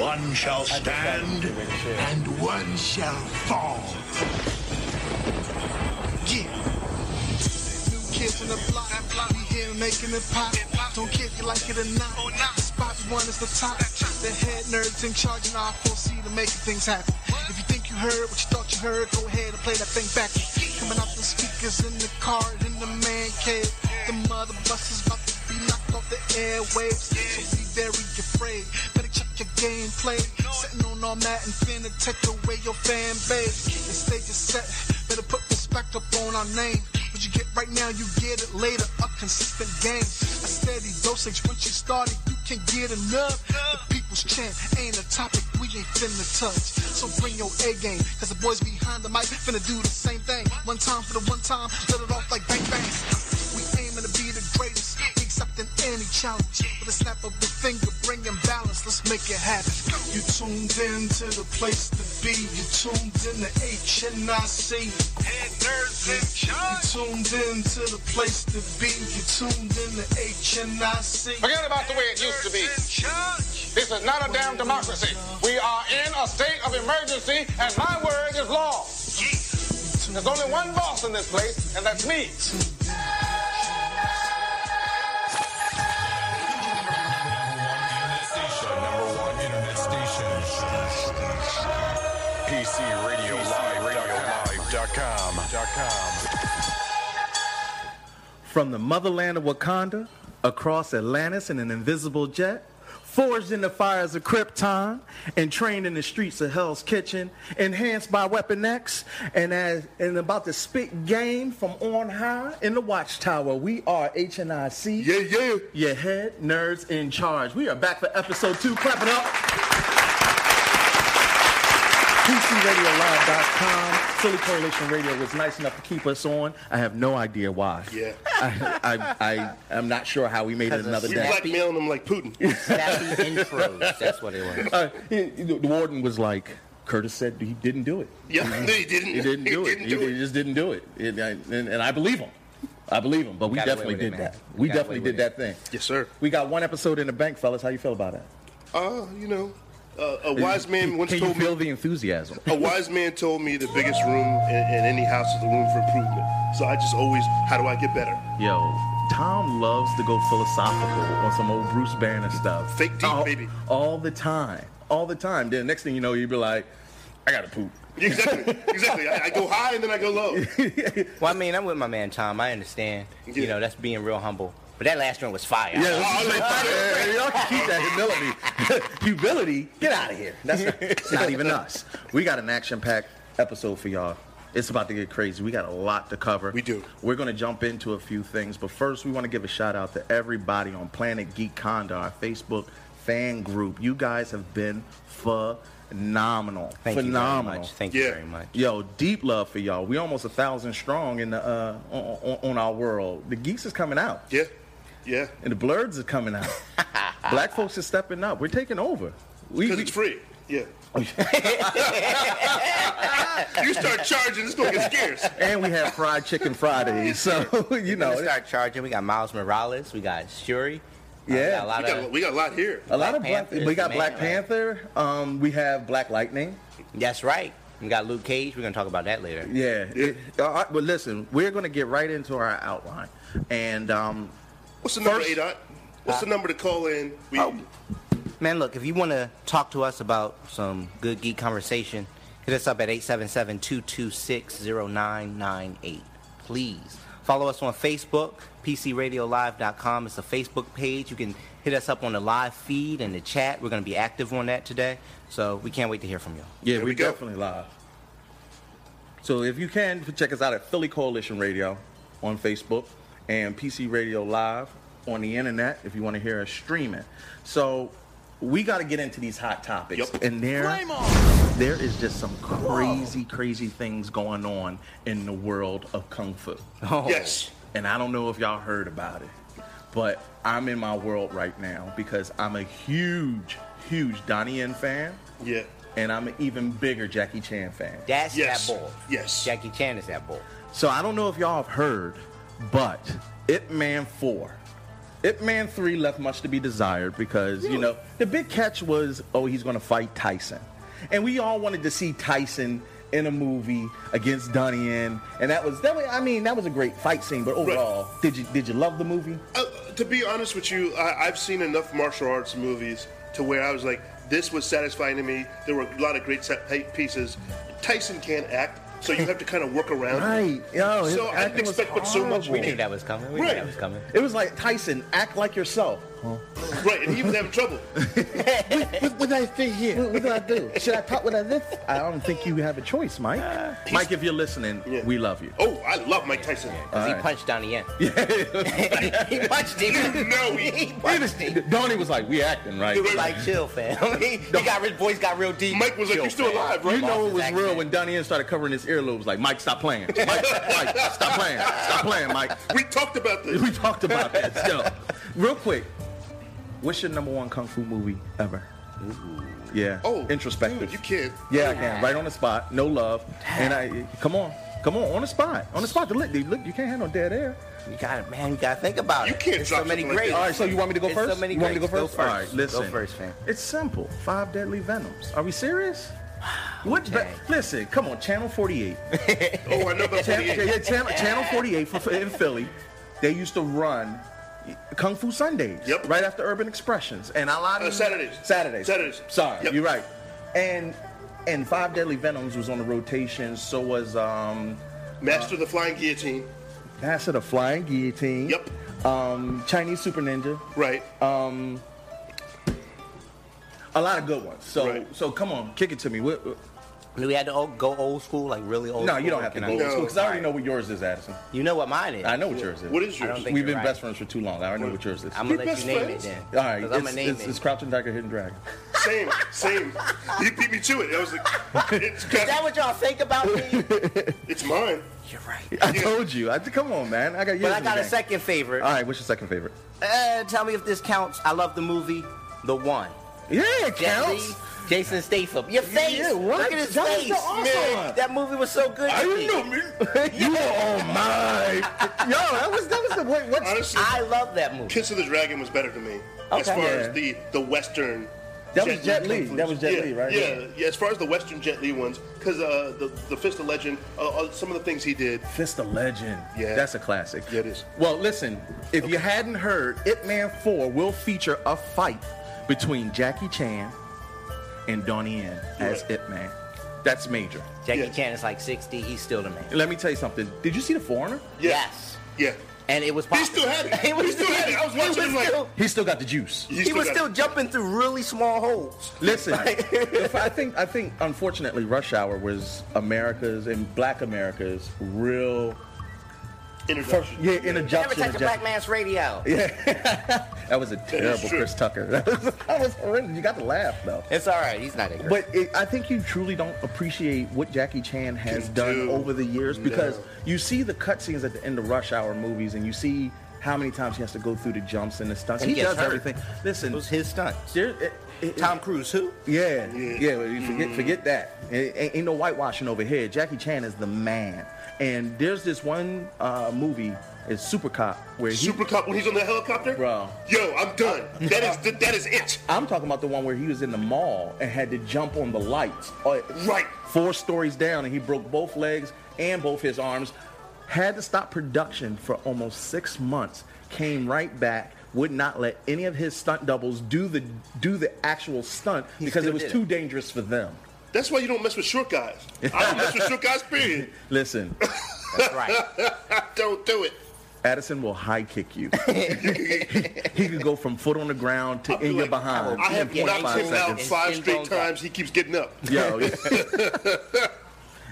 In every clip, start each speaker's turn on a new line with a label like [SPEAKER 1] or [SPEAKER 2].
[SPEAKER 1] One shall stand and one shall fall.
[SPEAKER 2] Yeah. New kid from the block. We here making it pop. Don't care if you like it or not. Spot one is the top. The head nerds in charge and I foresee to making things happen. If you think you heard what you thought you heard, go ahead and play that thing back. Coming out the speakers in the car and in the man cave. The mother bus is about to be knocked off the airwaves. So be very afraid. Better check your gameplay. Sitting on all that and finna take away your fan base. The stage is set. Better put respect up on our name. What you get right now, you get it later. A consistent game. A steady dosage. Once you start it, you can get enough. The people's chant ain't a topic we ain't finna touch. So bring your A game. Cause the boys behind the mic finna do the same thing. One time for the one time. Let it off like bang bang. We aiming to be the greatest. Accepting any challenge. With a snap of the finger, bringing balance. Let's make it happen. You tuned in to the place to be. You tuned in to HNIC.
[SPEAKER 1] Head nerds in
[SPEAKER 2] You
[SPEAKER 1] charge.
[SPEAKER 2] tuned in to the place to be. You tuned in to HNIC.
[SPEAKER 3] Forget about the way it used to be. This is not a damn democracy. We are in a state of emergency, and my word is law. There's only one boss in this place, and that's me.
[SPEAKER 4] number one internet station. PC Radio Live. Radio Live. Dot com. Dot com.
[SPEAKER 5] From the motherland of Wakanda, across Atlantis in an invisible jet, forged in the fires of Krypton, and trained in the streets of Hell's Kitchen, enhanced by Weapon X, and as and about to spit game from on high in the Watchtower. We are HNIC. Yeah, yeah. Your head nerds in charge. We are back for episode two. Clap it up. PCRadioLive.com. Philly Correlation Radio was nice enough to keep us on. I have no idea why.
[SPEAKER 6] Yeah.
[SPEAKER 5] I, I, I, I'm not sure how we made it
[SPEAKER 7] Has a
[SPEAKER 5] another
[SPEAKER 6] We
[SPEAKER 5] day.
[SPEAKER 6] blackmailing them like Putin.
[SPEAKER 7] Sappy intros. That's what it was.
[SPEAKER 5] Uh, he- he- the warden was like, Curtis said he didn't do it.
[SPEAKER 6] Yeah, they didn't.
[SPEAKER 5] He didn't do it. He,
[SPEAKER 6] do
[SPEAKER 5] he just didn't do it. It- I- and, and I believe him. I believe him. But we
[SPEAKER 7] Got away
[SPEAKER 5] definitely
[SPEAKER 7] with
[SPEAKER 5] did
[SPEAKER 7] it, man.
[SPEAKER 5] that. We
[SPEAKER 7] We got away
[SPEAKER 5] definitely did
[SPEAKER 7] with
[SPEAKER 5] that thing.
[SPEAKER 6] Yes, sir.
[SPEAKER 5] We got one episode in the bank, fellas. How you feel about that?
[SPEAKER 6] Uh, you know, uh, a wise man once
[SPEAKER 5] Can you
[SPEAKER 6] told me. Oh.
[SPEAKER 5] feel the enthusiasm?
[SPEAKER 6] A wise man told me the biggest room in, in any house is the room for improvement. So I just always, how do I get better?
[SPEAKER 5] Yo, Tom loves to go philosophical on some old Bruce Banner stuff.
[SPEAKER 6] Fake deep,
[SPEAKER 5] all,
[SPEAKER 6] baby.
[SPEAKER 5] All the time. All the time. Then next thing you know, you'd be like, I gotta poop.
[SPEAKER 6] Exactly, exactly. I, I go high and then I go low.
[SPEAKER 7] Well, I mean, I'm with my man Tom. I understand. You
[SPEAKER 6] Yeah.
[SPEAKER 7] know, that's being real humble. But that last one was fire.
[SPEAKER 5] Yeah, that's what I'm saying. Y'all can keep that humility. humility, get out of here. That's not, it's not even us. We got an action-packed episode for y'all. It's about to get crazy. We got a lot to cover.
[SPEAKER 6] We do.
[SPEAKER 5] We're going to jump into a few things, but first we want to give a shout out to everybody on Planet Geek Conda, our Facebook fan group. You guys have been phenomenal.
[SPEAKER 7] Thank
[SPEAKER 5] phenomenal.
[SPEAKER 7] you very much. Thank
[SPEAKER 6] Yeah.
[SPEAKER 7] you very much.
[SPEAKER 5] Yo, deep love for y'all. We almost a thousand strong in the uh, on, on, on our world. The geeks is coming out
[SPEAKER 6] Yeah, yeah.
[SPEAKER 5] and the blurs are coming out. Black folks are stepping up. We're taking over. We,
[SPEAKER 6] Because
[SPEAKER 5] we-
[SPEAKER 6] it's free. Yeah. you start charging, it's gonna get scarce.
[SPEAKER 5] and we have fried chicken Fridays. So you
[SPEAKER 7] We're
[SPEAKER 5] know,
[SPEAKER 7] gonna start charging. We got Miles Morales. We got Shuri. Uh, we
[SPEAKER 5] Yeah.
[SPEAKER 7] got a lot
[SPEAKER 6] We got,
[SPEAKER 7] of-
[SPEAKER 6] we got a lot here.
[SPEAKER 5] a lot
[SPEAKER 7] Black
[SPEAKER 5] of black.
[SPEAKER 7] Panther
[SPEAKER 5] we
[SPEAKER 7] is
[SPEAKER 5] got
[SPEAKER 7] the
[SPEAKER 5] Black
[SPEAKER 7] man, right?
[SPEAKER 5] Panther. Um, we have Black Lightning.
[SPEAKER 7] That's right. We got Luke Cage. We're gonna talk about that later.
[SPEAKER 5] Yeah. It- all right, but listen, we're gonna get right into our outline, and um,
[SPEAKER 6] What's the number,
[SPEAKER 5] First- Uh, oh,
[SPEAKER 6] Adot? What's the number to call in? We,
[SPEAKER 7] Man, look, if you want to talk to us about some good geek conversation, hit us up at 877-226-0998. Please. Follow us on Facebook, PCRadioLive.com. It's a Facebook page. You can hit us up on the live feed and the chat. We're going to be active on that today. So we can't wait to hear from you.
[SPEAKER 5] yeah,
[SPEAKER 6] There
[SPEAKER 5] we're
[SPEAKER 6] we go.
[SPEAKER 5] definitely live. So if you can check us out at Philly Coalition Radio on Facebook and PC Radio Live on the internet if you want to hear us streaming. So we got to get into these hot topics,
[SPEAKER 6] Yep.
[SPEAKER 5] and there
[SPEAKER 2] Flame on!
[SPEAKER 5] there is just some crazy, crazy things going on in the world of kung fu.
[SPEAKER 7] Oh.
[SPEAKER 6] Yes.
[SPEAKER 5] And I don't know if y'all heard about it, but I'm in my world right now because I'm a huge, huge Donnie Yen fan,
[SPEAKER 6] Yeah.
[SPEAKER 5] and I'm an even bigger Jackie Chan fan.
[SPEAKER 7] That's
[SPEAKER 6] Yes.
[SPEAKER 7] that bull.
[SPEAKER 6] Yes.
[SPEAKER 7] Jackie Chan is that bull.
[SPEAKER 5] So I don't know if y'all have heard, but Ip Man 4 Ip Man 3 left much to be desired because, you know, the big catch was, oh, he's going to fight Tyson. And we all wanted to see Tyson in a movie against Donnie and that was that way I mean that was a great fight scene but overall did you did you love the movie
[SPEAKER 6] Uh, to be honest with you, I, I've seen enough martial arts movies to where I was like, this was satisfying to me. There were a lot of great set pi- pieces. Tyson can't act, so you have to kind of work around.
[SPEAKER 5] Right. Yo, his
[SPEAKER 6] so I
[SPEAKER 5] acting
[SPEAKER 6] didn't
[SPEAKER 5] was
[SPEAKER 6] expect but so much.
[SPEAKER 7] We
[SPEAKER 6] We
[SPEAKER 7] knew
[SPEAKER 6] did.
[SPEAKER 7] that was coming. We knew
[SPEAKER 6] Right.
[SPEAKER 7] that was coming.
[SPEAKER 5] it was like Tyson act like yourself
[SPEAKER 6] Right, and he was having trouble.
[SPEAKER 1] What would I say here?
[SPEAKER 5] What, what do I do? Should I talk with this? I don't think you have a choice, Mike.
[SPEAKER 1] Uh,
[SPEAKER 5] Mike, if you're listening,
[SPEAKER 6] Yeah.
[SPEAKER 5] we love you.
[SPEAKER 6] Oh, I love Mike Tyson.
[SPEAKER 7] Because he punched Donnie Yen. he, punched him.
[SPEAKER 6] No, he-
[SPEAKER 7] he punched him.
[SPEAKER 5] Donnie was like, "We acting right."
[SPEAKER 7] He was like, chill, fam. he, he got, his voice got real deep.
[SPEAKER 6] Mike was like,
[SPEAKER 7] Chill,
[SPEAKER 6] "You still
[SPEAKER 7] fam."
[SPEAKER 6] alive,
[SPEAKER 5] You
[SPEAKER 6] right?"
[SPEAKER 5] know it was
[SPEAKER 7] Lost his
[SPEAKER 5] real
[SPEAKER 7] accent.
[SPEAKER 5] when Donnie Yen started covering his earlobes. Like, Mike, stop playing. Mike, Mike, stop playing. Stop playing, Mike.
[SPEAKER 6] We talked about this.
[SPEAKER 5] We talked about that. Still, real quick, what's your number one kung fu movie ever? Yeah.
[SPEAKER 6] Oh,
[SPEAKER 5] introspective.
[SPEAKER 6] Dude, you can't.
[SPEAKER 5] Yeah, I can. Right on the spot. No love. And I come on. Come on, on the spot. On the spot. The look, the look you can't have no dead air.
[SPEAKER 7] You got to man. You got to think about
[SPEAKER 6] You
[SPEAKER 7] it.
[SPEAKER 6] can't
[SPEAKER 7] There's
[SPEAKER 6] drop
[SPEAKER 7] so many
[SPEAKER 6] something like
[SPEAKER 7] greats.
[SPEAKER 6] that.
[SPEAKER 5] All right, so you want me to go
[SPEAKER 7] There's
[SPEAKER 5] first?
[SPEAKER 7] so many
[SPEAKER 5] you want me to go
[SPEAKER 7] greats. Go
[SPEAKER 5] first? All
[SPEAKER 7] first.
[SPEAKER 5] right, listen.
[SPEAKER 7] Go first, fam.
[SPEAKER 5] It's simple. Five deadly venoms. Are we serious? What?
[SPEAKER 7] Okay.
[SPEAKER 5] But listen, come on, Channel 48.
[SPEAKER 6] Oh, I know about
[SPEAKER 5] Channel,
[SPEAKER 6] 48.
[SPEAKER 5] yeah, Channel, Channel 48 for, in Philly. They used to run Kung Fu Sundays.
[SPEAKER 6] Yep.
[SPEAKER 5] Right after Urban Expressions. And a lot of
[SPEAKER 6] Uh, Saturdays.
[SPEAKER 5] Saturdays.
[SPEAKER 6] Saturdays.
[SPEAKER 5] Sorry,
[SPEAKER 6] Yep.
[SPEAKER 5] you're right. And and Five Deadly Venoms was on the rotation. So was um
[SPEAKER 6] Master of the Flying Guillotine.
[SPEAKER 5] Master of the Flying Guillotine.
[SPEAKER 6] Yep.
[SPEAKER 5] Um, Chinese Super Ninja.
[SPEAKER 6] Right.
[SPEAKER 5] A lot of good ones. So
[SPEAKER 6] Right.
[SPEAKER 5] so come on, kick it to me. What, what-
[SPEAKER 7] Do we had to old, go old school, like really old
[SPEAKER 5] no,
[SPEAKER 7] school?
[SPEAKER 5] you don't have to
[SPEAKER 7] Oh, Can
[SPEAKER 5] go old
[SPEAKER 7] I-
[SPEAKER 6] No.
[SPEAKER 5] school because I already know what yours is, Addison.
[SPEAKER 7] You know what mine is.
[SPEAKER 5] I know what yours is.
[SPEAKER 6] what is
[SPEAKER 7] I don't
[SPEAKER 6] yours?
[SPEAKER 7] think
[SPEAKER 5] We've
[SPEAKER 7] you're
[SPEAKER 5] been
[SPEAKER 7] right.
[SPEAKER 5] best friends for too long. I already know what yours is.
[SPEAKER 7] I'm
[SPEAKER 5] All
[SPEAKER 7] going to let you name it
[SPEAKER 6] friends?
[SPEAKER 7] then.
[SPEAKER 5] right,
[SPEAKER 7] 'Cause
[SPEAKER 5] it's,
[SPEAKER 7] I'm gonna name
[SPEAKER 5] it's,
[SPEAKER 7] it.
[SPEAKER 5] it's Crouching Tiger, Hidden Dragon.
[SPEAKER 6] Same, same. He beat me to it. I was like, it's,
[SPEAKER 7] is that what y'all think about me?
[SPEAKER 6] it's mine.
[SPEAKER 7] You're right.
[SPEAKER 5] I told you. I come on, man. I got you.
[SPEAKER 7] But I got a second favorite.
[SPEAKER 5] All right, what's your second favorite?
[SPEAKER 7] Uh, tell me if this counts. I love the movie The One.
[SPEAKER 5] Yeah, it
[SPEAKER 7] Jet Li,
[SPEAKER 5] counts.
[SPEAKER 7] Jason Statham. Your face.
[SPEAKER 5] Yeah, what?
[SPEAKER 7] Look at his
[SPEAKER 5] That was
[SPEAKER 7] face.
[SPEAKER 5] the awesome
[SPEAKER 7] Man,
[SPEAKER 5] one.
[SPEAKER 7] that movie was so good.
[SPEAKER 5] I
[SPEAKER 7] to
[SPEAKER 5] didn't
[SPEAKER 7] me.
[SPEAKER 5] know me. you are on my. Yo, that was that was the wait. What's
[SPEAKER 6] Honestly,
[SPEAKER 7] I love that movie.
[SPEAKER 6] Kiss of the Dragon was better to me as
[SPEAKER 7] Okay.
[SPEAKER 6] far
[SPEAKER 5] Yeah.
[SPEAKER 6] as the the Western.
[SPEAKER 5] That was Jet Li.
[SPEAKER 6] influence.
[SPEAKER 5] That was Jet
[SPEAKER 6] yeah,
[SPEAKER 5] Li, right?
[SPEAKER 6] Yeah,
[SPEAKER 5] Yeah.
[SPEAKER 6] yeah, As far as the Western Jet Li ones, because uh, the the Fist of Legend, uh, uh, some of the things he did.
[SPEAKER 5] Fist of Legend.
[SPEAKER 6] Yeah.
[SPEAKER 5] That's a classic.
[SPEAKER 6] Yeah, it is.
[SPEAKER 5] Well, listen, if you hadn't heard, It Man 4 will feature a fight between Jackie Chan and Donnie Yen as
[SPEAKER 6] Yeah.
[SPEAKER 5] It Man. That's major.
[SPEAKER 7] Jackie
[SPEAKER 6] Yes.
[SPEAKER 7] Chan is like 60. He's still the man.
[SPEAKER 5] And let me tell you something. Did you see The Foreigner?
[SPEAKER 7] Yes.
[SPEAKER 6] Yeah.
[SPEAKER 7] And it was
[SPEAKER 6] He
[SPEAKER 7] popular.
[SPEAKER 6] still had it.
[SPEAKER 7] He was
[SPEAKER 6] He still had it. I was
[SPEAKER 7] he
[SPEAKER 6] watching him like-
[SPEAKER 7] still-
[SPEAKER 5] He still got the juice.
[SPEAKER 6] He
[SPEAKER 7] He,
[SPEAKER 6] still
[SPEAKER 7] was
[SPEAKER 6] got
[SPEAKER 7] still
[SPEAKER 6] it.
[SPEAKER 7] jumping through really small holes.
[SPEAKER 5] Listen,
[SPEAKER 7] Like-
[SPEAKER 5] if I think I think unfortunately Rush Hour was America's and Black America's real
[SPEAKER 6] Introduction.
[SPEAKER 5] yeah introduction.
[SPEAKER 7] Never touch
[SPEAKER 5] to
[SPEAKER 7] a
[SPEAKER 5] Jack-
[SPEAKER 7] black man's radio.
[SPEAKER 5] that was a terrible
[SPEAKER 6] true.
[SPEAKER 5] Chris Tucker. That was, that was horrendous. You got to laugh though.
[SPEAKER 7] It's all right. He's not a
[SPEAKER 5] But it, I think you truly don't appreciate what Jackie Chan has
[SPEAKER 6] Can
[SPEAKER 5] done
[SPEAKER 6] do.
[SPEAKER 5] over the years because
[SPEAKER 6] No.
[SPEAKER 5] you see the cutscenes at the end of Rush Hour movies and you see how many times he has to go through the jumps and the stunts.
[SPEAKER 7] And
[SPEAKER 5] He,
[SPEAKER 7] he gets
[SPEAKER 5] does
[SPEAKER 7] hurt.
[SPEAKER 5] everything. Listen,
[SPEAKER 7] It was his stunts.
[SPEAKER 5] there, it, it,
[SPEAKER 7] Tom Cruise, who? Mm-hmm.
[SPEAKER 5] Yeah, yeah. well, you forget, forget that. Ain't, ain't- ain't no whitewashing over here. Jackie Chan is the man. And there's this one uh, movie, it's Super Cop, where he,
[SPEAKER 6] Super Cop when he's on the helicopter.
[SPEAKER 5] Bro.
[SPEAKER 6] Yo, I'm done. That is the, that is it.
[SPEAKER 5] I'm talking about the one where he was in the mall and had to jump on the lights. uh,
[SPEAKER 6] Right.
[SPEAKER 5] Four stories down, and he broke both legs and both his arms. Had to stop production for almost six months. Came right back. Would not let any of his stunt doubles do the do the actual stunt because
[SPEAKER 7] still
[SPEAKER 5] it was
[SPEAKER 7] did it.
[SPEAKER 5] too dangerous for them.
[SPEAKER 6] That's why you don't mess with short guys. I don't mess with short guys. Period.
[SPEAKER 5] Listen,
[SPEAKER 7] That's right.
[SPEAKER 6] Don't do it.
[SPEAKER 5] Addison will high kick you. he could go from foot on the ground to
[SPEAKER 6] I'll be
[SPEAKER 5] in your
[SPEAKER 6] like,
[SPEAKER 5] behind.
[SPEAKER 6] I have
[SPEAKER 5] in
[SPEAKER 7] Yeah,
[SPEAKER 6] knocked
[SPEAKER 5] 0.5
[SPEAKER 6] him out
[SPEAKER 5] seconds.
[SPEAKER 6] five
[SPEAKER 7] It's
[SPEAKER 6] straight
[SPEAKER 7] inbound back.
[SPEAKER 6] times. He keeps getting up.
[SPEAKER 5] Yo.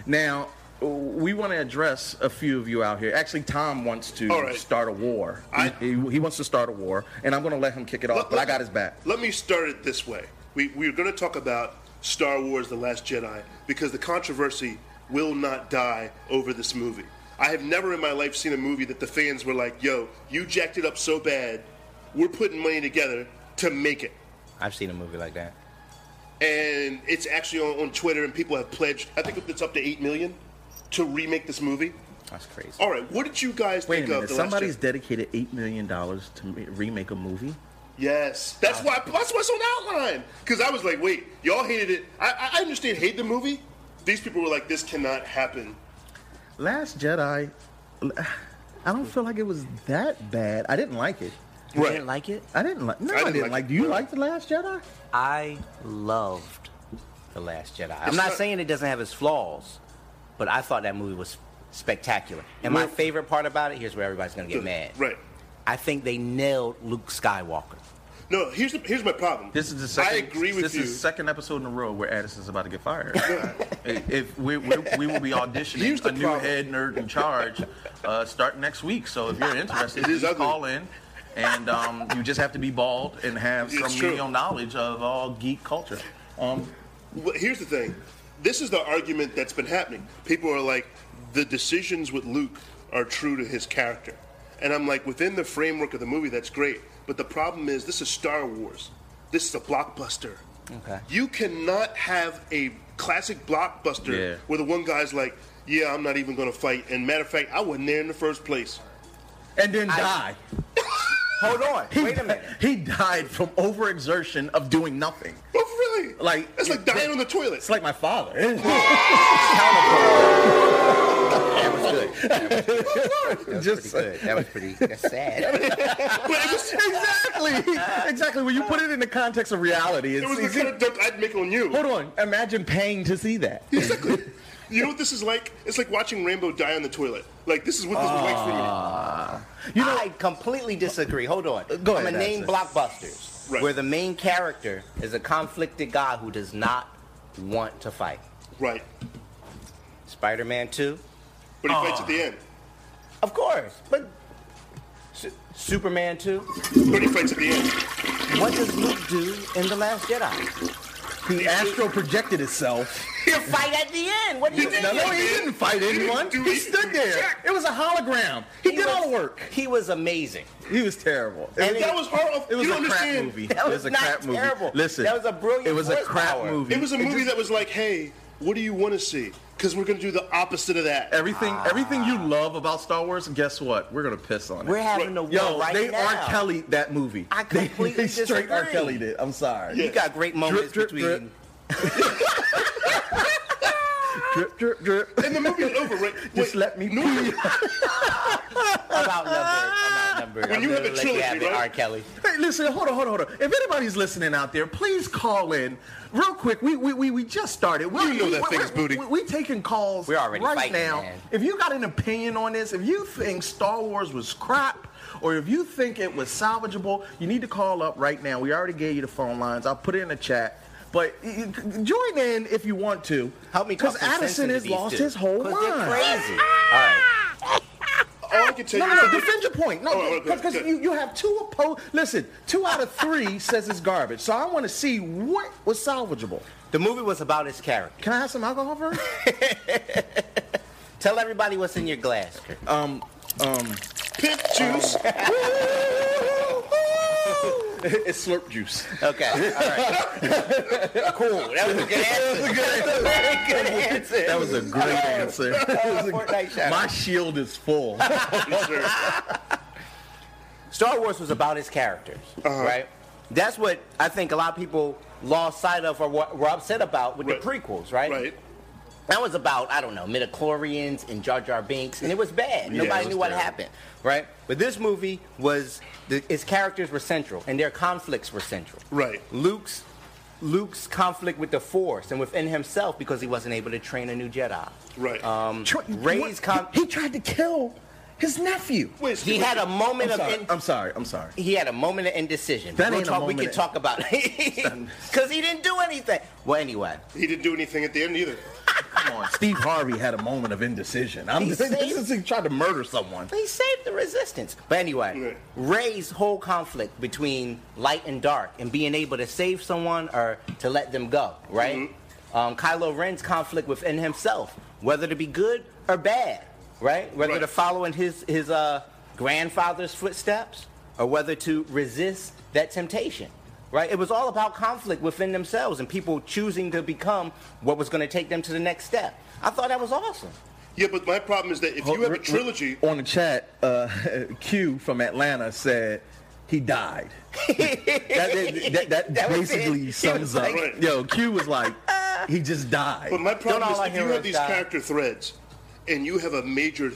[SPEAKER 5] now, we want to address a few of you out here. Actually, Tom wants to
[SPEAKER 6] All right.
[SPEAKER 5] start a war.
[SPEAKER 6] I-
[SPEAKER 5] he, he- he wants to start a war, and I'm going to let him kick it off,
[SPEAKER 6] Let-
[SPEAKER 5] but I
[SPEAKER 6] let-
[SPEAKER 5] got his back.
[SPEAKER 6] Let me start it this way. We, we're going to talk about Star Wars The Last Jedi because the controversy will not die over this movie. I have never in my life seen a movie that the fans were like, yo, you jacked it up so bad, we're putting money together to make it.
[SPEAKER 7] I've seen a movie like that.
[SPEAKER 6] And it's actually on, on Twitter, and people have pledged, I think it's up to 8 million to remake this movie.
[SPEAKER 7] That's crazy.
[SPEAKER 6] All right, what did you guys
[SPEAKER 5] Wait a
[SPEAKER 6] think of?
[SPEAKER 5] minute.
[SPEAKER 6] The
[SPEAKER 5] Somebody's
[SPEAKER 6] last Jedi?
[SPEAKER 5] dedicated eight million dollars to re- remake a movie.
[SPEAKER 6] yes, that's why. That's what's on outline. Because I was like, wait, y'all hated it. I, I- I understand hate the movie. These people were like, this cannot happen.
[SPEAKER 5] Last Jedi. I don't feel like it was that bad. I didn't like it.
[SPEAKER 7] You
[SPEAKER 6] Right.
[SPEAKER 7] didn't like it?
[SPEAKER 5] I didn't like. No, I
[SPEAKER 6] I
[SPEAKER 5] didn't,
[SPEAKER 6] didn't like
[SPEAKER 5] like.
[SPEAKER 6] it.
[SPEAKER 5] Do you like the Last Jedi?
[SPEAKER 7] I loved The Last Jedi. I'm not
[SPEAKER 6] not-
[SPEAKER 7] saying it doesn't have its flaws, but I thought that movie was spectacular. And my
[SPEAKER 6] Well-
[SPEAKER 7] favorite part about it, here's where everybody's going to get mad.
[SPEAKER 6] Right.
[SPEAKER 7] I think they nailed Luke Skywalker.
[SPEAKER 6] No, here's the, here's my problem.
[SPEAKER 5] This is the second.
[SPEAKER 6] I agree with
[SPEAKER 5] this
[SPEAKER 6] you.
[SPEAKER 5] is the second episode in a row where Addison's about to get fired. if we, we we will be
[SPEAKER 6] Here's
[SPEAKER 5] auditioning
[SPEAKER 6] the
[SPEAKER 5] a new
[SPEAKER 6] problem.
[SPEAKER 5] head nerd in charge, uh, start next week. So if you're interested,
[SPEAKER 6] It is
[SPEAKER 5] please
[SPEAKER 6] ugly.
[SPEAKER 5] call in, and um, you just have to be bald and have
[SPEAKER 6] It's
[SPEAKER 5] some
[SPEAKER 6] true.
[SPEAKER 5] medial knowledge of all geek culture. Um,
[SPEAKER 6] Well, here's the thing. This is the argument that's been happening. People are like, the decisions with Luke are true to his character. And I'm like, within the framework of the movie, that's great. But the problem is, this is Star Wars. This is a blockbuster.
[SPEAKER 7] Okay.
[SPEAKER 6] You cannot have a classic blockbuster
[SPEAKER 5] Yeah.
[SPEAKER 6] where the one guy's like, yeah, I'm not even going to fight. And matter of fact, I wasn't there in the first place.
[SPEAKER 5] and then die.
[SPEAKER 7] Hold on. Wait a minute.
[SPEAKER 5] He died from overexertion of doing nothing.
[SPEAKER 6] Oh, really?
[SPEAKER 5] Like
[SPEAKER 6] It's like dying on the toilet.
[SPEAKER 5] It's like my father.
[SPEAKER 7] That was good. That was,
[SPEAKER 5] Just
[SPEAKER 7] pretty good. That was pretty. That's sad.
[SPEAKER 6] But it was,
[SPEAKER 5] exactly, exactly. When you put it in the context of reality, it's,
[SPEAKER 6] it was the
[SPEAKER 5] it's-
[SPEAKER 6] kind of joke I'd make on you.
[SPEAKER 5] hold on. Imagine paying to see that.
[SPEAKER 6] You know what this is like? It's like watching Rainbow die on the toilet. Like this is what this was like for
[SPEAKER 5] Ah.
[SPEAKER 6] me.
[SPEAKER 7] You know, I completely disagree. Hold on.
[SPEAKER 5] go
[SPEAKER 7] I'm
[SPEAKER 5] ahead,
[SPEAKER 7] gonna name
[SPEAKER 5] Ashley.
[SPEAKER 7] blockbusters
[SPEAKER 6] Right.
[SPEAKER 7] where the main character is a conflicted guy who does not want to fight.
[SPEAKER 6] Right.
[SPEAKER 7] Spider-Man 2,
[SPEAKER 6] But he
[SPEAKER 5] Ah.
[SPEAKER 6] fights at the end.
[SPEAKER 7] Of course, but Su- Superman 2.
[SPEAKER 6] But he fights at the end.
[SPEAKER 7] What does Luke do in The Last Jedi?
[SPEAKER 5] The astro projected itself.
[SPEAKER 7] He'll fight at the end. What do you mean?
[SPEAKER 5] No, no, he didn't fight anyone. He stood there. It was a hologram. He did all the work.
[SPEAKER 7] He was amazing.
[SPEAKER 5] He was terrible.
[SPEAKER 7] And
[SPEAKER 5] It
[SPEAKER 6] That was horrible.
[SPEAKER 5] was
[SPEAKER 6] you
[SPEAKER 5] a
[SPEAKER 6] don't
[SPEAKER 5] crap
[SPEAKER 6] understand.
[SPEAKER 5] movie.
[SPEAKER 7] That
[SPEAKER 5] It
[SPEAKER 7] was
[SPEAKER 5] was a
[SPEAKER 7] not
[SPEAKER 5] crap movie.
[SPEAKER 7] terrible.
[SPEAKER 5] Listen,
[SPEAKER 7] That was a brilliant
[SPEAKER 5] It was a crap
[SPEAKER 7] horsepower.
[SPEAKER 5] movie.
[SPEAKER 6] It was a movie that was like, hey, what do you want to see? Because we're gonna do the opposite of that.
[SPEAKER 5] Everything,
[SPEAKER 7] Ah.
[SPEAKER 5] everything you love about Star Wars, guess what? We're gonna piss on it.
[SPEAKER 7] We're having a war
[SPEAKER 5] Yo,
[SPEAKER 7] right
[SPEAKER 5] they
[SPEAKER 7] now.
[SPEAKER 5] R. Kelly that movie.
[SPEAKER 7] I
[SPEAKER 5] They-
[SPEAKER 7] completely
[SPEAKER 5] they, straight R.
[SPEAKER 7] disagree.
[SPEAKER 5] Kelly did. I'm sorry.
[SPEAKER 7] You got great moments
[SPEAKER 5] drip,
[SPEAKER 7] between.
[SPEAKER 5] drip. Drip, drip, drip.
[SPEAKER 6] And the movie's over, right?
[SPEAKER 5] Just
[SPEAKER 6] Wait,
[SPEAKER 5] let me
[SPEAKER 6] no,
[SPEAKER 5] pee.
[SPEAKER 7] I'm outnumbered. I'm outnumbered.
[SPEAKER 6] When
[SPEAKER 7] I'm
[SPEAKER 6] you
[SPEAKER 7] gonna
[SPEAKER 6] have a
[SPEAKER 7] let
[SPEAKER 6] trilogy,
[SPEAKER 7] have it,
[SPEAKER 6] right?
[SPEAKER 7] R. Kelly.
[SPEAKER 5] Hey, listen, hold on, hold on, hold on. If anybody's listening out there, please call in real quick. We we, we, we just started. We're,
[SPEAKER 6] You know
[SPEAKER 5] we,
[SPEAKER 6] that
[SPEAKER 5] we're-
[SPEAKER 6] thing's booty.
[SPEAKER 5] We, we taking calls
[SPEAKER 7] We're already
[SPEAKER 5] right
[SPEAKER 7] fighting,
[SPEAKER 5] now.
[SPEAKER 7] man.
[SPEAKER 5] If you got an opinion on this, if you think Star Wars was crap, or if you think it was salvageable, you need to call up right now. We already gave you the phone lines. I'll put it in the chat. But y- y- join in if you want to.
[SPEAKER 7] Help me
[SPEAKER 5] because
[SPEAKER 7] talk some sense
[SPEAKER 5] Addison
[SPEAKER 7] into
[SPEAKER 5] has
[SPEAKER 7] these
[SPEAKER 5] lost
[SPEAKER 7] dudes.
[SPEAKER 5] his whole
[SPEAKER 7] 'Cause
[SPEAKER 5] mind.
[SPEAKER 7] They're crazy. All right.
[SPEAKER 6] all I can tell
[SPEAKER 5] No,
[SPEAKER 6] you
[SPEAKER 5] no,
[SPEAKER 6] is
[SPEAKER 5] no, defend your point.
[SPEAKER 6] Oh,
[SPEAKER 5] No,
[SPEAKER 6] okay,
[SPEAKER 5] because
[SPEAKER 6] good.
[SPEAKER 5] you, you have two opposed. Listen, two out of three says it's garbage. So I want to see what was salvageable.
[SPEAKER 7] The movie was about his character.
[SPEAKER 5] Can I have some alcohol first?
[SPEAKER 7] Tell everybody what's in your glass. Chris.
[SPEAKER 6] pimp juice.
[SPEAKER 5] it's slurp juice.
[SPEAKER 7] Okay. All right. cool. That was a good answer. Very good answer.
[SPEAKER 5] That was a great answer.
[SPEAKER 7] Fortnite shout-out.
[SPEAKER 5] My shield is full.
[SPEAKER 7] Star Wars was about his characters,
[SPEAKER 6] Uh-huh.
[SPEAKER 7] right? That's what I think a lot of people lost sight of or what were upset about with the
[SPEAKER 6] Right.
[SPEAKER 7] prequels, right?
[SPEAKER 6] Right.
[SPEAKER 7] That was about, I don't know, midichlorians and Jar Jar Binks, and it was bad.
[SPEAKER 6] Yeah, it
[SPEAKER 7] Nobody
[SPEAKER 6] was
[SPEAKER 7] knew what
[SPEAKER 6] terrible.
[SPEAKER 7] happened, right? But this movie was, the, its characters were central, and their conflicts were central.
[SPEAKER 6] Right.
[SPEAKER 7] Luke's, Luke's conflict with the Force and within himself because he wasn't able to train a new Jedi.
[SPEAKER 6] Right.
[SPEAKER 5] Tra-
[SPEAKER 7] Ray's
[SPEAKER 5] what-
[SPEAKER 7] con-
[SPEAKER 5] he, he tried to kill his nephew.
[SPEAKER 6] Wait,
[SPEAKER 7] He
[SPEAKER 6] wait,
[SPEAKER 7] had a
[SPEAKER 5] I'm
[SPEAKER 7] moment of
[SPEAKER 5] sorry.
[SPEAKER 7] in-
[SPEAKER 5] I'm sorry. I'm sorry.
[SPEAKER 7] he had a moment of indecision.
[SPEAKER 5] That
[SPEAKER 7] We'll
[SPEAKER 5] ain't a
[SPEAKER 7] talk- we
[SPEAKER 5] moment
[SPEAKER 7] can
[SPEAKER 5] of-
[SPEAKER 7] talk about it because he didn't do anything. Well, anyway,
[SPEAKER 6] he didn't do anything at the end either.
[SPEAKER 5] Come on. Steve Harvey had a moment of indecision. I'm
[SPEAKER 7] He
[SPEAKER 5] this is
[SPEAKER 7] saved-
[SPEAKER 5] he tried to murder someone.
[SPEAKER 7] he saved the resistance. But anyway,
[SPEAKER 6] Right.
[SPEAKER 7] Ray's whole conflict between light and dark and being able to save someone or to let them go, right?
[SPEAKER 6] Mm-hmm.
[SPEAKER 7] Um, Kylo Ren's conflict within himself, whether to be good or bad, right? Whether
[SPEAKER 6] Right.
[SPEAKER 7] to follow in his his uh, grandfather's footsteps or whether to resist that temptation. Right? It was all about conflict within themselves and people choosing to become what was going to take them to the next step. I thought that was awesome.
[SPEAKER 6] Yeah, but my problem is that if you have a trilogy,
[SPEAKER 5] On the chat, uh, Q from Atlanta said he died. that, that, that- that
[SPEAKER 7] That was it.
[SPEAKER 5] basically
[SPEAKER 7] He
[SPEAKER 5] sums
[SPEAKER 7] was
[SPEAKER 5] up.
[SPEAKER 6] like-
[SPEAKER 5] Yo, Q was like, he just died.
[SPEAKER 6] But my problem
[SPEAKER 7] all
[SPEAKER 6] is
[SPEAKER 7] our
[SPEAKER 6] if you
[SPEAKER 7] heroes
[SPEAKER 6] have these
[SPEAKER 7] die.
[SPEAKER 6] character threads and you have a major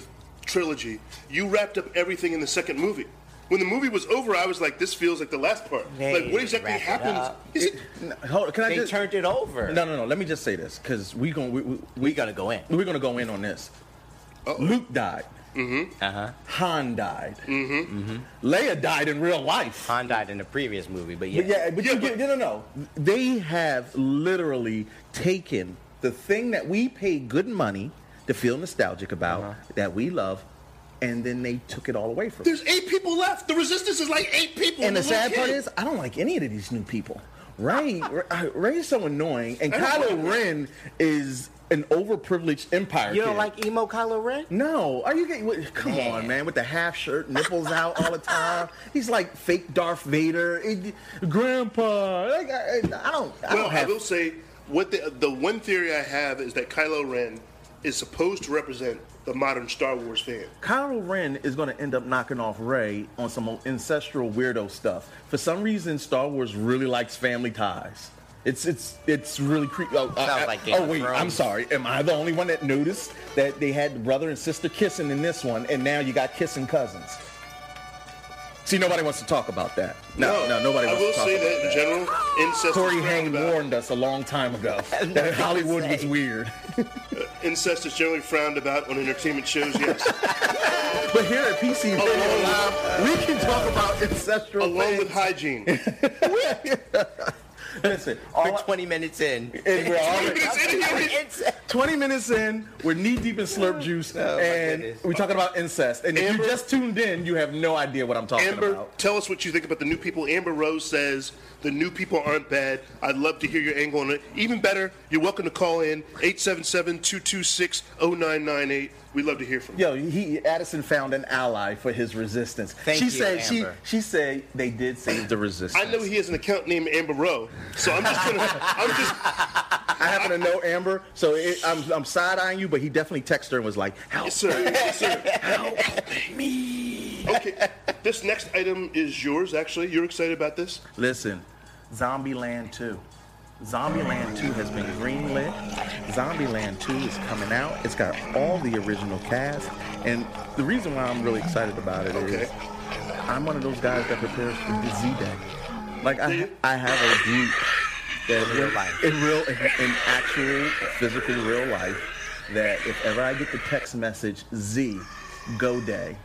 [SPEAKER 6] trilogy, you wrapped up everything in the second movie. When the movie was over, I was like, this feels like the last part.
[SPEAKER 7] They
[SPEAKER 6] like, what exactly
[SPEAKER 7] wrap it
[SPEAKER 6] happened?
[SPEAKER 7] up.
[SPEAKER 6] Is it,
[SPEAKER 5] Hold on, can I
[SPEAKER 7] They
[SPEAKER 5] just?
[SPEAKER 7] turned it over.
[SPEAKER 5] no, no, no. Let me just say this because we gonna we, we,
[SPEAKER 7] We gotta go in.
[SPEAKER 5] we're gonna go in on this. Luke died.
[SPEAKER 7] Uh huh.
[SPEAKER 5] Han died. Mm-hmm. Leia died in real life.
[SPEAKER 7] Han died in the previous movie, but yeah.
[SPEAKER 5] But yeah, but
[SPEAKER 6] Yeah,
[SPEAKER 5] you
[SPEAKER 6] but-
[SPEAKER 5] get, no, no, no. They have literally taken the thing that we pay good money to feel nostalgic about,
[SPEAKER 6] Uh-huh.
[SPEAKER 5] that we love, and then they took it all away from us.
[SPEAKER 6] there's eight people left. The resistance is like eight people.
[SPEAKER 5] And the
[SPEAKER 6] with a little
[SPEAKER 5] sad part
[SPEAKER 6] kid.
[SPEAKER 5] is, I don't like any of these new people. Ray, Ray- Ray is so annoying, and
[SPEAKER 6] I don't
[SPEAKER 5] Kylo
[SPEAKER 6] like
[SPEAKER 5] Ren is an overprivileged empire.
[SPEAKER 7] You don't
[SPEAKER 5] kid.
[SPEAKER 7] like emo Kylo Ren?
[SPEAKER 5] No, are you getting? What, come
[SPEAKER 7] Man.
[SPEAKER 5] on, man! With the half shirt, nipples out all the time. He's like fake Darth Vader, It- Grandpa. Like I, I don't. I
[SPEAKER 6] Well,
[SPEAKER 5] don't
[SPEAKER 6] I
[SPEAKER 5] have.
[SPEAKER 6] will say, what the, the one theory I have is that Kylo Ren is supposed to represent the modern Star Wars fan.
[SPEAKER 5] Kylo Ren is going to end up knocking off Rey on some old ancestral weirdo stuff. For some reason, Star Wars really likes family ties. It's it's it's really creepy. Oh, I-
[SPEAKER 7] Sounds
[SPEAKER 5] I-
[SPEAKER 7] like Game
[SPEAKER 5] oh
[SPEAKER 7] of
[SPEAKER 5] wait, I'm
[SPEAKER 7] Thrones.
[SPEAKER 5] sorry. Am I the only one that noticed that they had brother and sister kissing in this one, and now you got kissing cousins? See, nobody wants to talk about that. No, no, nobody.
[SPEAKER 6] I
[SPEAKER 5] wants
[SPEAKER 6] will
[SPEAKER 5] to talk
[SPEAKER 6] say
[SPEAKER 5] about
[SPEAKER 6] that in general, incest. is
[SPEAKER 5] Corey
[SPEAKER 6] frowned
[SPEAKER 5] Haim
[SPEAKER 6] about.
[SPEAKER 5] warned us a long time ago
[SPEAKER 7] nothing
[SPEAKER 5] that
[SPEAKER 7] to
[SPEAKER 5] Hollywood was
[SPEAKER 7] say.
[SPEAKER 5] weird.
[SPEAKER 6] Incest is generally frowned about on entertainment shows. Yes.
[SPEAKER 5] But here at PC Radio Live, we can talk about ancestral
[SPEAKER 6] along with
[SPEAKER 5] things.
[SPEAKER 6] hygiene.
[SPEAKER 5] Listen, all
[SPEAKER 7] We're 20 minutes in.
[SPEAKER 5] and we're already-
[SPEAKER 7] It's-
[SPEAKER 5] 20 minutes in, we're knee deep in slurp juice,
[SPEAKER 7] Oh, my
[SPEAKER 5] and
[SPEAKER 7] goodness.
[SPEAKER 5] we're talking about incest. And if
[SPEAKER 6] Amber-
[SPEAKER 5] you just tuned in, you have no idea what I'm talking
[SPEAKER 6] Amber,
[SPEAKER 5] about.
[SPEAKER 6] tell us what you think about the new people. Amber Rose says the new people aren't bad. I'd love to hear your angle on it. Even better, you're welcome to call in 877-226-0998. We'd love to hear from you.
[SPEAKER 5] Yo, he Addison found an ally for his resistance.
[SPEAKER 7] Thank
[SPEAKER 5] she
[SPEAKER 7] you,
[SPEAKER 5] said
[SPEAKER 7] Amber.
[SPEAKER 5] she she said they did save the resistance.
[SPEAKER 6] I know he has an account named Amber Rowe, so I'm just gonna. I'm just.
[SPEAKER 5] I happen to know Amber, so it, I'm, I'm side eyeing you, but he definitely texted her and was like, "Help
[SPEAKER 6] Yes, sir. Yes, sir. me. Okay. This next item is yours. Actually, you're excited about this.
[SPEAKER 5] Listen, Zombieland 2. Zombieland 2 has been greenlit. Zombieland 2 is coming out. It's got all the original cast. And the reason why I'm really excited about it
[SPEAKER 6] Okay.
[SPEAKER 5] is I'm one of those guys that prepares for the Z Day. Like, I, I have a group that in real
[SPEAKER 7] life.
[SPEAKER 5] In, real, in actual, physical, real life, that if ever I get the text message, Z, go day.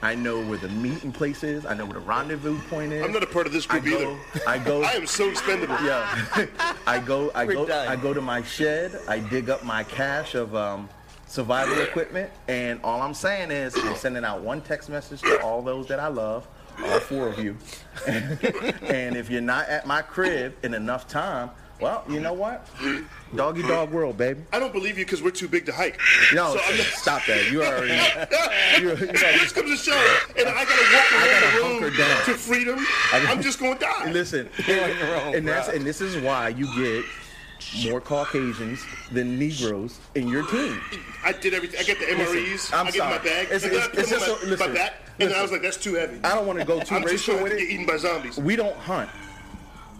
[SPEAKER 5] I know where the meeting place is. I know where the rendezvous point is.
[SPEAKER 6] I'm not a part of this group
[SPEAKER 5] I go,
[SPEAKER 6] either.
[SPEAKER 5] I go.
[SPEAKER 6] I am so expendable.
[SPEAKER 5] Yeah. I go. I
[SPEAKER 7] We're
[SPEAKER 5] go.
[SPEAKER 7] done.
[SPEAKER 5] I go to my shed. I dig up my cache of um, survival equipment, and all I'm saying is I'm sending out one text message to all those that I love, all four of you. and if you're not at my crib in enough time, well, you know what? Doggy dog world, baby.
[SPEAKER 6] I don't believe you because we're too big to hike.
[SPEAKER 5] No,
[SPEAKER 6] So I'm not-
[SPEAKER 5] stop that. You already. You're, you're already
[SPEAKER 6] This comes to show, and I gotta
[SPEAKER 5] gotta
[SPEAKER 6] walk around the
[SPEAKER 5] hunker
[SPEAKER 6] room
[SPEAKER 5] down.
[SPEAKER 6] to freedom.
[SPEAKER 5] gotta-
[SPEAKER 6] I'm just gonna die.
[SPEAKER 5] Listen, and that's and this is why you get more Caucasians than Negroes in your team.
[SPEAKER 6] I did everything. I got the MREs.
[SPEAKER 5] I'm
[SPEAKER 6] I get in my
[SPEAKER 5] sorry.
[SPEAKER 6] bag. and
[SPEAKER 5] It's-
[SPEAKER 6] then I
[SPEAKER 5] it's-
[SPEAKER 6] put
[SPEAKER 5] it's
[SPEAKER 6] them
[SPEAKER 5] just
[SPEAKER 6] on
[SPEAKER 5] so-
[SPEAKER 6] my,
[SPEAKER 5] listen,
[SPEAKER 6] my back. And then I was
[SPEAKER 5] listen.
[SPEAKER 6] like, that's too heavy.
[SPEAKER 5] I don't want to go too
[SPEAKER 6] I'm just
[SPEAKER 5] racial
[SPEAKER 6] trying
[SPEAKER 5] with
[SPEAKER 6] to get
[SPEAKER 5] it.
[SPEAKER 6] eaten by zombies.
[SPEAKER 5] We don't hunt.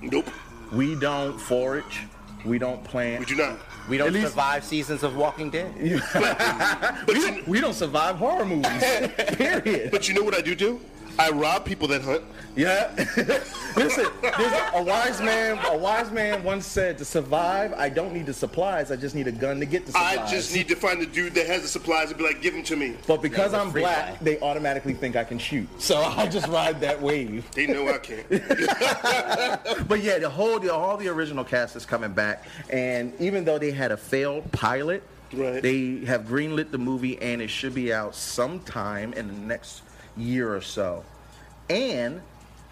[SPEAKER 6] Nope.
[SPEAKER 5] We don't forage. We don't plant.
[SPEAKER 6] We do not.
[SPEAKER 7] We don't
[SPEAKER 5] At least-
[SPEAKER 7] survive seasons of Walking Dead.
[SPEAKER 6] But you,
[SPEAKER 5] We don't survive horror movies. Period.
[SPEAKER 6] but you know what I do do? I rob people that hunt.
[SPEAKER 5] Yeah. Listen, there's a wise man. A wise man once said, "To survive, I don't need the supplies. I just need a gun to get the supplies."
[SPEAKER 6] I just need to find the dude that has the supplies and be like, give them to me.
[SPEAKER 5] But because
[SPEAKER 7] Yeah, we're
[SPEAKER 5] I'm
[SPEAKER 7] free
[SPEAKER 5] black,
[SPEAKER 7] guy.
[SPEAKER 5] they automatically think I can shoot. So I just ride that wave.
[SPEAKER 6] They know I can't.
[SPEAKER 5] But yeah, the whole the, all the original cast is coming back, and even though they had a failed pilot,
[SPEAKER 6] Right.
[SPEAKER 5] they have greenlit the movie, and it should be out sometime in the next year or so. And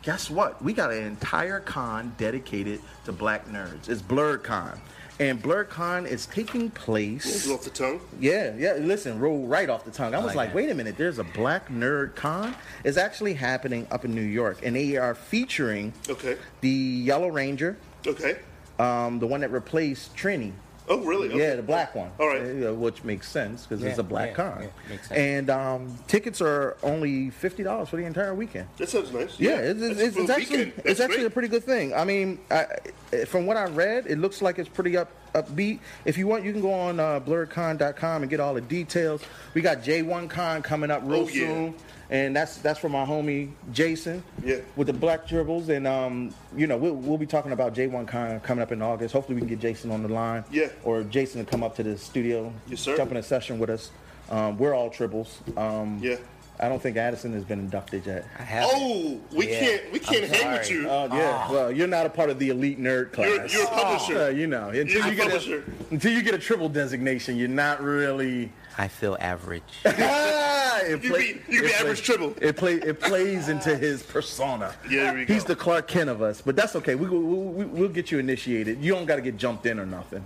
[SPEAKER 5] guess what? We got an entire con dedicated to black nerds. It's Blurred Con, and Blurred Con is taking place.
[SPEAKER 6] It's off the tongue.
[SPEAKER 5] Yeah, yeah. Listen, roll right off the tongue. I was
[SPEAKER 7] like
[SPEAKER 5] like,
[SPEAKER 7] that.
[SPEAKER 5] wait a minute. There's a Black Nerd Con. It's actually happening up in New York, and they are featuring
[SPEAKER 6] Okay.
[SPEAKER 5] the Yellow Ranger,
[SPEAKER 6] Okay.
[SPEAKER 5] um, the one that replaced Trini
[SPEAKER 6] Oh, really? Okay.
[SPEAKER 5] Yeah, the black one.
[SPEAKER 6] All right.
[SPEAKER 5] Yeah, which makes sense because it's
[SPEAKER 7] Yeah,
[SPEAKER 5] a black
[SPEAKER 7] yeah,
[SPEAKER 5] con.
[SPEAKER 7] yeah, makes sense.
[SPEAKER 5] And um, tickets are only fifty dollars for the entire weekend.
[SPEAKER 6] That sounds nice.
[SPEAKER 5] Yeah, it's,
[SPEAKER 6] That's
[SPEAKER 5] it's,
[SPEAKER 6] a
[SPEAKER 5] it's,
[SPEAKER 6] full
[SPEAKER 5] actually
[SPEAKER 6] weekend.
[SPEAKER 5] it's
[SPEAKER 6] That's
[SPEAKER 5] actually
[SPEAKER 6] great.
[SPEAKER 5] a pretty good thing. I mean, I, I- from what I read, it looks like it's pretty up upbeat. If you want, you can go on uh, blurredcon.com and get all the details. We got J1Con coming up real
[SPEAKER 6] Oh, yeah.
[SPEAKER 5] soon, and that's that's from my homie Jason.
[SPEAKER 6] Yeah.
[SPEAKER 5] with the Black Dribbles, and um, you know, we'll, we'll be talking about J1Con coming up in August. Hopefully, we can get Jason on the line.
[SPEAKER 6] Yeah.
[SPEAKER 5] or Jason to come up to the studio.
[SPEAKER 6] Yes, sir.
[SPEAKER 5] Jump in a session with us. Um, we're all triples. Um,
[SPEAKER 6] Yeah.
[SPEAKER 5] I don't think Addison has been inducted yet.
[SPEAKER 7] I have it.
[SPEAKER 6] Oh, we
[SPEAKER 7] Yeah.
[SPEAKER 6] can't we can't
[SPEAKER 7] I'm
[SPEAKER 6] hang with
[SPEAKER 7] sorry.
[SPEAKER 6] you.
[SPEAKER 5] Oh yeah. Well, you're not a part of the elite nerd class.
[SPEAKER 6] Ah. You're- you're a publisher.
[SPEAKER 5] Uh, you know, until
[SPEAKER 6] You're a
[SPEAKER 5] you get
[SPEAKER 6] publisher.
[SPEAKER 5] until you get a triple designation, you're not really.
[SPEAKER 7] I feel average.
[SPEAKER 5] Ah, it
[SPEAKER 6] You be- you
[SPEAKER 5] it
[SPEAKER 6] be average triple.
[SPEAKER 5] It play it plays into his persona.
[SPEAKER 6] Yeah, there we
[SPEAKER 5] He's
[SPEAKER 6] go.
[SPEAKER 5] the Clark Kent of us, but that's okay. We, we, we, we'll get you initiated. You don't got to get jumped in or nothing.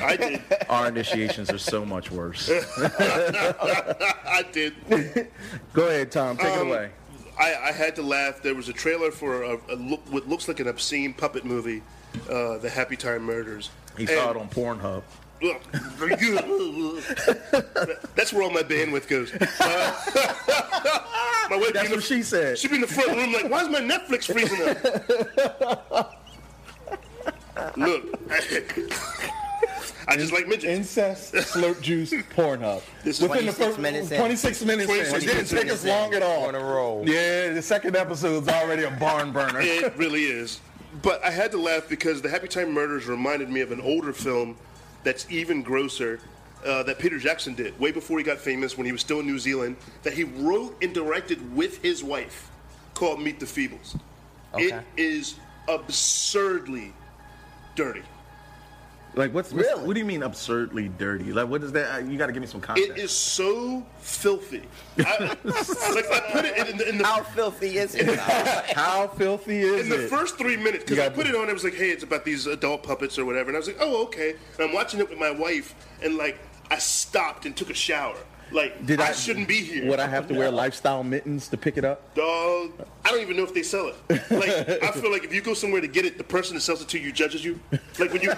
[SPEAKER 6] I did.
[SPEAKER 5] Our initiations are so much worse.
[SPEAKER 6] I did.
[SPEAKER 5] Go ahead, Tom. Take
[SPEAKER 6] Um,
[SPEAKER 5] it away.
[SPEAKER 6] I, I had to laugh. There was a trailer for a, a look, what looks like an obscene puppet movie, uh, The Happy Time Murders.
[SPEAKER 5] He
[SPEAKER 6] And-
[SPEAKER 5] saw it on Pornhub.
[SPEAKER 6] That's where all my bandwidth goes. Uh, my wife
[SPEAKER 5] That's
[SPEAKER 6] be in
[SPEAKER 5] what
[SPEAKER 6] the,
[SPEAKER 5] she said.
[SPEAKER 6] she'd be in the front room like, "Why's my Netflix freezing up?" Look, I just like midgets.
[SPEAKER 5] Incest, slurp juice, Pornhub.
[SPEAKER 6] This is
[SPEAKER 5] Within the
[SPEAKER 7] 26
[SPEAKER 5] first
[SPEAKER 7] minutes in.
[SPEAKER 5] 26 minutes. in.
[SPEAKER 6] 26
[SPEAKER 5] It didn't
[SPEAKER 6] minutes
[SPEAKER 5] take
[SPEAKER 7] in.
[SPEAKER 5] us long at all.
[SPEAKER 7] On a roll.
[SPEAKER 5] Yeah, the second episode's already a barn burner.
[SPEAKER 6] It really is. But I had to laugh because the Happy Time Murders reminded me of an older film that's even grosser uh, that Peter Jackson did way before he got famous when he was still in New Zealand that he wrote and directed with his wife called Meet the Feebles. It
[SPEAKER 7] Okay.
[SPEAKER 6] is absurdly dirty.
[SPEAKER 5] Like what's, what's what do you mean absurdly dirty? Like what is that? Uh, You got to give me some context.
[SPEAKER 6] It is so filthy. I, like I put it in, the- in the
[SPEAKER 7] How filthy is it?
[SPEAKER 5] How filthy is
[SPEAKER 6] in the
[SPEAKER 5] it?
[SPEAKER 6] first three minutes because
[SPEAKER 5] You
[SPEAKER 6] I
[SPEAKER 5] got-
[SPEAKER 6] put it on. It was like, hey, it's about these adult puppets or whatever, and I was like, oh, okay. And I'm watching it with my wife, and like I stopped and took a shower. Like I, shouldn't be here.
[SPEAKER 5] Would I have to wear lifestyle mittens to pick it up?
[SPEAKER 6] Dog, I don't even know if they sell it. Like I feel like if you go somewhere to get it, the person that sells it to you judges you. Like when you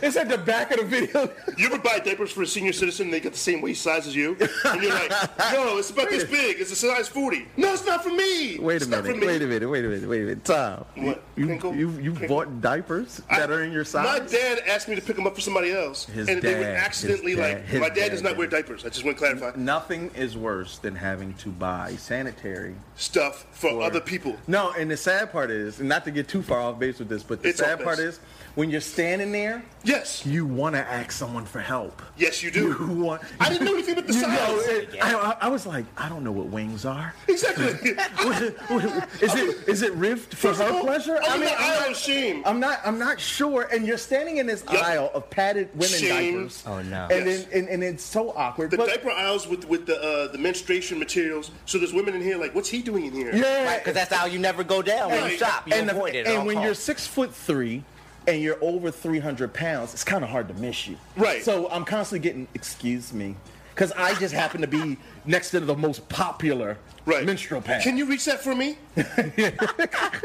[SPEAKER 5] It's at the back of the video.
[SPEAKER 6] you ever buy diapers for a senior citizen, and they got the same waist size as you, and you're like, no, it's about this big. It's a size forty. No, it's not for me.
[SPEAKER 5] Wait a
[SPEAKER 6] It's not for
[SPEAKER 5] minute.
[SPEAKER 6] me."
[SPEAKER 5] Wait a minute. Wait a minute. Wait a minute. Tom,
[SPEAKER 6] What?
[SPEAKER 5] you
[SPEAKER 6] Crinkle?
[SPEAKER 5] you, you
[SPEAKER 6] Crinkle?
[SPEAKER 5] bought diapers that
[SPEAKER 6] I-
[SPEAKER 5] are in your size?
[SPEAKER 6] My dad asked me to pick them up for somebody else,
[SPEAKER 5] His
[SPEAKER 6] and they would
[SPEAKER 5] dad, his
[SPEAKER 6] accidentally
[SPEAKER 5] dad,
[SPEAKER 6] like.
[SPEAKER 5] his
[SPEAKER 6] My dad does
[SPEAKER 5] dad
[SPEAKER 6] not wear
[SPEAKER 5] did.
[SPEAKER 6] diapers. I just want to clarify
[SPEAKER 5] Nothing is worse than having to buy sanitary
[SPEAKER 6] stuff for other people.
[SPEAKER 5] No, and the sad part is, and not to get too far off base with this, but the
[SPEAKER 6] It's off
[SPEAKER 5] sad
[SPEAKER 6] base.
[SPEAKER 5] part is when you're standing there,
[SPEAKER 6] Yes,
[SPEAKER 5] you want to ask someone for help.
[SPEAKER 6] yes, you do.
[SPEAKER 5] You want.
[SPEAKER 6] I didn't know anything about the
[SPEAKER 5] You know,
[SPEAKER 6] size.
[SPEAKER 5] it- I, I- I was like, I don't know what wings are.
[SPEAKER 6] Exactly.
[SPEAKER 5] What- what- what- is it is it rift for
[SPEAKER 6] First of
[SPEAKER 5] her
[SPEAKER 6] all,
[SPEAKER 5] pleasure?
[SPEAKER 6] I'm
[SPEAKER 5] I mean,
[SPEAKER 6] not- I
[SPEAKER 5] I'm
[SPEAKER 6] don't
[SPEAKER 5] not,
[SPEAKER 6] shame.
[SPEAKER 5] I'm not. I'm not sure. And you're standing in this
[SPEAKER 6] Yep.
[SPEAKER 5] aisle of padded women
[SPEAKER 6] Shame.
[SPEAKER 5] diapers.
[SPEAKER 7] Oh, no.
[SPEAKER 5] And
[SPEAKER 6] Yes.
[SPEAKER 5] then and, and it's so awkward.
[SPEAKER 6] The
[SPEAKER 5] but,
[SPEAKER 6] diaper aisles with with the uh, the menstruation materials. So there's women in here. Like, what's he doing in here?
[SPEAKER 5] yeah,
[SPEAKER 7] Because that's how you never go down when you
[SPEAKER 6] Right.
[SPEAKER 7] shop. You
[SPEAKER 5] and, the-
[SPEAKER 7] avoid it. at
[SPEAKER 5] and
[SPEAKER 7] all
[SPEAKER 5] when you're
[SPEAKER 7] costs.
[SPEAKER 5] six foot three and you're over 300 pounds it's kind of hard to miss you
[SPEAKER 6] Right.
[SPEAKER 5] so i'm constantly getting excuse me because i just happen to be next to the most popular
[SPEAKER 6] Right.
[SPEAKER 5] menstrual pad
[SPEAKER 6] Can you reach that for me?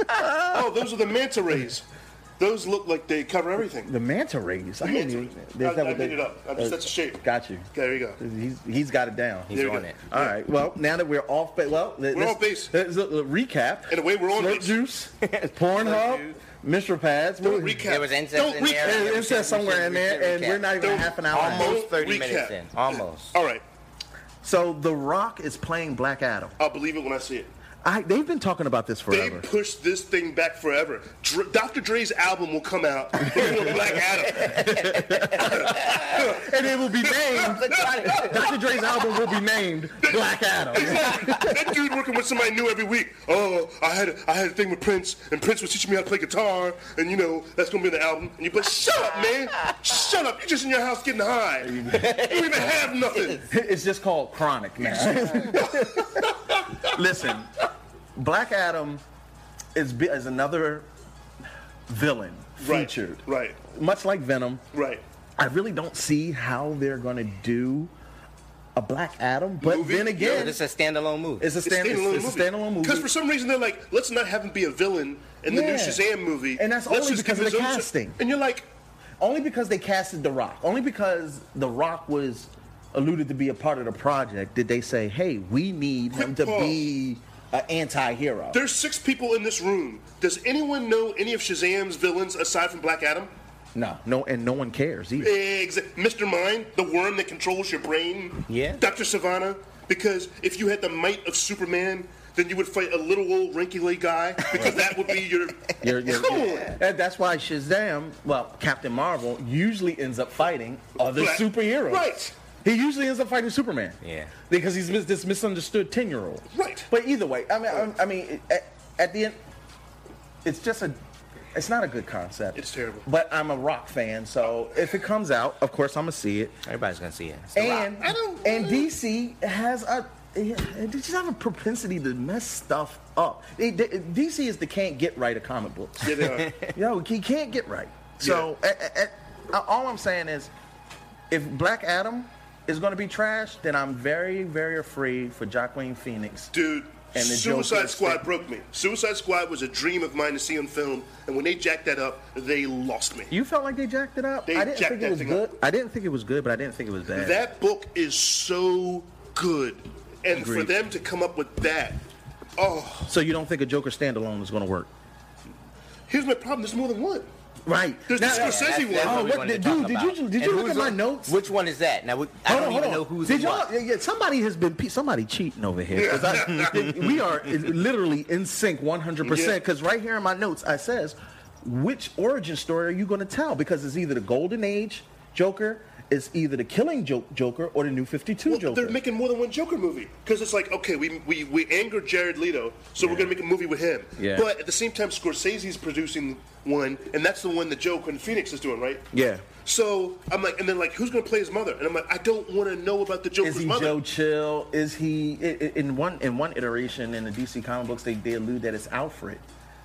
[SPEAKER 6] oh, those are the manta rays. Those look like they cover everything.
[SPEAKER 5] the manta rays i didn't
[SPEAKER 6] manta
[SPEAKER 5] even
[SPEAKER 6] rays.
[SPEAKER 5] is
[SPEAKER 6] I-
[SPEAKER 5] that
[SPEAKER 6] I
[SPEAKER 5] what they- Uh,
[SPEAKER 6] made it up. I just- that's a shape.
[SPEAKER 5] got you
[SPEAKER 6] Okay, there you go.
[SPEAKER 5] he's, he's got it down
[SPEAKER 7] He's
[SPEAKER 6] There we
[SPEAKER 7] on
[SPEAKER 6] go.
[SPEAKER 7] it.
[SPEAKER 5] all right. Well, now that we're off, ba- well, let-
[SPEAKER 6] We're
[SPEAKER 5] let's-
[SPEAKER 6] off base.
[SPEAKER 5] Let's look- look, recap.
[SPEAKER 6] In a way, we're on
[SPEAKER 5] Slurp
[SPEAKER 6] base.
[SPEAKER 5] juice, Pornhub, Mr. Pads.
[SPEAKER 6] Don't
[SPEAKER 5] we're-
[SPEAKER 6] recap.
[SPEAKER 7] There was incest
[SPEAKER 6] Don't
[SPEAKER 7] in there.
[SPEAKER 6] recap.
[SPEAKER 5] It, it
[SPEAKER 7] We
[SPEAKER 5] says
[SPEAKER 7] should- we
[SPEAKER 5] somewhere
[SPEAKER 7] should-
[SPEAKER 5] in
[SPEAKER 7] we
[SPEAKER 5] there,
[SPEAKER 7] should
[SPEAKER 5] and
[SPEAKER 7] recap.
[SPEAKER 5] we're not even
[SPEAKER 6] Don't-
[SPEAKER 5] half an hour. in.
[SPEAKER 7] Almost
[SPEAKER 6] Don't
[SPEAKER 7] 30 minutes
[SPEAKER 6] recap.
[SPEAKER 7] in. Almost.
[SPEAKER 6] All right,
[SPEAKER 5] So The Rock is playing Black Adam.
[SPEAKER 6] I'll believe it when I see it.
[SPEAKER 5] I, they've been talking about this
[SPEAKER 6] They
[SPEAKER 5] forever.
[SPEAKER 6] pushed this thing back forever. Dr- Dr. Dre's album will come out before Black Adam.
[SPEAKER 5] and it will be named.
[SPEAKER 7] Let's-
[SPEAKER 5] Dr. Dre's album will be named Black Adam.
[SPEAKER 6] that dude working with somebody new every week. Oh, I had a, I had a thing with Prince, and Prince was teaching me how to play guitar, and you know that's gonna be in the album. And you play, shut up, man, shut up. You're just in your house getting high. You don't even have nothing.
[SPEAKER 5] It's just called Chronic now. Listen, Black Adam is bi- is another villain
[SPEAKER 6] Right,
[SPEAKER 5] featured,
[SPEAKER 6] right.
[SPEAKER 5] Much like Venom,
[SPEAKER 6] Right.
[SPEAKER 5] I really don't see how they're going to do a Black Adam, but
[SPEAKER 6] Movie?
[SPEAKER 5] then again,
[SPEAKER 7] But it's a standalone movie.
[SPEAKER 5] it's a, stand, it's, it's a standalone movie.
[SPEAKER 6] Because for some reason they're like, let's not have him be a villain in the
[SPEAKER 5] Yeah.
[SPEAKER 6] new Shazam movie,
[SPEAKER 5] And that's
[SPEAKER 6] Let's
[SPEAKER 5] only
[SPEAKER 6] just give
[SPEAKER 5] because of
[SPEAKER 6] his
[SPEAKER 5] the
[SPEAKER 6] own Shaz-"
[SPEAKER 5] casting.
[SPEAKER 6] And you're like,
[SPEAKER 5] only because they casted The Rock, only because The Rock was alluded to be a part of the project, did they say, "Hey, we need him
[SPEAKER 6] Quick
[SPEAKER 5] to
[SPEAKER 6] pause.
[SPEAKER 5] be an anti-hero."
[SPEAKER 6] there's six people in this room. Does anyone know any of Shazam's villains aside from Black Adam?
[SPEAKER 5] no, no, and no one cares either.
[SPEAKER 6] Ex- Mr. Mind, the worm that controls your brain.
[SPEAKER 7] Yeah.
[SPEAKER 6] Dr. Savannah, because if you had the might of Superman, then you would fight a little old ranky leg guy because that would be your.
[SPEAKER 5] You're- you're-
[SPEAKER 6] Come on.
[SPEAKER 5] That- that's why Shazam, well, Captain Marvel usually ends up fighting other
[SPEAKER 6] Black-
[SPEAKER 5] superheroes.
[SPEAKER 6] Right.
[SPEAKER 5] He usually ends up fighting Superman.
[SPEAKER 7] Yeah.
[SPEAKER 5] Because he's mis- this misunderstood ten-year-old.
[SPEAKER 6] Right.
[SPEAKER 5] But either way, I mean, I, I mean, at, at the end, it's just a, it's not a good concept.
[SPEAKER 6] It's terrible.
[SPEAKER 5] But I'm a rock fan, so if it comes out, of course I'm gonna see it.
[SPEAKER 7] Everybody's gonna see it. It's The
[SPEAKER 5] And
[SPEAKER 7] Rock.
[SPEAKER 6] I don't-
[SPEAKER 5] and DC has a. They just have a propensity to mess stuff up. They- they- DC is the can't get right of comic books.
[SPEAKER 6] Yeah, they are.
[SPEAKER 5] Yo, he can't get right. So a- a- a- all I'm saying is, if Black Adam is going to be trash, then I'm very, very afraid for Joaquin Phoenix.
[SPEAKER 6] Dude,
[SPEAKER 5] And the Joker
[SPEAKER 6] Suicide Squad
[SPEAKER 5] stick-
[SPEAKER 6] broke me. Suicide Squad was a dream of mine to see on film, and when they jacked that up, they lost me.
[SPEAKER 5] You felt like they jacked it up.
[SPEAKER 6] They
[SPEAKER 5] I didn't
[SPEAKER 6] jacked
[SPEAKER 5] think
[SPEAKER 6] that
[SPEAKER 5] it was
[SPEAKER 6] thing
[SPEAKER 5] good.
[SPEAKER 6] up.
[SPEAKER 5] I didn't think it was good, but I didn't think it was bad.
[SPEAKER 6] That book is so good, and for
[SPEAKER 5] Agreed.
[SPEAKER 6] them to come up with that, oh,
[SPEAKER 5] so you don't think a Joker standalone is going to work?
[SPEAKER 6] here's my problem. There's more than one.
[SPEAKER 5] Right.
[SPEAKER 6] There's
[SPEAKER 5] Now-
[SPEAKER 6] the Scorsese
[SPEAKER 7] That's-
[SPEAKER 6] one.
[SPEAKER 7] that's
[SPEAKER 5] Oh,
[SPEAKER 7] we
[SPEAKER 5] what
[SPEAKER 7] wanted
[SPEAKER 5] did-
[SPEAKER 7] to talk
[SPEAKER 5] dude, did you-
[SPEAKER 7] about.
[SPEAKER 5] did you
[SPEAKER 7] And
[SPEAKER 5] look at
[SPEAKER 7] who's
[SPEAKER 5] my
[SPEAKER 7] on-
[SPEAKER 5] notes?
[SPEAKER 7] Which one is that? Now we, I
[SPEAKER 5] Hold
[SPEAKER 7] don't
[SPEAKER 5] on,
[SPEAKER 7] even
[SPEAKER 5] hold
[SPEAKER 7] know
[SPEAKER 5] on.
[SPEAKER 7] who's
[SPEAKER 5] Did
[SPEAKER 7] in
[SPEAKER 5] y'all-
[SPEAKER 7] what.
[SPEAKER 5] yeah, yeah, somebody has been pe- somebody cheating over here. 'cause I- we are literally in sync 100% because right here in my notes I says, which origin story are you going to tell? Because it's either the Golden Age Joker, it's either the Killing Joke Joker or the New 52
[SPEAKER 6] Well,
[SPEAKER 5] Joker.
[SPEAKER 6] they're making more than one Joker movie because it's like, okay, we, we, we angered Jared Leto, so we're gonna make a movie with him.
[SPEAKER 5] Yeah.
[SPEAKER 6] But at the same time, Scorsese's producing one, and that's the one that Joe and Phoenix is doing, right?
[SPEAKER 5] Yeah.
[SPEAKER 6] So I'm like, and then like, who's gonna play his mother? And I'm like, I don't want to know about the Joker's
[SPEAKER 5] is he
[SPEAKER 6] mother.
[SPEAKER 5] Joe Chill? Is he i- i- in one in one iteration in the DC comic books they, they allude that it's Alfred.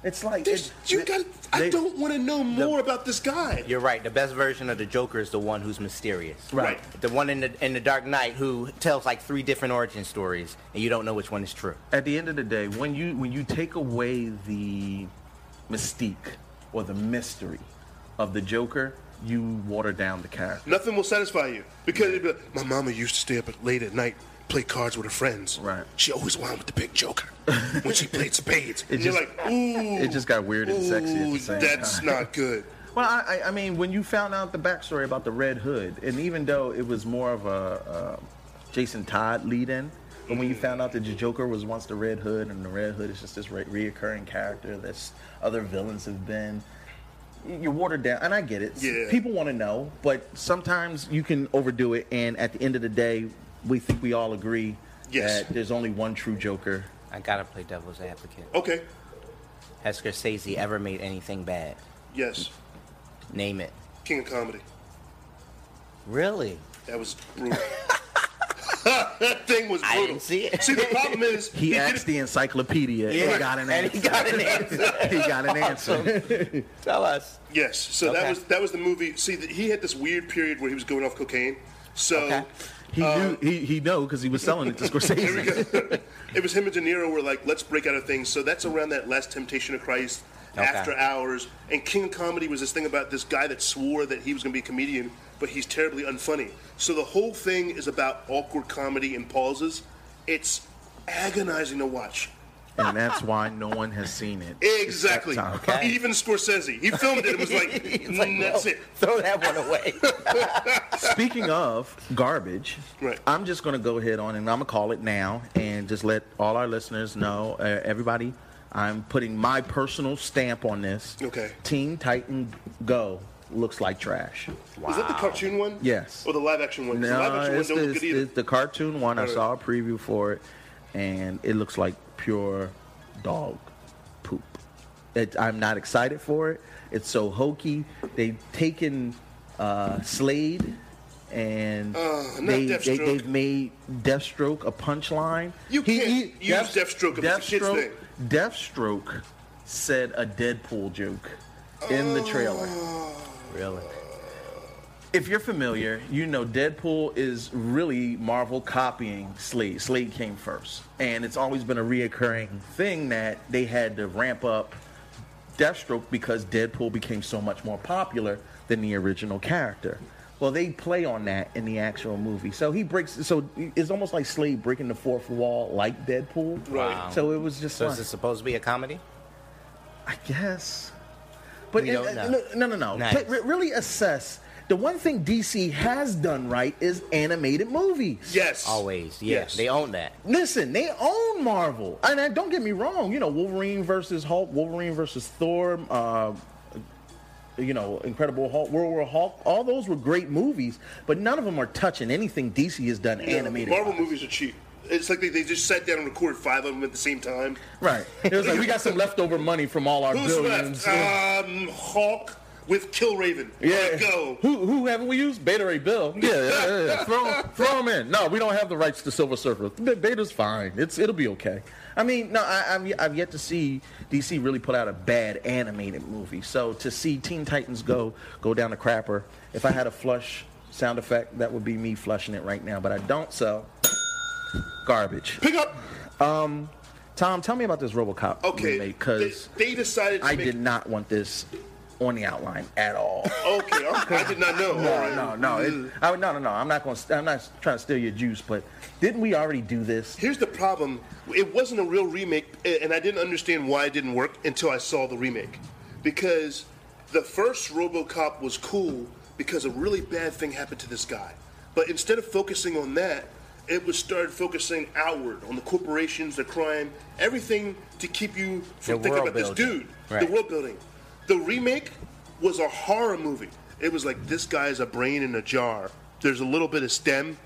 [SPEAKER 5] It's like
[SPEAKER 6] There's-
[SPEAKER 5] it-
[SPEAKER 6] you
[SPEAKER 5] they-
[SPEAKER 6] got. I
[SPEAKER 5] they-
[SPEAKER 6] don't want to know more about this guy.
[SPEAKER 7] You're right. The best version of the Joker is the one who's mysterious.
[SPEAKER 6] Right.
[SPEAKER 7] The one in the in the Dark Knight who tells like three different origin stories, and you don't know which one is true.
[SPEAKER 5] at the end of the day, when you when you take away the mystique or the mystery of the Joker, you water down the character.
[SPEAKER 6] Nothing will satisfy you because it'd be like, my mama used to stay up at- late at night, play cards with her friends.
[SPEAKER 5] Right.
[SPEAKER 6] She always wound with the big Joker when she played spades. and you're
[SPEAKER 5] just-
[SPEAKER 6] like, ooh.
[SPEAKER 5] it just got weird and sexy at the
[SPEAKER 6] ooh,
[SPEAKER 5] same
[SPEAKER 6] That's
[SPEAKER 5] time.
[SPEAKER 6] not good.
[SPEAKER 5] Well, I, I I mean, when you found out the backstory about the Red Hood, and even though it was more of a uh, Jason Todd lead-in, but when you found out that the Joker was once the Red Hood, and the Red Hood is just this re- reoccurring character that other villains have been, you're watered down, and I get it.
[SPEAKER 6] Yeah.
[SPEAKER 5] People want to know, but sometimes you can overdo it, and at the end of the day, we think we all agree
[SPEAKER 6] Yes.
[SPEAKER 5] that there's only one true Joker.
[SPEAKER 7] I gotta play devil's advocate.
[SPEAKER 6] Okay.
[SPEAKER 7] Has Scorsese ever made anything bad?
[SPEAKER 6] Yes.
[SPEAKER 7] Name it.
[SPEAKER 6] King of comedy.
[SPEAKER 7] Really?
[SPEAKER 6] That was brutal. that thing was brutal.
[SPEAKER 7] I didn't see it.
[SPEAKER 6] See, the problem is
[SPEAKER 5] He,
[SPEAKER 6] did
[SPEAKER 5] asked
[SPEAKER 6] it-
[SPEAKER 5] the encyclopedia and got an
[SPEAKER 7] And
[SPEAKER 5] answer.
[SPEAKER 7] he got an answer.
[SPEAKER 5] he got an answer.
[SPEAKER 7] Tell us.
[SPEAKER 6] Yes. So that
[SPEAKER 7] Okay.
[SPEAKER 6] was that was the movie. See, th- he had this weird period where he was going off cocaine. So.
[SPEAKER 7] Okay.
[SPEAKER 5] He knew he he know because he was selling it to
[SPEAKER 6] Um, Here
[SPEAKER 5] Scorsese.
[SPEAKER 6] we go. it was him and De Niro were like, let's break out of things. So that's around that Last Temptation of Christ,
[SPEAKER 7] Okay.
[SPEAKER 6] After Hours, and King of Comedy was this thing about this guy that swore that he was going to be a comedian, but he's terribly unfunny. So the whole thing is about awkward comedy and pauses. It's agonizing to watch.
[SPEAKER 5] and that's why no one has seen it.
[SPEAKER 6] Exactly.
[SPEAKER 5] Except Tom.
[SPEAKER 7] Okay.
[SPEAKER 6] Even Scorsese, he filmed it and was like,
[SPEAKER 7] He's
[SPEAKER 6] "Mm,
[SPEAKER 7] like,
[SPEAKER 6] that's
[SPEAKER 7] "No,
[SPEAKER 6] it.
[SPEAKER 7] oh, Throw that one away.
[SPEAKER 5] Speaking of garbage,
[SPEAKER 6] Right.
[SPEAKER 5] I'm just gonna go ahead on and I'm gonna call it now and just let all our listeners know, uh, everybody. I'm putting my personal stamp on this.
[SPEAKER 6] Okay.
[SPEAKER 5] Teen Titan Go looks like trash.
[SPEAKER 6] Was that the cartoon one?
[SPEAKER 5] Yes.
[SPEAKER 6] Or the live action one? 'Cause the live
[SPEAKER 5] No,
[SPEAKER 6] action one
[SPEAKER 5] it's,
[SPEAKER 6] don't look
[SPEAKER 5] the,
[SPEAKER 6] good either.
[SPEAKER 5] it's the cartoon one. I
[SPEAKER 6] Alright.
[SPEAKER 5] saw a preview for it, and it looks like pure dog poop. It, I'm not excited for it. It's so hokey. They've taken uh, Slade, and
[SPEAKER 6] Uh, not
[SPEAKER 5] they, they,
[SPEAKER 6] Deathstroke.
[SPEAKER 5] they've made Deathstroke a punchline.
[SPEAKER 6] You can't use Deathstroke if it's a kid's
[SPEAKER 5] Deathstroke, Deathstroke
[SPEAKER 6] Oh.
[SPEAKER 5] said a Deadpool joke in the trailer.
[SPEAKER 7] really?
[SPEAKER 5] if you're familiar, you know Deadpool is really Marvel copying Slade. Slade came first, and it's always been a reoccurring thing that they had to ramp up Deathstroke because Deadpool became so much more popular than the original character. Well, they play on that in the actual movie, so he breaks. So it's almost like Slade breaking the fourth wall, like Deadpool.
[SPEAKER 7] Wow.
[SPEAKER 5] So it was just
[SPEAKER 7] So
[SPEAKER 5] fun.
[SPEAKER 7] is it supposed to be a comedy?
[SPEAKER 5] I guess. But
[SPEAKER 7] We
[SPEAKER 5] it-
[SPEAKER 7] don't
[SPEAKER 5] uh,
[SPEAKER 7] know.
[SPEAKER 5] no, no, no.
[SPEAKER 7] Nice.
[SPEAKER 5] Pla- re- really assess. The one thing DC has done right is animated movies.
[SPEAKER 6] Yes.
[SPEAKER 7] Always. Yeah,
[SPEAKER 6] Yes.
[SPEAKER 7] They own that.
[SPEAKER 5] Listen, they own Marvel, and I, don't get me wrong. You know, Wolverine versus Hulk, Wolverine versus Thor. Uh, you know, Incredible Hulk, World War Hulk. All those were great movies, but none of them are touching anything DC has done animated.
[SPEAKER 6] Marvel
[SPEAKER 5] movies.
[SPEAKER 6] movies are cheap. It's like they, they just sat down and recorded five of them at the same time.
[SPEAKER 5] Right. It was like we got some leftover money from all our
[SPEAKER 6] Who's
[SPEAKER 5] billions.
[SPEAKER 6] left? Um, Hulk with Kill Raven.
[SPEAKER 5] Yeah.
[SPEAKER 6] Let go.
[SPEAKER 5] Who who haven't we used? Beta Ray Bill. Yeah, yeah, yeah, yeah. throw throw him in. No, we don't have the rights to Silver Surfer. Be- Beta's fine. It's it'll be okay. I mean, no, I, I've I've yet to see DC really put out a bad animated movie. So to see Teen Titans go go down the crapper, if I had a flush sound effect, that would be me flushing it right now. But I don't. So garbage.
[SPEAKER 6] Pick up.
[SPEAKER 5] Tom, tell me about this RoboCop
[SPEAKER 6] Okay.
[SPEAKER 5] because
[SPEAKER 6] they, they decided. To
[SPEAKER 5] I
[SPEAKER 6] make,
[SPEAKER 5] did not want this on the outline at all.
[SPEAKER 6] Okay. okay, I did not know. Mm. All right.
[SPEAKER 5] Oh, No, no, it, I, no, no, no. I'm not going. to I'm not trying to steal your juice, but didn't we already do this?
[SPEAKER 6] Here's the problem. It wasn't a real remake, a- and I didn't understand why it didn't work until I saw the remake. Because the first RoboCop was cool because a really bad thing happened to this guy. But instead of focusing on that, it was started focusing outward on the corporations, the crime, everything to keep you from
[SPEAKER 7] The
[SPEAKER 6] thinking
[SPEAKER 7] world
[SPEAKER 6] about this
[SPEAKER 7] building.
[SPEAKER 6] dude,
[SPEAKER 7] Right.
[SPEAKER 6] the world building. The remake was a horror movie. It was like this guy is a brain in a jar. There's a little bit of stem,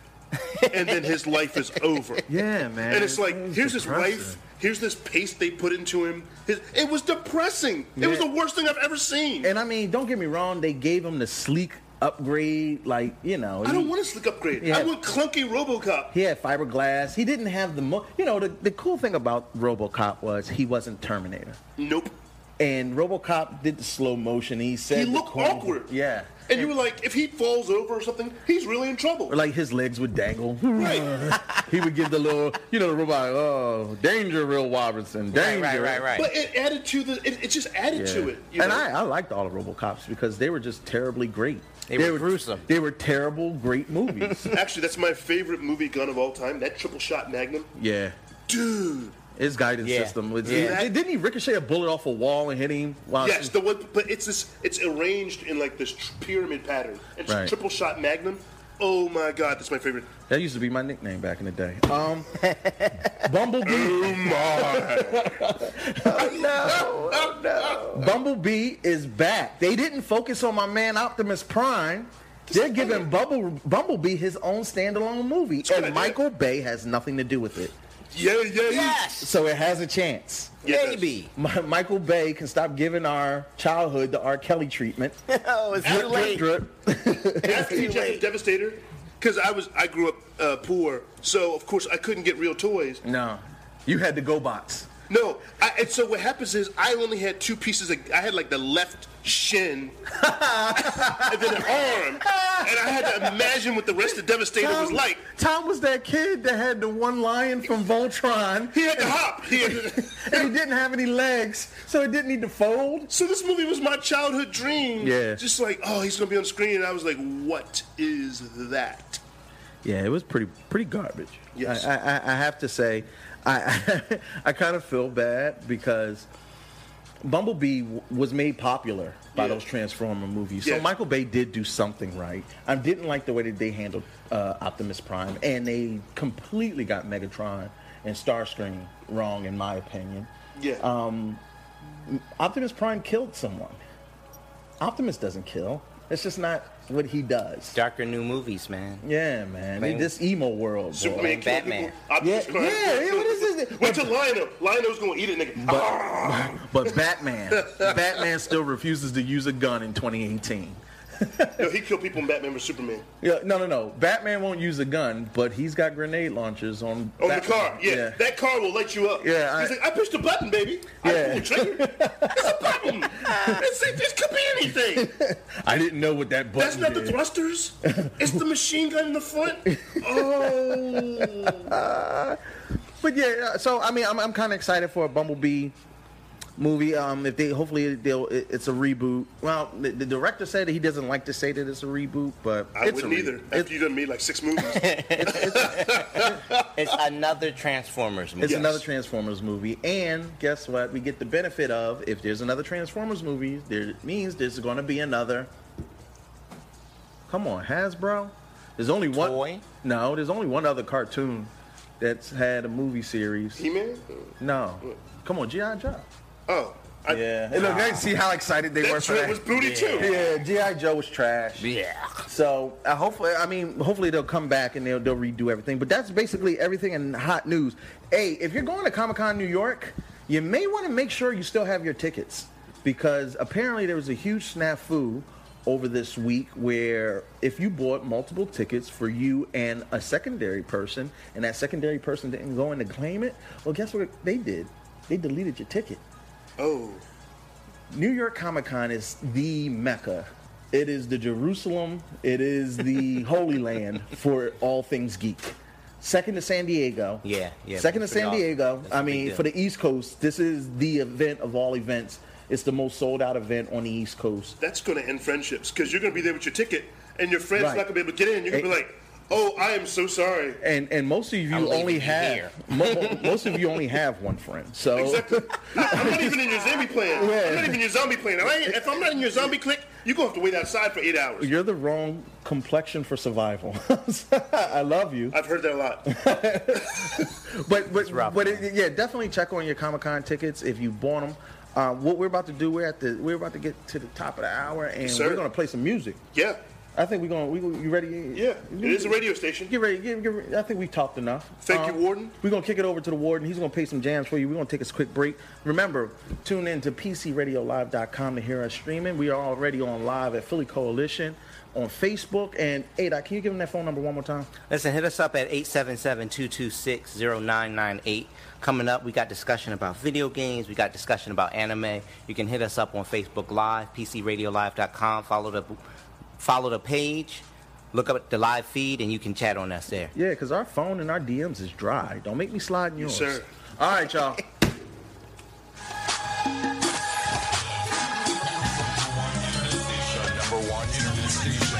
[SPEAKER 6] and then his life is over.
[SPEAKER 5] Yeah, man.
[SPEAKER 6] And it's like,
[SPEAKER 5] It's
[SPEAKER 6] here's his
[SPEAKER 5] depressing.
[SPEAKER 6] wife, here's this paste they put into him. His, it was depressing. It was
[SPEAKER 5] Yeah.
[SPEAKER 6] the worst thing I've ever seen.
[SPEAKER 5] And I mean, don't get me wrong. They gave him the sleek upgrade, like you know.
[SPEAKER 6] I
[SPEAKER 5] he-
[SPEAKER 6] don't want a slick upgrade.
[SPEAKER 5] Yeah.
[SPEAKER 6] I want clunky RoboCop.
[SPEAKER 5] He had fiberglass. He didn't have the, mo- you know, the, the cool thing about RoboCop was he wasn't Terminator.
[SPEAKER 6] Nope.
[SPEAKER 5] And RoboCop did the slow motion. He said
[SPEAKER 6] He
[SPEAKER 5] the
[SPEAKER 6] looked
[SPEAKER 5] cool-
[SPEAKER 6] awkward.
[SPEAKER 5] Yeah,
[SPEAKER 6] And you were like, if he falls over or something, he's really in trouble.
[SPEAKER 5] Or like his legs would dangle.
[SPEAKER 6] Right.
[SPEAKER 5] he would give the little, you know, the robot, oh, danger, real Robertson,
[SPEAKER 7] Right,
[SPEAKER 5] danger.
[SPEAKER 7] right, right, right.
[SPEAKER 6] But it added to the, it, it just added to it. you
[SPEAKER 5] and
[SPEAKER 6] know?
[SPEAKER 5] I, I liked all the RoboCops because they were just terribly great.
[SPEAKER 7] They were gruesome.
[SPEAKER 5] They were terrible, great movies.
[SPEAKER 6] Actually, that's my favorite movie gun of all time. That triple shot Magnum.
[SPEAKER 5] yeah.
[SPEAKER 6] Dude.
[SPEAKER 5] His guidance
[SPEAKER 7] Yeah.
[SPEAKER 5] system. Was,
[SPEAKER 7] Yeah.
[SPEAKER 5] it- didn't he ricochet a bullet off a wall and hit him? While
[SPEAKER 6] Yes, the one, but it's this. It's arranged in like this tr- pyramid pattern. It's
[SPEAKER 5] Right.
[SPEAKER 6] triple shot Magnum. Oh my god, that's my favorite.
[SPEAKER 5] That used to be my nickname back in the day. Um, Bumblebee.
[SPEAKER 6] Oh,
[SPEAKER 5] Bumblebee is back. They didn't focus on my man Optimus Prime. They're giving Bumble, Bumblebee his own standalone movie,
[SPEAKER 6] a good
[SPEAKER 5] and
[SPEAKER 6] idea.
[SPEAKER 5] Michael Bay has nothing to do with it.
[SPEAKER 6] Yeah, yeah,
[SPEAKER 7] yes.
[SPEAKER 5] So it has a chance.
[SPEAKER 6] Yes.
[SPEAKER 7] Maybe.
[SPEAKER 5] Mi- Michael Bay can stop giving our childhood the R. Kelly treatment.
[SPEAKER 7] Oh, it's too
[SPEAKER 5] Drip, drip,
[SPEAKER 7] late.
[SPEAKER 5] drip.
[SPEAKER 6] After you check the Devastator, because I was I grew up uh, poor, so of course I couldn't get real toys.
[SPEAKER 5] No, you had the Go Box.
[SPEAKER 6] No, I, and so what happens is I only had two pieces. Of, I had like the left shin and then an arm, and I had to imagine what the rest of Devastator was like.
[SPEAKER 5] Tom was that kid that had the one lion from Voltron,
[SPEAKER 6] He had to hop. He had to-
[SPEAKER 5] and he didn't have any legs, so it didn't need to fold.
[SPEAKER 6] So this movie was my childhood dream.
[SPEAKER 5] Yeah.
[SPEAKER 6] Just like, oh, he's gonna be on screen, and I was like, what is that?
[SPEAKER 5] Yeah, it was pretty pretty garbage.
[SPEAKER 6] Yes.
[SPEAKER 5] I, I, I have to say, I I kind of feel bad because Bumblebee w- was made popular by
[SPEAKER 6] Yeah.
[SPEAKER 5] those Transformer movies.
[SPEAKER 6] Yeah.
[SPEAKER 5] So Michael Bay did do something right. I didn't like the way that they handled uh, Optimus Prime, and they completely got Megatron and Starscream wrong, in my opinion.
[SPEAKER 6] Yeah.
[SPEAKER 5] Um, Optimus Prime killed someone. Optimus doesn't kill. It's just not what he does.
[SPEAKER 7] Darker new movies, man.
[SPEAKER 5] Yeah, man.
[SPEAKER 7] Man.
[SPEAKER 5] This emo world. boy.
[SPEAKER 6] Superman
[SPEAKER 7] Like
[SPEAKER 6] killed
[SPEAKER 7] Batman.
[SPEAKER 6] people. Optimus
[SPEAKER 5] Yeah,
[SPEAKER 6] Prime
[SPEAKER 5] yeah,
[SPEAKER 6] killed
[SPEAKER 5] yeah,
[SPEAKER 6] people.
[SPEAKER 5] what is this?
[SPEAKER 6] Wait till Lionel. Lionel's gonna eat it, nigga. Ah.
[SPEAKER 5] But, but Batman, Batman still refuses to use a gun in 2018.
[SPEAKER 6] no, he killed people in Batman vs Superman.
[SPEAKER 5] Yeah, no, no, no. Batman won't use a gun, but he's got grenade launchers on.
[SPEAKER 6] On the
[SPEAKER 5] Batman.
[SPEAKER 6] car, yeah. That car will light you up.
[SPEAKER 5] Yeah,
[SPEAKER 6] He's
[SPEAKER 5] I-
[SPEAKER 6] like, I pushed the button, baby. I
[SPEAKER 5] Yeah.
[SPEAKER 6] pulled the trigger. That's a problem. That's it. This could be anything.
[SPEAKER 5] I didn't know what that button
[SPEAKER 6] That's not the
[SPEAKER 5] did.
[SPEAKER 6] thrusters. It's the machine gun in the front. Oh.
[SPEAKER 5] But yeah, uh, so I mean, I'm, I'm kind of excited for a Bumblebee movie. Um, if they hopefully they'll, it, it's a reboot. Well, the, the director said he doesn't like to say that it's a reboot, but
[SPEAKER 6] I
[SPEAKER 5] it's a
[SPEAKER 6] wouldn't either.
[SPEAKER 5] reboot.
[SPEAKER 6] After you done made like six movies.
[SPEAKER 7] It's another Transformers movie.
[SPEAKER 5] It's
[SPEAKER 6] Yes.
[SPEAKER 5] another Transformers movie, and guess what? We get the benefit of if there's another Transformers movie, there means there's going to be another. Come on, Hasbro. There's only one.
[SPEAKER 7] Toy?
[SPEAKER 5] No, there's only one other cartoon that's had a movie series.
[SPEAKER 6] He-Man?
[SPEAKER 5] No, come on, GI Joe.
[SPEAKER 6] Oh. I,
[SPEAKER 5] Yeah, hey, look, they see how excited they were
[SPEAKER 6] That
[SPEAKER 5] for
[SPEAKER 6] trip
[SPEAKER 5] that.
[SPEAKER 6] was booty too.
[SPEAKER 5] yeah, GI Joe was trash.
[SPEAKER 7] Yeah.
[SPEAKER 5] So I hopefully, I mean, hopefully they'll come back and they'll they'll redo everything. But that's basically everything in hot news. Hey, if you're going to Comic Con New York, you may want to make sure you still have your tickets because apparently there was a huge snafu over this week where if you bought multiple tickets for you and a secondary person and that secondary person didn't go in to claim it, well, guess what they did? They deleted your ticket.
[SPEAKER 6] Oh.
[SPEAKER 5] New York Comic Con is the mecca. It is the Jerusalem. It is the holy land for all things geek. Second to San Diego.
[SPEAKER 7] Yeah, yeah,
[SPEAKER 5] Second to
[SPEAKER 7] pretty
[SPEAKER 5] San
[SPEAKER 7] awesome.
[SPEAKER 5] Diego.
[SPEAKER 7] That's
[SPEAKER 5] I
[SPEAKER 7] a big
[SPEAKER 5] mean,
[SPEAKER 7] deal.
[SPEAKER 5] for the East Coast, this is the event of all events. It's the most sold out event on the East Coast.
[SPEAKER 6] that's going to end friendships because you're going to be there with your ticket and your friend's
[SPEAKER 5] Right. Eh,
[SPEAKER 6] not going to be able to get in. You're going to be
[SPEAKER 5] Hey.
[SPEAKER 6] like, oh, I am so sorry.
[SPEAKER 5] And and most of you
[SPEAKER 7] I'm leaving
[SPEAKER 5] only
[SPEAKER 7] you
[SPEAKER 5] have
[SPEAKER 7] here.
[SPEAKER 5] mo- mo- most of you only have one friend. So
[SPEAKER 6] Exactly. Look, I'm not even in your zombie plan. I'm not even in your zombie plan. If, I ain't- if I'm not in your zombie click, you're going to have to wait outside for eight hours.
[SPEAKER 5] you're the wrong complexion for survival. I love you.
[SPEAKER 6] I've heard that a lot.
[SPEAKER 5] But but
[SPEAKER 7] rough,
[SPEAKER 5] but
[SPEAKER 7] man.
[SPEAKER 5] it, yeah, definitely check on your Comic Con tickets if you bought them. Uh, what we're about to do, we're at the we're about to get to the top of the hour, and
[SPEAKER 6] sir.
[SPEAKER 5] we're gonna play some music.
[SPEAKER 6] Yeah.
[SPEAKER 5] I think we're gonna. We, you ready?
[SPEAKER 6] Yeah. It is a radio station.
[SPEAKER 5] Get ready. Get, get ready. I think we talked enough.
[SPEAKER 6] Thank you, Warden.
[SPEAKER 5] We're gonna kick it over to the warden. He's gonna play some jams for you. We're gonna take a quick break. Remember, tune in to PCRadioLive.com to hear us streaming. We are already on live at Philly Coalition on Facebook. And Ada, can you give him that phone number one more time?
[SPEAKER 7] Listen, hit us up at 877-226-0998. Coming up, we got discussion about video games. We got discussion about anime. You can hit us up on Facebook Live, PCRadioLive.com. Follow the follow the page. Look up the live feed, and you can chat on us there.
[SPEAKER 5] Yeah, because our phone and our DMs is dry. Don't make me slide in yours.
[SPEAKER 6] sir.
[SPEAKER 5] All right, y'all.
[SPEAKER 4] The number one internet station.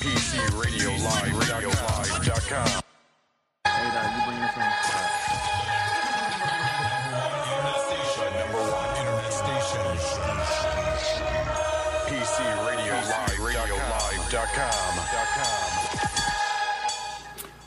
[SPEAKER 4] PC Radio Live. Radio Live.com.
[SPEAKER 5] Hey, Doc, you bring your phone.
[SPEAKER 4] The number one internet station. PC Radio Live. Radio Live.com.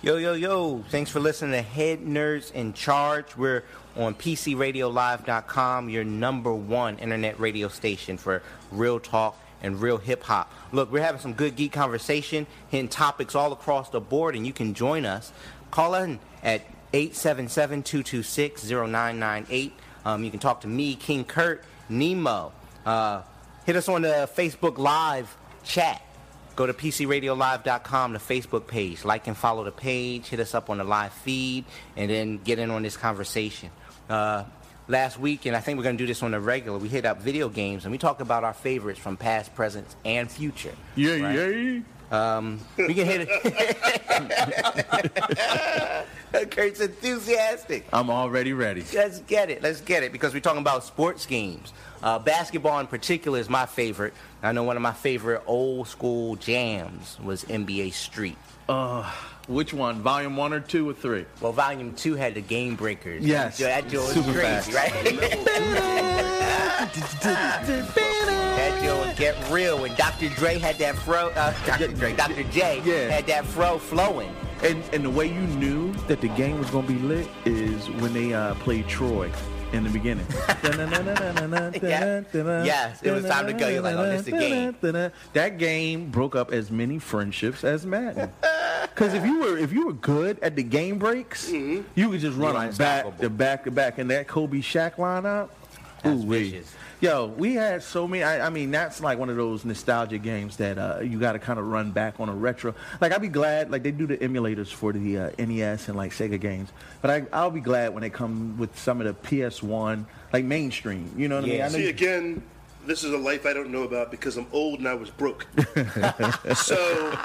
[SPEAKER 7] Yo, yo, yo. Thanks for listening to Head Nerds in Charge. We're on PCRadioLive.com, your number one internet radio station for real talk and real hip hop. Look, we're having some good geek conversation, hitting topics all across the board, and you can join us. Call in at 877 226 0998. Um, You can talk to me, King Kurt, Nemo. Uh, hit us on the Facebook Live chat. Go to PCRadioLive.com, the Facebook page. Like and follow the page. Hit us up on the live feed, and then get in on this conversation. Uh, last week, and I think we're going to do this on the regular, we hit up video games and we talk about our favorites from past, present, and future.
[SPEAKER 5] Yeah,
[SPEAKER 7] Right. Um,
[SPEAKER 5] yeah.
[SPEAKER 7] We can hit it. Kurt's enthusiastic.
[SPEAKER 5] I'm already ready.
[SPEAKER 7] Let's get it. Let's get it because we're talking about sports games. Uh, basketball in particular is my favorite. I know one of my favorite old school jams was NBA Street.
[SPEAKER 5] Which one? Volume one or two or three?
[SPEAKER 7] Well, Volume Two had the Game Breakers.
[SPEAKER 5] Yes.
[SPEAKER 7] that deal was
[SPEAKER 5] Super
[SPEAKER 7] crazy,
[SPEAKER 5] fast.
[SPEAKER 7] right? that deal would get real when Dr. Dre had that fro. Uh, Dr. Dre, Dr. J
[SPEAKER 5] Yeah.
[SPEAKER 7] had that fro flowing.
[SPEAKER 5] And and the way you knew that the game was gonna be lit is when they uh, played Troy in the beginning.
[SPEAKER 7] Yeah. Yes, it was time to go. You're like, oh, this the
[SPEAKER 5] game. That game broke up as many friendships as Madden. Because if you were if you were good at the game breaks, you could just run
[SPEAKER 7] were
[SPEAKER 5] them back
[SPEAKER 7] Mm-hmm. unstoppable.
[SPEAKER 5] to back to back, and that Kobe Shaq lineup.
[SPEAKER 7] That's
[SPEAKER 5] Ooh-wee.
[SPEAKER 7] vicious.
[SPEAKER 5] Yo, we had so many. I, I mean, that's like one of those nostalgia games that uh, you got to kind of run back on a retro. Like, I'd be glad, like, they do the emulators for the uh, NES and, like, Sega games. But I, I'll be glad when they come with some of the PS1, like, mainstream. You know what
[SPEAKER 7] Yeah.
[SPEAKER 5] I mean? I
[SPEAKER 6] See
[SPEAKER 5] know
[SPEAKER 6] again, this is a life I don't know about because I'm old and I was broke. so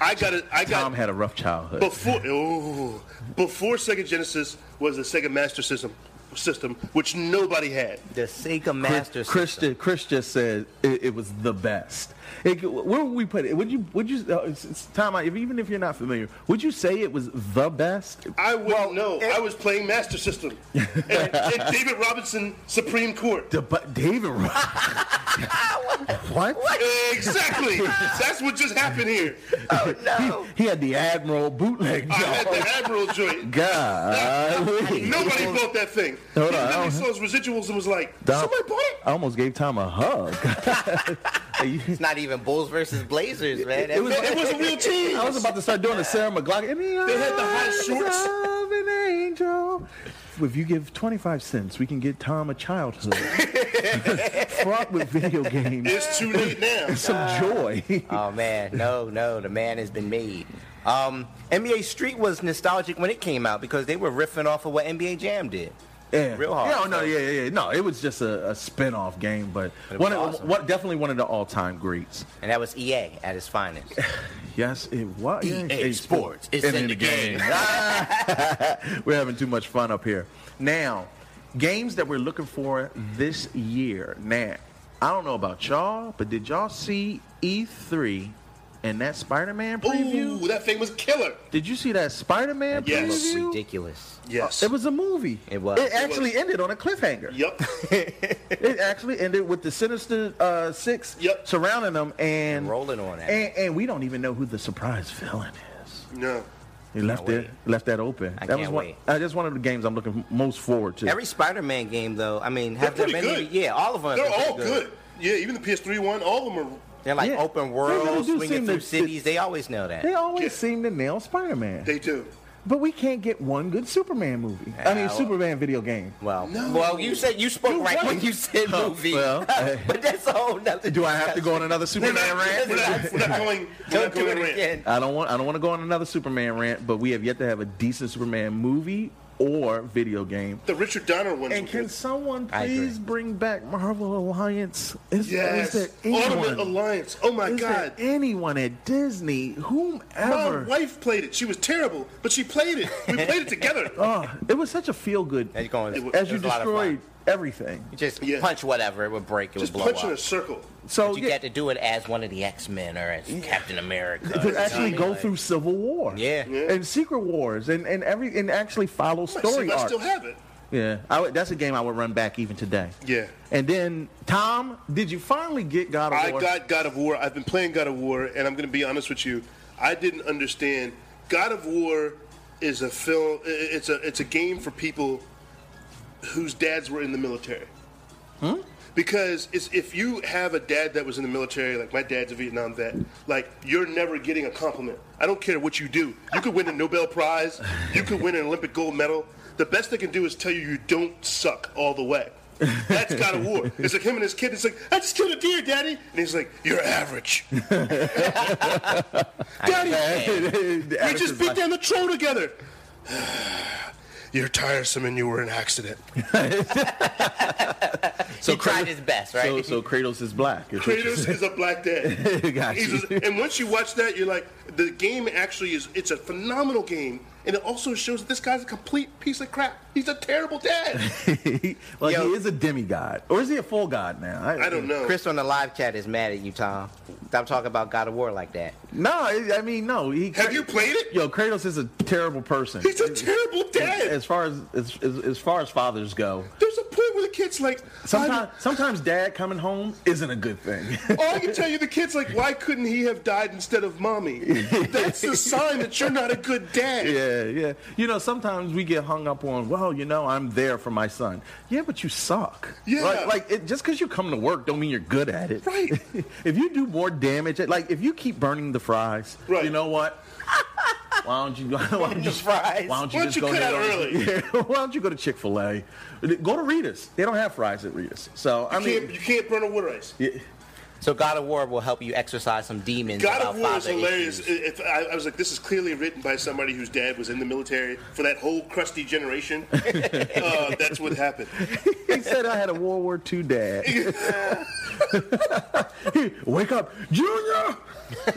[SPEAKER 6] I got it. I got
[SPEAKER 5] Tom had a rough childhood.
[SPEAKER 6] before ooh, before Sega Genesis was the Sega Master System system, which nobody had.
[SPEAKER 7] The Sega Master
[SPEAKER 5] Chris,
[SPEAKER 7] System.
[SPEAKER 5] Chris, Chris just said it, it was the best. It, where would we put it? Would you? Would you? Uh, it's, it's, Tom, I- if, even if you're not familiar, would you say it was the best?
[SPEAKER 6] I wouldn't know. I was playing Master System and, and David Robinson Supreme Court.
[SPEAKER 5] The, but David, Ro- what?
[SPEAKER 6] Exactly. That's what just happened here.
[SPEAKER 7] No.
[SPEAKER 5] He had the Admiral bootleg.
[SPEAKER 6] I had
[SPEAKER 5] dog.
[SPEAKER 6] the Admiral joint.
[SPEAKER 5] Golly.
[SPEAKER 6] Nobody bought that thing.
[SPEAKER 5] Hold
[SPEAKER 6] he
[SPEAKER 5] on, I
[SPEAKER 6] literally
[SPEAKER 5] don't-
[SPEAKER 6] saw his residuals and was like,
[SPEAKER 5] Dog,
[SPEAKER 6] "Somebody bought it."
[SPEAKER 5] I almost gave Tom a hug.
[SPEAKER 7] It's not even Bulls versus Blazers, man.
[SPEAKER 5] It was-
[SPEAKER 6] It was a real team.
[SPEAKER 5] I was about to start doing a Sarah McLaughlin.
[SPEAKER 6] They had the high shorts.
[SPEAKER 5] Of an angel. If you give 25 cents, we can get Tom a childhood fraught with video games
[SPEAKER 6] It's too late now.
[SPEAKER 5] and some joy.
[SPEAKER 7] Oh man, no, no, the man has been made. Um, NBA Street was nostalgic when it came out because they were riffing off of what NBA Jam did.
[SPEAKER 5] Yeah.
[SPEAKER 7] Real hard.
[SPEAKER 5] Yeah, oh, no, yeah, yeah, yeah. No, it was just a, a spin-off game, but
[SPEAKER 7] But it
[SPEAKER 5] one,
[SPEAKER 7] was
[SPEAKER 5] of-
[SPEAKER 7] awesome.
[SPEAKER 5] one- definitely one of the all-time greats.
[SPEAKER 7] And that was EA at its finest.
[SPEAKER 5] Yes, it
[SPEAKER 7] E
[SPEAKER 6] E
[SPEAKER 5] was. Yeah,
[SPEAKER 8] EA
[SPEAKER 5] E it's-
[SPEAKER 8] Sports. It's
[SPEAKER 5] and
[SPEAKER 8] in the game.
[SPEAKER 5] We're having too much fun up here. Now, games that we're looking for this year. Now, I don't know about y'all, but did y'all see E3 and that Spider-Man preview?
[SPEAKER 6] Ooh, that thing was killer.
[SPEAKER 5] Did you see that Spider-Man
[SPEAKER 6] Yes.
[SPEAKER 7] It
[SPEAKER 5] preview?
[SPEAKER 7] looked ridiculous.
[SPEAKER 6] Yes.
[SPEAKER 5] It was a movie.
[SPEAKER 7] It was.
[SPEAKER 5] It
[SPEAKER 7] It
[SPEAKER 5] actually ended on a cliffhanger.
[SPEAKER 6] Yep.
[SPEAKER 5] It actually ended with the Sinister uh, Six
[SPEAKER 6] Yep.
[SPEAKER 5] surrounding them and
[SPEAKER 7] And rolling on it.
[SPEAKER 5] And, and we don't even know who the surprise villain is.
[SPEAKER 6] No.
[SPEAKER 5] He left
[SPEAKER 7] wait.
[SPEAKER 5] it, left that open.
[SPEAKER 7] I
[SPEAKER 5] that was
[SPEAKER 7] can't
[SPEAKER 5] one.
[SPEAKER 7] wait.
[SPEAKER 5] Uh, that's one of the games I'm looking most forward to.
[SPEAKER 7] Every Spider-Man game, though, I mean, have
[SPEAKER 6] They're
[SPEAKER 7] there been?
[SPEAKER 6] pretty
[SPEAKER 7] Any,
[SPEAKER 6] good.
[SPEAKER 7] yeah, all of them. have
[SPEAKER 6] They're
[SPEAKER 7] been pretty
[SPEAKER 6] all good. Yeah, even the PS3 one, all of them are.
[SPEAKER 7] They're like
[SPEAKER 5] Yeah.
[SPEAKER 7] open
[SPEAKER 5] They really
[SPEAKER 7] world,
[SPEAKER 5] do seem
[SPEAKER 7] swinging
[SPEAKER 5] to-
[SPEAKER 7] through cities. They always know that.
[SPEAKER 5] they always
[SPEAKER 6] Yeah.
[SPEAKER 5] seem to nail Spider-Man,
[SPEAKER 6] They do.
[SPEAKER 5] but we can't get one good Superman movie. I mean,
[SPEAKER 7] Ah, well-
[SPEAKER 5] Superman video game.
[SPEAKER 7] Well, well, you said you spoke
[SPEAKER 5] You
[SPEAKER 7] right
[SPEAKER 5] right.
[SPEAKER 7] when you said
[SPEAKER 5] Huh,
[SPEAKER 7] movie,
[SPEAKER 5] Oh, well, hey.
[SPEAKER 7] but that's a whole nother.
[SPEAKER 5] Do I have to go on another
[SPEAKER 6] We're
[SPEAKER 5] Superman
[SPEAKER 6] not,
[SPEAKER 5] rant?
[SPEAKER 6] we're not, we're not going. We're
[SPEAKER 7] Don't
[SPEAKER 6] not
[SPEAKER 7] do
[SPEAKER 6] going
[SPEAKER 7] it
[SPEAKER 6] rant.
[SPEAKER 7] again.
[SPEAKER 5] I don't want. I don't want to go on another Superman rant. But we have yet to have a decent Superman movie or video game.
[SPEAKER 6] The Richard Donner one.
[SPEAKER 5] And can someone
[SPEAKER 7] I agree.
[SPEAKER 5] please bring back Marvel Alliance? Is,
[SPEAKER 6] yes.
[SPEAKER 5] is there anyone?
[SPEAKER 6] Ultimate Alliance. Oh my
[SPEAKER 5] is
[SPEAKER 6] God.
[SPEAKER 5] there anyone at Disney? Whomever.
[SPEAKER 6] My wife played it. She was terrible, but she played it. We played it together.
[SPEAKER 5] Oh, it was such a feel good
[SPEAKER 7] As you going- it was-
[SPEAKER 5] as
[SPEAKER 7] it
[SPEAKER 5] you
[SPEAKER 7] was a lot of
[SPEAKER 5] destroyed
[SPEAKER 7] fun.
[SPEAKER 5] everything.
[SPEAKER 7] You just
[SPEAKER 6] Yeah.
[SPEAKER 7] punch whatever, it would break, it
[SPEAKER 6] Just
[SPEAKER 7] would blow
[SPEAKER 6] punch in
[SPEAKER 7] up.
[SPEAKER 6] a circle.
[SPEAKER 5] So
[SPEAKER 7] But you
[SPEAKER 5] yeah,
[SPEAKER 7] got to do it as one of the X Men or as Captain America. or
[SPEAKER 5] to actually
[SPEAKER 7] something
[SPEAKER 5] go
[SPEAKER 7] like-
[SPEAKER 5] through Civil War,
[SPEAKER 7] Yeah. Yeah.
[SPEAKER 5] and Secret Wars, and and every and actually follow
[SPEAKER 6] I see
[SPEAKER 5] story
[SPEAKER 6] if I
[SPEAKER 5] arcs.
[SPEAKER 6] still have it.
[SPEAKER 5] Yeah, I would, that's a game I would run back even today.
[SPEAKER 6] Yeah.
[SPEAKER 5] And then Tom, did you finally get God of
[SPEAKER 6] I
[SPEAKER 5] War?
[SPEAKER 6] got God of War. I've been playing God of War, and I'm going to be honest with you. I didn't understand. God of War is a film. i- i- It's a it's a game for people whose dads were in the military. Because it's, if you have a dad that was in the military, like my dad's a Vietnam vet, like you're never getting a compliment. I don't care what you do. You could win a Nobel Prize. You could win an Olympic gold medal. The best they can do is tell you you don't suck all the way. That's God of War. It's like him and his kid. It's like I just killed a deer, daddy, and he's like, "You're average, daddy. We just beat down the troll together." You're tiresome, and you were an accident.
[SPEAKER 5] so
[SPEAKER 7] he tried his best, right?
[SPEAKER 5] So, so Kratos is black. is what you
[SPEAKER 6] Kratos
[SPEAKER 5] said.
[SPEAKER 6] is a black dad.
[SPEAKER 5] Got
[SPEAKER 6] He's
[SPEAKER 5] you.
[SPEAKER 6] just- and once you watch that, you're like, the game actually is. It's a phenomenal game, and it also shows that this guy's a complete piece of crap. He's a terrible dad.
[SPEAKER 5] well,
[SPEAKER 7] Yo.
[SPEAKER 5] he is a demigod, or is he a full god now?
[SPEAKER 6] I don't know.
[SPEAKER 7] Chris on the live chat is mad at you, Tom. Stop talking about God of War like that.
[SPEAKER 5] No, I I mean no. He,
[SPEAKER 6] Have you played it?
[SPEAKER 5] Yo, Kratos is a terrible person.
[SPEAKER 6] He's a terrible dad.
[SPEAKER 5] as far as, as as as far as fathers go.
[SPEAKER 6] There's a point where the kid's like,
[SPEAKER 5] Sometimes, sometimes dad coming home isn't a good thing.
[SPEAKER 6] all I can tell you, the kid's like, why couldn't he have died instead of mommy? That's a sign that you're not a good dad.
[SPEAKER 5] yeah, yeah. You know, sometimes we get hung up on, well, you know, I'm there for my son. Yeah, but you suck.
[SPEAKER 6] Yeah.
[SPEAKER 5] Like, like it, just because you come to work don't mean you're good at it.
[SPEAKER 6] Right.
[SPEAKER 5] if you do more damage, like if you keep burning the fries,
[SPEAKER 6] Right.
[SPEAKER 5] you know what? Why don't you? Why don't you,
[SPEAKER 7] fries.
[SPEAKER 5] Why don't you
[SPEAKER 6] Why don't
[SPEAKER 5] just
[SPEAKER 6] you
[SPEAKER 5] go
[SPEAKER 6] cut
[SPEAKER 5] there
[SPEAKER 6] out
[SPEAKER 5] on- Yeah, why don't you go to Chick Fil A? Go to Rita's. They don't have fries at Rita's. So I
[SPEAKER 6] You
[SPEAKER 5] mean,
[SPEAKER 6] can't, you can't burn a water ice.
[SPEAKER 7] So God of War will help you exercise some demons.
[SPEAKER 6] God
[SPEAKER 7] about
[SPEAKER 6] of War is
[SPEAKER 7] father
[SPEAKER 6] hilarious.
[SPEAKER 7] issues.
[SPEAKER 6] If I, I was like, this is clearly written by somebody whose dad was in the military for that whole crusty generation. uh, that's what happened.
[SPEAKER 5] he said I had a World War II dad. He, Wake up, Junior.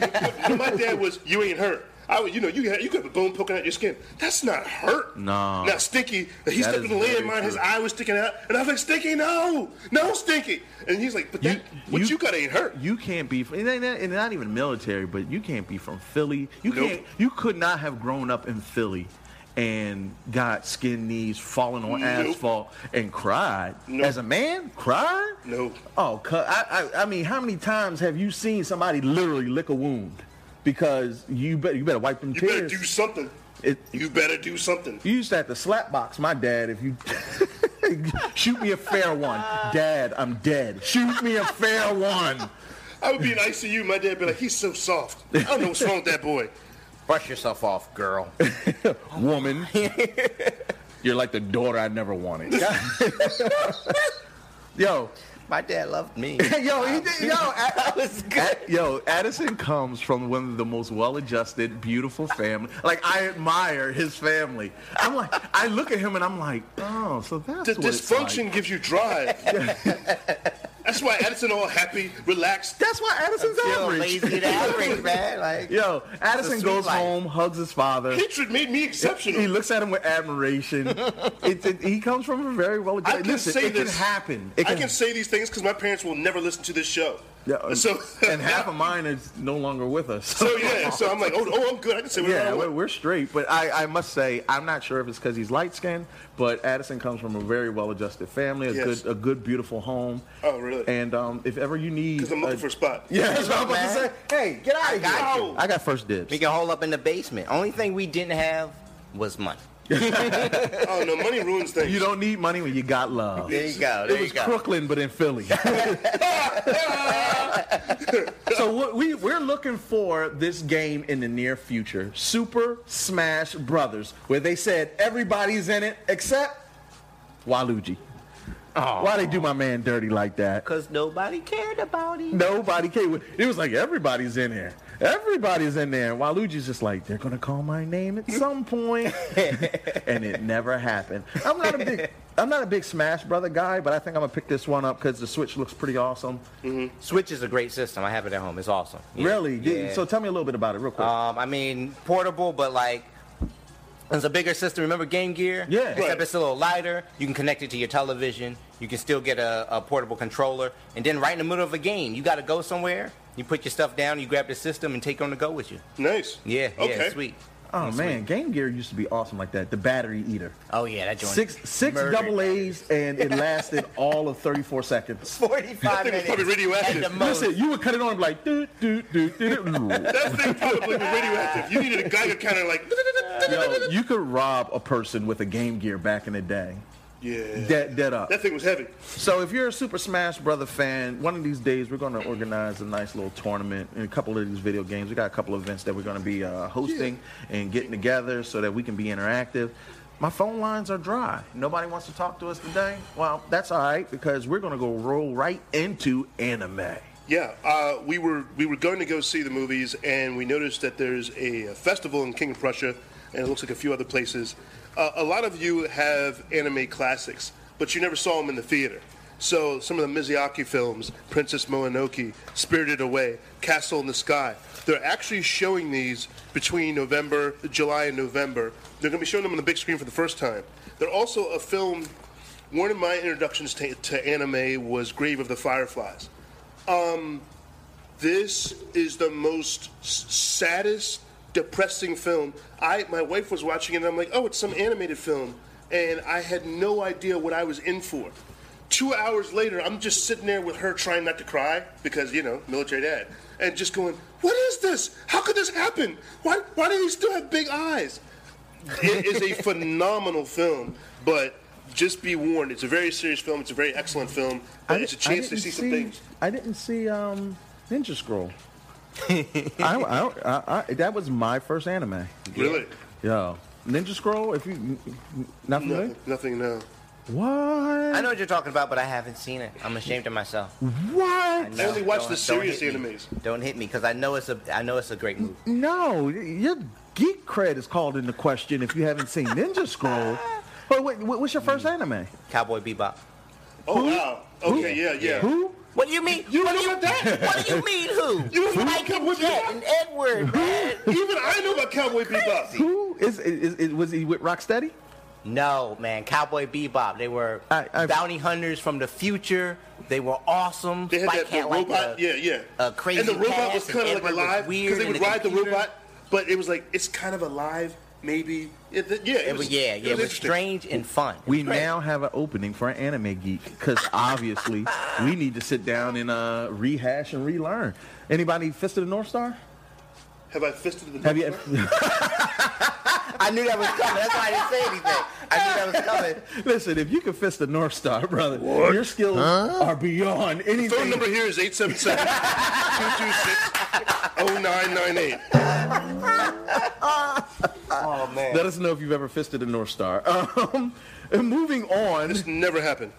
[SPEAKER 6] And my dad was, you ain't hurt. I would, you know, you had, you could have a bone poking out your skin. That's not hurt.
[SPEAKER 5] No.
[SPEAKER 6] Now Stinky, he
[SPEAKER 5] That
[SPEAKER 6] stepped in
[SPEAKER 5] is
[SPEAKER 6] the
[SPEAKER 5] very
[SPEAKER 6] landmine. His
[SPEAKER 5] true.
[SPEAKER 6] eye was sticking out, and I was like, Stinky, no, no, Stinky. And he's like, but that, what you, got ain't hurt.
[SPEAKER 5] You can't be, from, and, ain't- and not even military, but you can't be from Philly. You
[SPEAKER 6] Nope.
[SPEAKER 5] can't. You could not have grown up in Philly and got skin knees, falling on
[SPEAKER 6] Nope.
[SPEAKER 5] asphalt, and cried
[SPEAKER 6] Nope.
[SPEAKER 5] as a man. Cried?
[SPEAKER 6] No.
[SPEAKER 5] Oh, cu- I, I, I mean, how many times have you seen somebody literally lick a wound because you better you better wipe them
[SPEAKER 6] You
[SPEAKER 5] tears?
[SPEAKER 6] better do something.
[SPEAKER 5] It-
[SPEAKER 6] you better do something.
[SPEAKER 5] You used to have to slap box my dad if you shoot me a fair one. Dad, I'm dead. Shoot me a fair one.
[SPEAKER 6] I would be in ICU. My dad would be like, he's so soft. I don't know what's wrong with that boy.
[SPEAKER 7] Brush yourself off, girl.
[SPEAKER 5] Woman. You're like the daughter I never wanted. yo,
[SPEAKER 7] My dad loved me.
[SPEAKER 5] yo, he did, yo,
[SPEAKER 7] I was good.
[SPEAKER 5] yo, Addison comes from one of the most well-adjusted, beautiful family. Like I admire his family. I'm like, I look at him and I'm like, oh, so that's
[SPEAKER 6] The
[SPEAKER 5] what it's
[SPEAKER 6] dysfunction
[SPEAKER 5] like.
[SPEAKER 6] gives you drive. That's why Edison all happy, relaxed.
[SPEAKER 5] That's why Addison's
[SPEAKER 7] Feel
[SPEAKER 5] average.
[SPEAKER 7] lazy and average, man. Like
[SPEAKER 5] Yo, Addison
[SPEAKER 7] sweet
[SPEAKER 5] goes
[SPEAKER 7] life.
[SPEAKER 5] home, hugs his father.
[SPEAKER 6] Hatred made me
[SPEAKER 5] He
[SPEAKER 6] exceptional.
[SPEAKER 5] looks at him with admiration. it, it- he comes from a very well.
[SPEAKER 6] I can
[SPEAKER 5] Listen,
[SPEAKER 6] say
[SPEAKER 5] it
[SPEAKER 6] this.
[SPEAKER 5] can happen. It
[SPEAKER 6] I can say these things because my parents will never listen to this show.
[SPEAKER 5] Yeah,
[SPEAKER 6] so
[SPEAKER 5] and half of mine is no longer with us.
[SPEAKER 6] So yeah, so I'm like, oh, oh I'm good. I can say whatever
[SPEAKER 5] yeah,
[SPEAKER 6] I
[SPEAKER 5] we're,
[SPEAKER 6] want.
[SPEAKER 5] we're straight. But I, I must say, I'm not sure if it's because he's light skinned, but Addison comes from a very well adjusted family, a
[SPEAKER 6] Yes.
[SPEAKER 5] good, a good, beautiful home.
[SPEAKER 6] Oh, really?
[SPEAKER 5] And um, if ever you need,
[SPEAKER 6] Because I'm looking
[SPEAKER 5] a-
[SPEAKER 6] for a spot.
[SPEAKER 5] yeah, that's what I'm about to say.
[SPEAKER 7] Man.
[SPEAKER 5] Hey, get out of here.
[SPEAKER 7] got
[SPEAKER 6] you.
[SPEAKER 5] I got first dibs.
[SPEAKER 7] we can hole up in the basement. Only thing we didn't have was money.
[SPEAKER 6] Oh no, money ruins things.
[SPEAKER 5] You don't need money when you got love.
[SPEAKER 7] There you go. There
[SPEAKER 5] It was
[SPEAKER 7] you go.
[SPEAKER 5] Crooklyn, but in Philly. so what we we're looking for this game in the near future, Super Smash Brothers, where they said everybody's in it except Waluigi. Why they do my man dirty like that?
[SPEAKER 7] Cause nobody cared about it.
[SPEAKER 5] Nobody came. It was like everybody's in here. Everybody's in there. And Waluigi's just like, they're gonna call my name at some point, and it never happened. I'm not a big, I'm not a big Smash Brother guy, but I think I'm gonna pick this one up because the Switch looks pretty awesome.
[SPEAKER 7] Switch is a great system. I have it at home. It's awesome. Yeah.
[SPEAKER 5] Really?
[SPEAKER 7] Yeah.
[SPEAKER 5] So tell me a little bit about it, real quick.
[SPEAKER 7] Um, I mean, portable, but like it's a bigger system. Remember Game Gear?
[SPEAKER 5] Yeah.
[SPEAKER 7] Except
[SPEAKER 5] Right.
[SPEAKER 7] it's a little lighter. You can connect it to your television. You can still get a, a portable controller. And then right in the middle of a game, you got to go somewhere. You put your stuff down. You grab the system and take it on the go with you.
[SPEAKER 6] Nice.
[SPEAKER 7] Yeah.
[SPEAKER 6] Okay.
[SPEAKER 7] Yeah. Sweet.
[SPEAKER 5] oh man, Game Gear used to be awesome like that. The battery eater.
[SPEAKER 7] Oh yeah, that joint.
[SPEAKER 5] Six six
[SPEAKER 7] Murdered
[SPEAKER 5] double
[SPEAKER 7] that.
[SPEAKER 5] A's, and it lasted all of 34 seconds.
[SPEAKER 7] Forty-five
[SPEAKER 6] That thing was
[SPEAKER 7] minutes.
[SPEAKER 6] probably radioactive.
[SPEAKER 7] At the most.
[SPEAKER 5] Listen, you would cut it on like do do do do do.
[SPEAKER 6] That thing probably was radioactive. You needed a Geiger counter, like.
[SPEAKER 5] Yo, you could rob a person with a Game Gear back in the day.
[SPEAKER 6] Yeah.
[SPEAKER 5] Dead, dead up.
[SPEAKER 6] That thing was heavy.
[SPEAKER 5] So if you're a Super Smash Brother fan, one of these days we're going to organize a nice little tournament and a couple of these video games. We got a couple of events that we're going to be uh, hosting and getting together so that we can be interactive. My phone lines are dry. Nobody wants to talk to us today. Well, that's all right because we're going to go roll right into anime.
[SPEAKER 6] Yeah, uh, we were we were going to go see the movies, and we noticed that there's a festival in King of Prussia, and it looks like a few other places. Uh, a lot of you have anime classics, but you never saw them in the theater. So some of the Miyazaki films, Princess Mononoke, Spirited Away, Castle in the Sky, they're actually showing these between November, July, and November. They're going to be showing them on the big screen for the first time. They're also a film. One of my introductions to, to anime was Grave of the Fireflies this is the most s- saddest, depressing film. I my wife was watching it and I'm like, oh, it's some animated film, and I had no idea what I was in for. Two hours later, I'm just sitting there with her trying not to cry because you know military dad, and just going, what is this? How could this happen? Why why do they still have big eyes? It is a phenomenal film, but. Just be warned, it's a very serious film. It's a very excellent film. but it's a
[SPEAKER 5] I
[SPEAKER 6] chance to
[SPEAKER 5] didn't
[SPEAKER 6] see some things.
[SPEAKER 5] I didn't see um, Ninja Scroll. I, I, I, I, that was my first anime.
[SPEAKER 6] Really?
[SPEAKER 5] Yo, Ninja Scroll. If you n- n- not familiar,
[SPEAKER 6] Nothing, nothing, no.
[SPEAKER 5] what?
[SPEAKER 7] I know what you're talking about, but I haven't seen it. I'm ashamed of myself.
[SPEAKER 5] What?
[SPEAKER 7] No,
[SPEAKER 6] Only watch
[SPEAKER 7] don't-
[SPEAKER 6] the
[SPEAKER 7] don't
[SPEAKER 6] serious
[SPEAKER 7] hit me.
[SPEAKER 6] animes.
[SPEAKER 7] Don't hit me because I know it's a I know it's a great movie.
[SPEAKER 5] No, y- your geek cred is called into question if you haven't seen Ninja Scroll. But wait, wh- what's your first anime?
[SPEAKER 7] Cowboy Bebop.
[SPEAKER 6] Oh wow. Okay,
[SPEAKER 5] Who?
[SPEAKER 6] yeah, yeah.
[SPEAKER 5] Who?
[SPEAKER 7] What do you mean?
[SPEAKER 6] You
[SPEAKER 7] what, do
[SPEAKER 6] know
[SPEAKER 7] you,
[SPEAKER 6] that?
[SPEAKER 7] what do you mean who?
[SPEAKER 6] You know
[SPEAKER 7] Mike
[SPEAKER 6] Cowboy
[SPEAKER 7] and Jet
[SPEAKER 6] Bebop?
[SPEAKER 7] and Edward, man.
[SPEAKER 6] Even I know about Cowboy Bebop.
[SPEAKER 5] Who is, is, is was he with Rocksteady?
[SPEAKER 7] No, man, Cowboy Bebop. They were
[SPEAKER 5] I- I've-
[SPEAKER 7] bounty hunters from the future. They were awesome.
[SPEAKER 6] They had
[SPEAKER 7] Spike
[SPEAKER 6] that
[SPEAKER 7] had
[SPEAKER 6] the
[SPEAKER 7] like
[SPEAKER 6] robot.
[SPEAKER 7] a-
[SPEAKER 6] yeah, yeah.
[SPEAKER 7] a crazy
[SPEAKER 6] And the robot
[SPEAKER 7] past,
[SPEAKER 6] was kind
[SPEAKER 7] and
[SPEAKER 6] of like
[SPEAKER 7] Edward was
[SPEAKER 6] alive
[SPEAKER 7] weird
[SPEAKER 6] because they
[SPEAKER 7] and
[SPEAKER 6] would
[SPEAKER 7] the
[SPEAKER 6] ride the
[SPEAKER 7] computer-
[SPEAKER 6] robot, but it was like it's kind of alive, maybe. It, th- yeah,
[SPEAKER 7] It was, yeah, yeah. It was
[SPEAKER 6] interesting.
[SPEAKER 7] strange and fun.
[SPEAKER 5] We now have an opening for an anime geek because obviously we need to sit down and uh, rehash and relearn. Anybody Fist of the North Star?
[SPEAKER 6] Have I fisted the?
[SPEAKER 5] Have you?
[SPEAKER 7] I knew that was coming. That's why I didn't say anything. I knew that was coming.
[SPEAKER 5] Listen, if you can fist the North Star, brother, your skills are beyond anything.
[SPEAKER 6] Phone number here is 877-226-0998.
[SPEAKER 7] Oh man.
[SPEAKER 5] Let us know if you've ever fisted a North Star. Um, and moving on,
[SPEAKER 6] This never happened.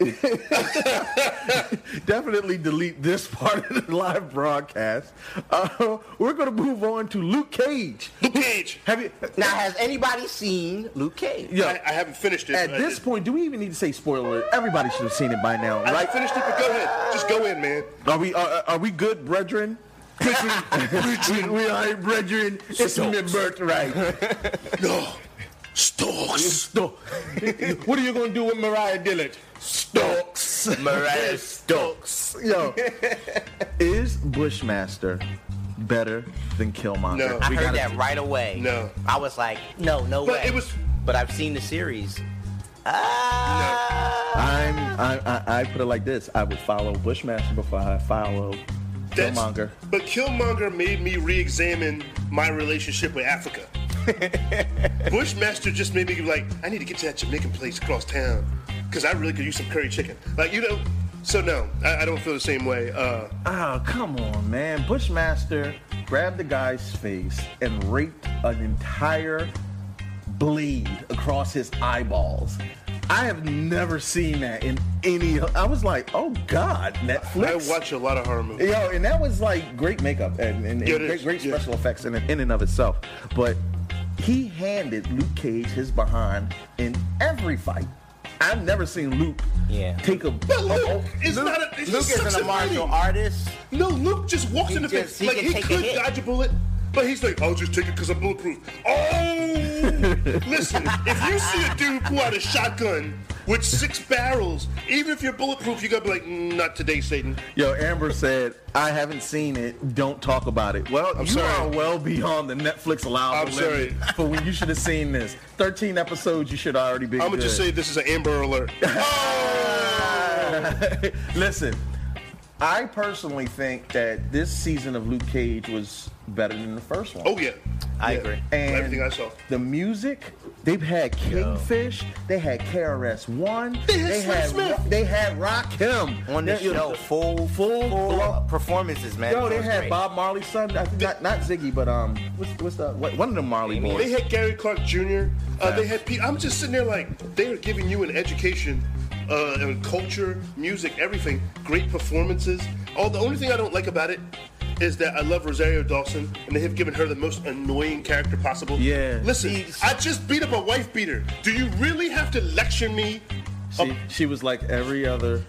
[SPEAKER 5] definitely delete this part of the live broadcast. Uh, we're going to move on to Luke Cage.
[SPEAKER 6] Luke Cage.
[SPEAKER 5] Have you?
[SPEAKER 7] Now, has anybody seen Luke Cage?
[SPEAKER 5] Yo,
[SPEAKER 6] I, I haven't finished it.
[SPEAKER 5] at
[SPEAKER 6] but I
[SPEAKER 5] this
[SPEAKER 6] did.
[SPEAKER 5] point, do we even need to say spoiler? alert? Everybody should have seen it by now,
[SPEAKER 6] I
[SPEAKER 5] right?
[SPEAKER 6] haven't finished it, but go ahead. Just go in, man.
[SPEAKER 5] Are we are, are we good, brethren? brethren, we are brethren. It's my birthright.
[SPEAKER 1] No. Stalks.
[SPEAKER 5] Sto- what are you gonna do with Mariah Dillard? Stokes.
[SPEAKER 7] Mariah Stokes.
[SPEAKER 5] Yo, is Bushmaster better than Killmonger?
[SPEAKER 6] No.
[SPEAKER 7] I
[SPEAKER 6] We
[SPEAKER 7] heard
[SPEAKER 5] gotta-
[SPEAKER 7] that right away.
[SPEAKER 6] No.
[SPEAKER 7] I was like, no, no
[SPEAKER 6] But
[SPEAKER 7] way.
[SPEAKER 6] it was-
[SPEAKER 7] But I've seen the series. Ah.
[SPEAKER 5] I'm I, I I put it like this. I would follow Bushmaster before I follow
[SPEAKER 6] That's-
[SPEAKER 5] Killmonger.
[SPEAKER 6] But Killmonger made me re-examine my relationship with Africa. Bushmaster just made me be like, I need to get to that Jamaican place across town because I really could use some curry chicken. Like you know, so no, I, I don't feel the same way. Uh,
[SPEAKER 5] Oh come on, man! Bushmaster grabbed the guy's face and raped an entire bleed across his eyeballs. I have never seen that in any. I was like, oh god,
[SPEAKER 6] I
[SPEAKER 5] Netflix.
[SPEAKER 6] watch a lot of horror movies.
[SPEAKER 5] Yo, and that was like great makeup and, and, and
[SPEAKER 6] Yeah, it
[SPEAKER 5] great,
[SPEAKER 6] is.
[SPEAKER 5] great
[SPEAKER 6] Yeah.
[SPEAKER 5] special effects in, in and of itself. But he handed Luke Cage his behind in every fight. I've never seen Luke
[SPEAKER 7] Yeah.
[SPEAKER 5] take a.
[SPEAKER 6] But
[SPEAKER 5] Oh,
[SPEAKER 6] Luke is not a. It's
[SPEAKER 7] Luke
[SPEAKER 6] just
[SPEAKER 7] isn't
[SPEAKER 6] such
[SPEAKER 7] a martial
[SPEAKER 6] bully.
[SPEAKER 7] artist.
[SPEAKER 6] No, Luke just walks
[SPEAKER 7] He
[SPEAKER 6] in the
[SPEAKER 7] just-
[SPEAKER 6] face.
[SPEAKER 7] he
[SPEAKER 6] like
[SPEAKER 7] can
[SPEAKER 6] he
[SPEAKER 7] take a
[SPEAKER 6] could
[SPEAKER 7] hit.
[SPEAKER 6] dodge a bullet, but he's like, I'll just take it because I'm bulletproof. Oh, listen, if you see a dude pull out a shotgun with six barrels, even if you're bulletproof, you gotta be like, "Mm, not today, Satan.
[SPEAKER 5] Yo, Amber said, I haven't seen it. Don't talk about it. Well, you
[SPEAKER 6] sorry.
[SPEAKER 5] are well beyond the Netflix allowable
[SPEAKER 6] I'm
[SPEAKER 5] limit for when you should have seen this. 13 episodes, you should already be.
[SPEAKER 6] I'm gonna just say this is an Amber Alert.
[SPEAKER 5] Listen, I personally think that this season of Luke Cage was better than the first one.
[SPEAKER 6] Oh yeah,
[SPEAKER 7] I
[SPEAKER 6] Yeah.
[SPEAKER 7] agree.
[SPEAKER 5] and
[SPEAKER 6] everything I saw.
[SPEAKER 5] The music, they've had Kingfish, they had KRS One, they had
[SPEAKER 6] Smith.
[SPEAKER 5] Ro- they had Rakim
[SPEAKER 7] On the
[SPEAKER 5] They-
[SPEAKER 7] show,
[SPEAKER 5] full
[SPEAKER 7] full, full,
[SPEAKER 5] blow-
[SPEAKER 7] performances, man.
[SPEAKER 5] Yo,
[SPEAKER 7] It
[SPEAKER 5] they
[SPEAKER 7] was
[SPEAKER 5] had
[SPEAKER 7] great.
[SPEAKER 5] Bob Marley's son, I think not, not Ziggy, but um, what's, what's the what, one of the Marley
[SPEAKER 7] Damien.
[SPEAKER 5] boys?
[SPEAKER 6] They had Gary Clark Jr. Uh, they had. P- I'm just sitting there like they are giving you an education, uh, and culture, music, everything. Great performances. All the only thing I don't like about it is that I love Rosario Dawson, and they have given her the most annoying character possible.
[SPEAKER 5] Yeah.
[SPEAKER 6] Listen,
[SPEAKER 5] She's-
[SPEAKER 6] I just beat up a wife beater. Do you really have to lecture me?
[SPEAKER 5] She, she was like every other.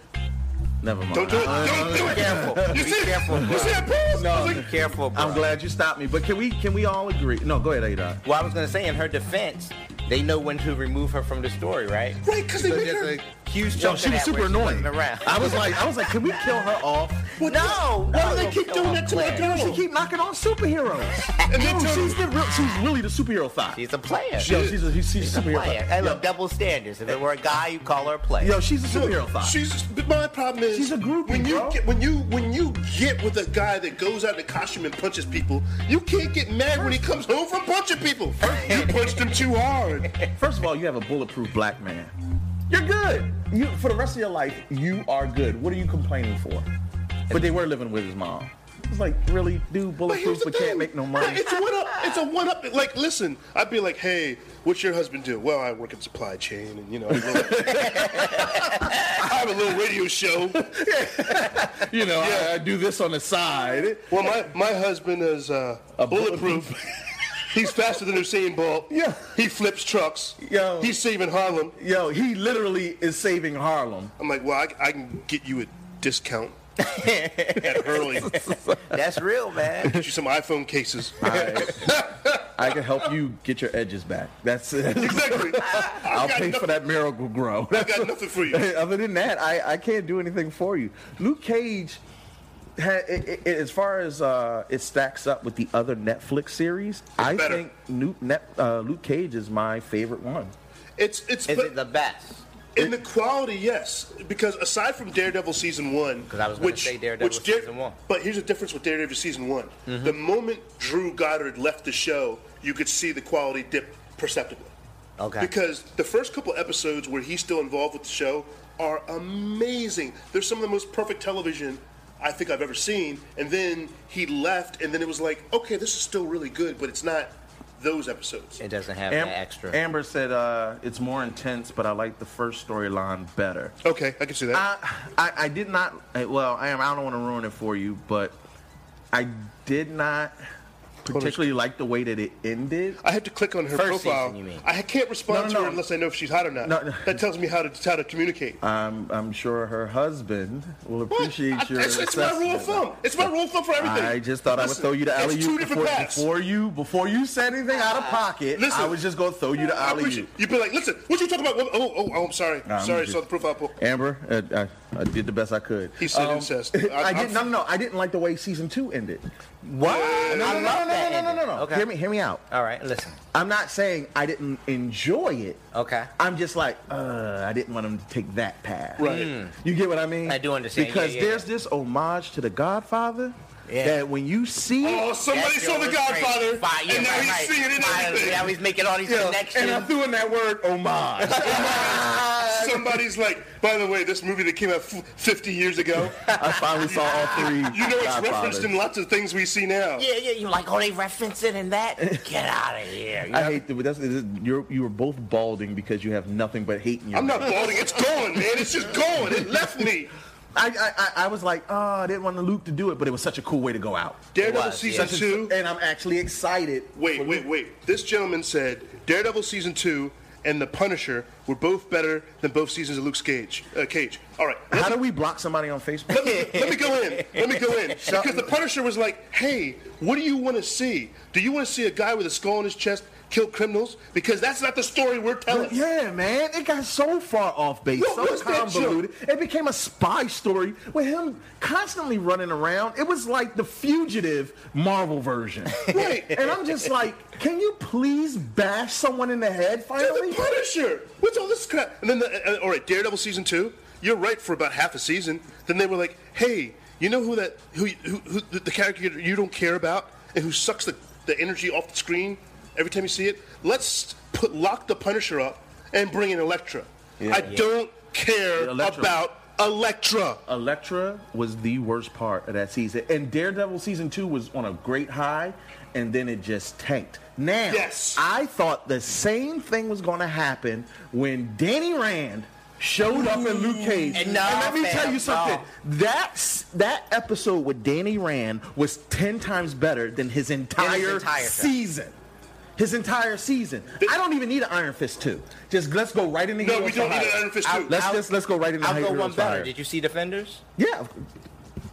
[SPEAKER 5] Never mind.
[SPEAKER 6] Don't do it. Don't do
[SPEAKER 7] Uh, Be
[SPEAKER 6] it.
[SPEAKER 7] careful.
[SPEAKER 6] You
[SPEAKER 7] Be
[SPEAKER 6] see?
[SPEAKER 7] careful, bro.
[SPEAKER 6] You see that pause? I
[SPEAKER 5] No.
[SPEAKER 6] was
[SPEAKER 7] Be
[SPEAKER 6] like,
[SPEAKER 7] careful, bro.
[SPEAKER 5] I'm glad you stopped me, but can we can we all agree? No, go ahead, Adon.
[SPEAKER 7] Well, I was gonna say, in her defense, they know when to remove her from the story, right?
[SPEAKER 6] right? Because they
[SPEAKER 7] So
[SPEAKER 6] make her.
[SPEAKER 7] there's a huge
[SPEAKER 5] Yo,
[SPEAKER 7] chunk
[SPEAKER 5] she
[SPEAKER 7] of
[SPEAKER 5] was
[SPEAKER 7] that
[SPEAKER 5] super
[SPEAKER 7] where
[SPEAKER 5] annoying.
[SPEAKER 7] wasn't Around.
[SPEAKER 5] I was like, I was like, can we kill her off?
[SPEAKER 6] What the-
[SPEAKER 7] No,
[SPEAKER 6] Why
[SPEAKER 7] no,
[SPEAKER 6] do they
[SPEAKER 7] don't
[SPEAKER 6] keep
[SPEAKER 7] kill
[SPEAKER 6] doing
[SPEAKER 7] her,
[SPEAKER 6] that to my
[SPEAKER 7] please.
[SPEAKER 6] girl?
[SPEAKER 5] She keep knocking on superheroes.
[SPEAKER 6] And then
[SPEAKER 5] Yo,
[SPEAKER 6] tell
[SPEAKER 5] she's, the real, she's really the superhero thought.
[SPEAKER 7] she's a player.
[SPEAKER 5] Yo, she's a, she's a superhero.
[SPEAKER 7] player. Hey,
[SPEAKER 5] thought.
[SPEAKER 7] look, double standards. If it were a guy, you call her a player.
[SPEAKER 5] Yo, she's a superhero thought.
[SPEAKER 6] She's but my problem is
[SPEAKER 5] She's a groupie,
[SPEAKER 6] When you
[SPEAKER 5] bro.
[SPEAKER 6] get when you when you get with a guy that goes out in a costume and punches people, you can't get mad when he comes home from punching people. You punched him too hard.
[SPEAKER 5] First of all, you have a bulletproof black man. You're good. You for the rest of your life, you are good. What are you complaining for? But they were living with his mom. It's like really
[SPEAKER 6] But
[SPEAKER 5] do
[SPEAKER 6] here's
[SPEAKER 5] bulletproof,
[SPEAKER 6] the
[SPEAKER 5] but
[SPEAKER 6] thing.
[SPEAKER 5] can't make no money.
[SPEAKER 6] It's one up. It's a one up. Like, listen, I'd be like, hey, what's your husband do? Well, I work in supply chain, and you know, I have a little radio show.
[SPEAKER 5] You know, I, I do this on the side.
[SPEAKER 6] Well, my, my husband is uh, bulletproof. He's faster than Usain Bolt.
[SPEAKER 5] Yeah.
[SPEAKER 6] He flips trucks.
[SPEAKER 5] Yo.
[SPEAKER 6] He's saving Harlem.
[SPEAKER 5] Yo, he literally is saving Harlem.
[SPEAKER 6] I'm like, well, I, I can get you a discount at Hurley.
[SPEAKER 7] That's real, man.
[SPEAKER 6] Get you some iPhone cases.
[SPEAKER 5] I can help you get your edges back. That's it.
[SPEAKER 6] exactly. I've
[SPEAKER 5] I'll
[SPEAKER 6] got
[SPEAKER 5] pay
[SPEAKER 6] nothing,
[SPEAKER 5] for that miracle grow.
[SPEAKER 6] I've got nothing for you.
[SPEAKER 5] Other than that, I, I can't do anything for you. Luke Cage, had, it, it, as far as uh, it stacks up with the other Netflix series, I
[SPEAKER 6] better.
[SPEAKER 5] think Luke, Net, uh, Luke Cage is my favorite one.
[SPEAKER 6] It's it's
[SPEAKER 7] Is
[SPEAKER 6] but
[SPEAKER 7] it the best?
[SPEAKER 6] in the quality, yes. Because aside from Daredevil season one, because
[SPEAKER 7] I was gonna say Daredevil season one. Mm-hmm.
[SPEAKER 6] But here's the difference with Daredevil season one: the moment Drew Goddard left the show, you could see the quality dip perceptibly.
[SPEAKER 7] Okay.
[SPEAKER 6] Because the first couple episodes where he's still involved with the show are amazing. They're some of the most perfect television I think I've ever seen. And then he left, and then it was like, okay, this is still really good, but it's not those episodes.
[SPEAKER 7] It doesn't have
[SPEAKER 5] Am-
[SPEAKER 7] that extra.
[SPEAKER 5] Amber said uh, it's more intense, but I like the first storyline better.
[SPEAKER 6] Okay, I can see that.
[SPEAKER 5] I, I, I did not. I- Well, I am. I don't want to ruin it for you, but I did not particularly like the way that it ended.
[SPEAKER 6] I have to click on her
[SPEAKER 7] First
[SPEAKER 6] profile.
[SPEAKER 7] season, you mean.
[SPEAKER 6] I can't respond
[SPEAKER 5] No, no,
[SPEAKER 6] to her
[SPEAKER 5] no.
[SPEAKER 6] unless I know if she's hot or not.
[SPEAKER 5] No, Uh, no.
[SPEAKER 6] That tells me how to how to communicate.
[SPEAKER 5] I'm, I'm sure her husband will
[SPEAKER 6] What?
[SPEAKER 5] appreciate
[SPEAKER 6] I-
[SPEAKER 5] your.
[SPEAKER 6] it's, it's my rule of
[SPEAKER 5] assessment.
[SPEAKER 6] thumb. It's my rule of thumb for everything.
[SPEAKER 5] I just thought
[SPEAKER 6] Listen,
[SPEAKER 5] I would throw you the alley
[SPEAKER 6] It's two
[SPEAKER 5] oop
[SPEAKER 6] different
[SPEAKER 5] before,
[SPEAKER 6] paths.
[SPEAKER 5] before you before you said anything out of pocket.
[SPEAKER 6] Listen.
[SPEAKER 5] I was just gonna throw you the
[SPEAKER 6] I
[SPEAKER 5] alley
[SPEAKER 6] appreciate
[SPEAKER 5] oop.
[SPEAKER 6] You'd be like, listen, what you talking about? What- Oh, oh, oh I'm sorry.
[SPEAKER 5] Nah, I'm
[SPEAKER 6] sorry,
[SPEAKER 5] just-
[SPEAKER 6] I saw the profile. po-
[SPEAKER 5] Amber, uh, I, I did the best I could. Um,
[SPEAKER 6] He said incest. I-
[SPEAKER 5] I,
[SPEAKER 6] I'm-
[SPEAKER 5] didn't. No, no, no, I didn't like the way season two ended.
[SPEAKER 7] What?
[SPEAKER 5] No, no, no, no, no, no, no, no, no, no.
[SPEAKER 7] Okay.
[SPEAKER 5] Hear me, hear me out.
[SPEAKER 7] All right, listen.
[SPEAKER 5] I'm not saying I didn't enjoy it.
[SPEAKER 7] Okay.
[SPEAKER 5] I'm just like, uh, I didn't want him to take that path.
[SPEAKER 6] Right. Mm.
[SPEAKER 5] You get what I mean?
[SPEAKER 7] I do understand.
[SPEAKER 5] Because
[SPEAKER 7] Yeah, yeah,
[SPEAKER 5] there's
[SPEAKER 7] yeah.
[SPEAKER 5] this homage to The Godfather
[SPEAKER 7] Yeah.
[SPEAKER 5] that when you see
[SPEAKER 6] Oh,
[SPEAKER 5] it,
[SPEAKER 6] somebody
[SPEAKER 7] That
[SPEAKER 6] saw
[SPEAKER 7] show
[SPEAKER 6] The
[SPEAKER 7] was
[SPEAKER 6] Godfather,
[SPEAKER 7] great. Fire, yeah,
[SPEAKER 6] and now
[SPEAKER 7] right,
[SPEAKER 6] he's
[SPEAKER 7] right.
[SPEAKER 6] seeing it in
[SPEAKER 7] Fire,
[SPEAKER 6] everything.
[SPEAKER 7] Now he's making all these
[SPEAKER 5] Yeah, and I
[SPEAKER 7] connections.
[SPEAKER 5] threw in that word homage.
[SPEAKER 6] Somebody's like, by the way, this movie that came out f- 50 years ago,
[SPEAKER 5] I finally saw all three.
[SPEAKER 6] you know it's
[SPEAKER 5] Godfathers.
[SPEAKER 6] referenced in lots of things we see now.
[SPEAKER 7] Yeah, yeah. You're like, oh, they reference it in that. Get out of here. You
[SPEAKER 5] I
[SPEAKER 7] know?
[SPEAKER 5] hate that. but That's, this is- you're, you were both balding because you have nothing but hate in your
[SPEAKER 6] I'm not balding. It's gone, man. It's just gone. It left me.
[SPEAKER 5] I, I, I- I was like, oh, I didn't want Luke to do it, but it was such a cool way to go out.
[SPEAKER 6] Daredevil
[SPEAKER 7] was, yeah.
[SPEAKER 6] season two.
[SPEAKER 5] And I'm actually excited.
[SPEAKER 6] Wait, wait, wait. This gentleman said Daredevil season two and The Punisher were both better than both seasons of Luke's Cage. Uh, Cage. All right. Let,
[SPEAKER 5] How do we block somebody on Facebook?
[SPEAKER 6] let me, let me go in. Let me go in. Because The Punisher was like, hey, what do you want to see? Do you want to see a guy with a skull on his chest kill criminals? Because that's not the story we're telling.
[SPEAKER 5] Yeah, man, it got so far off base,
[SPEAKER 6] What
[SPEAKER 5] so
[SPEAKER 6] was that show?
[SPEAKER 5] convoluted. It became a spy story with him constantly running around. It was like the fugitive Marvel version.
[SPEAKER 6] Right.
[SPEAKER 5] and I'm just like, can you please bash someone in the head
[SPEAKER 6] They're the
[SPEAKER 5] finally?
[SPEAKER 6] Punisher. What's all this crap? And then, the, uh, all right, Daredevil season two. You're right for about half a season. Then they were like, "Hey, you know who that who who, who the, the character you- you don't care about and who sucks the, the energy off the screen every time you see it? Let's put lock the Punisher up and bring in Elektra. I don't care
[SPEAKER 5] Yeah, Elektra.
[SPEAKER 6] about Elektra.
[SPEAKER 5] Elektra was the worst part of that season, and Daredevil season two was on a great high, and then it just tanked. Now,
[SPEAKER 6] Yes.
[SPEAKER 5] I thought the same thing was going to happen when Danny Rand showed up in Luke Cage.
[SPEAKER 7] And no,
[SPEAKER 5] let me
[SPEAKER 7] fam,
[SPEAKER 5] tell you
[SPEAKER 7] no.
[SPEAKER 5] something. That's that episode with Danny Rand was ten times better than his entire,
[SPEAKER 7] entire show.
[SPEAKER 5] season. His entire season. I don't even need an Iron Fist two. Just let's go right into.
[SPEAKER 6] No,
[SPEAKER 5] Heroes
[SPEAKER 6] we don't
[SPEAKER 5] for
[SPEAKER 6] need an
[SPEAKER 5] Hire.
[SPEAKER 6] Iron Fist
[SPEAKER 7] I'll-
[SPEAKER 6] two.
[SPEAKER 5] Let's
[SPEAKER 7] I'll-
[SPEAKER 5] just let's go right into.
[SPEAKER 7] I'll go
[SPEAKER 5] Heroes
[SPEAKER 7] one
[SPEAKER 5] for
[SPEAKER 7] better.
[SPEAKER 5] Hire.
[SPEAKER 7] Did you see Defenders?
[SPEAKER 5] Yeah,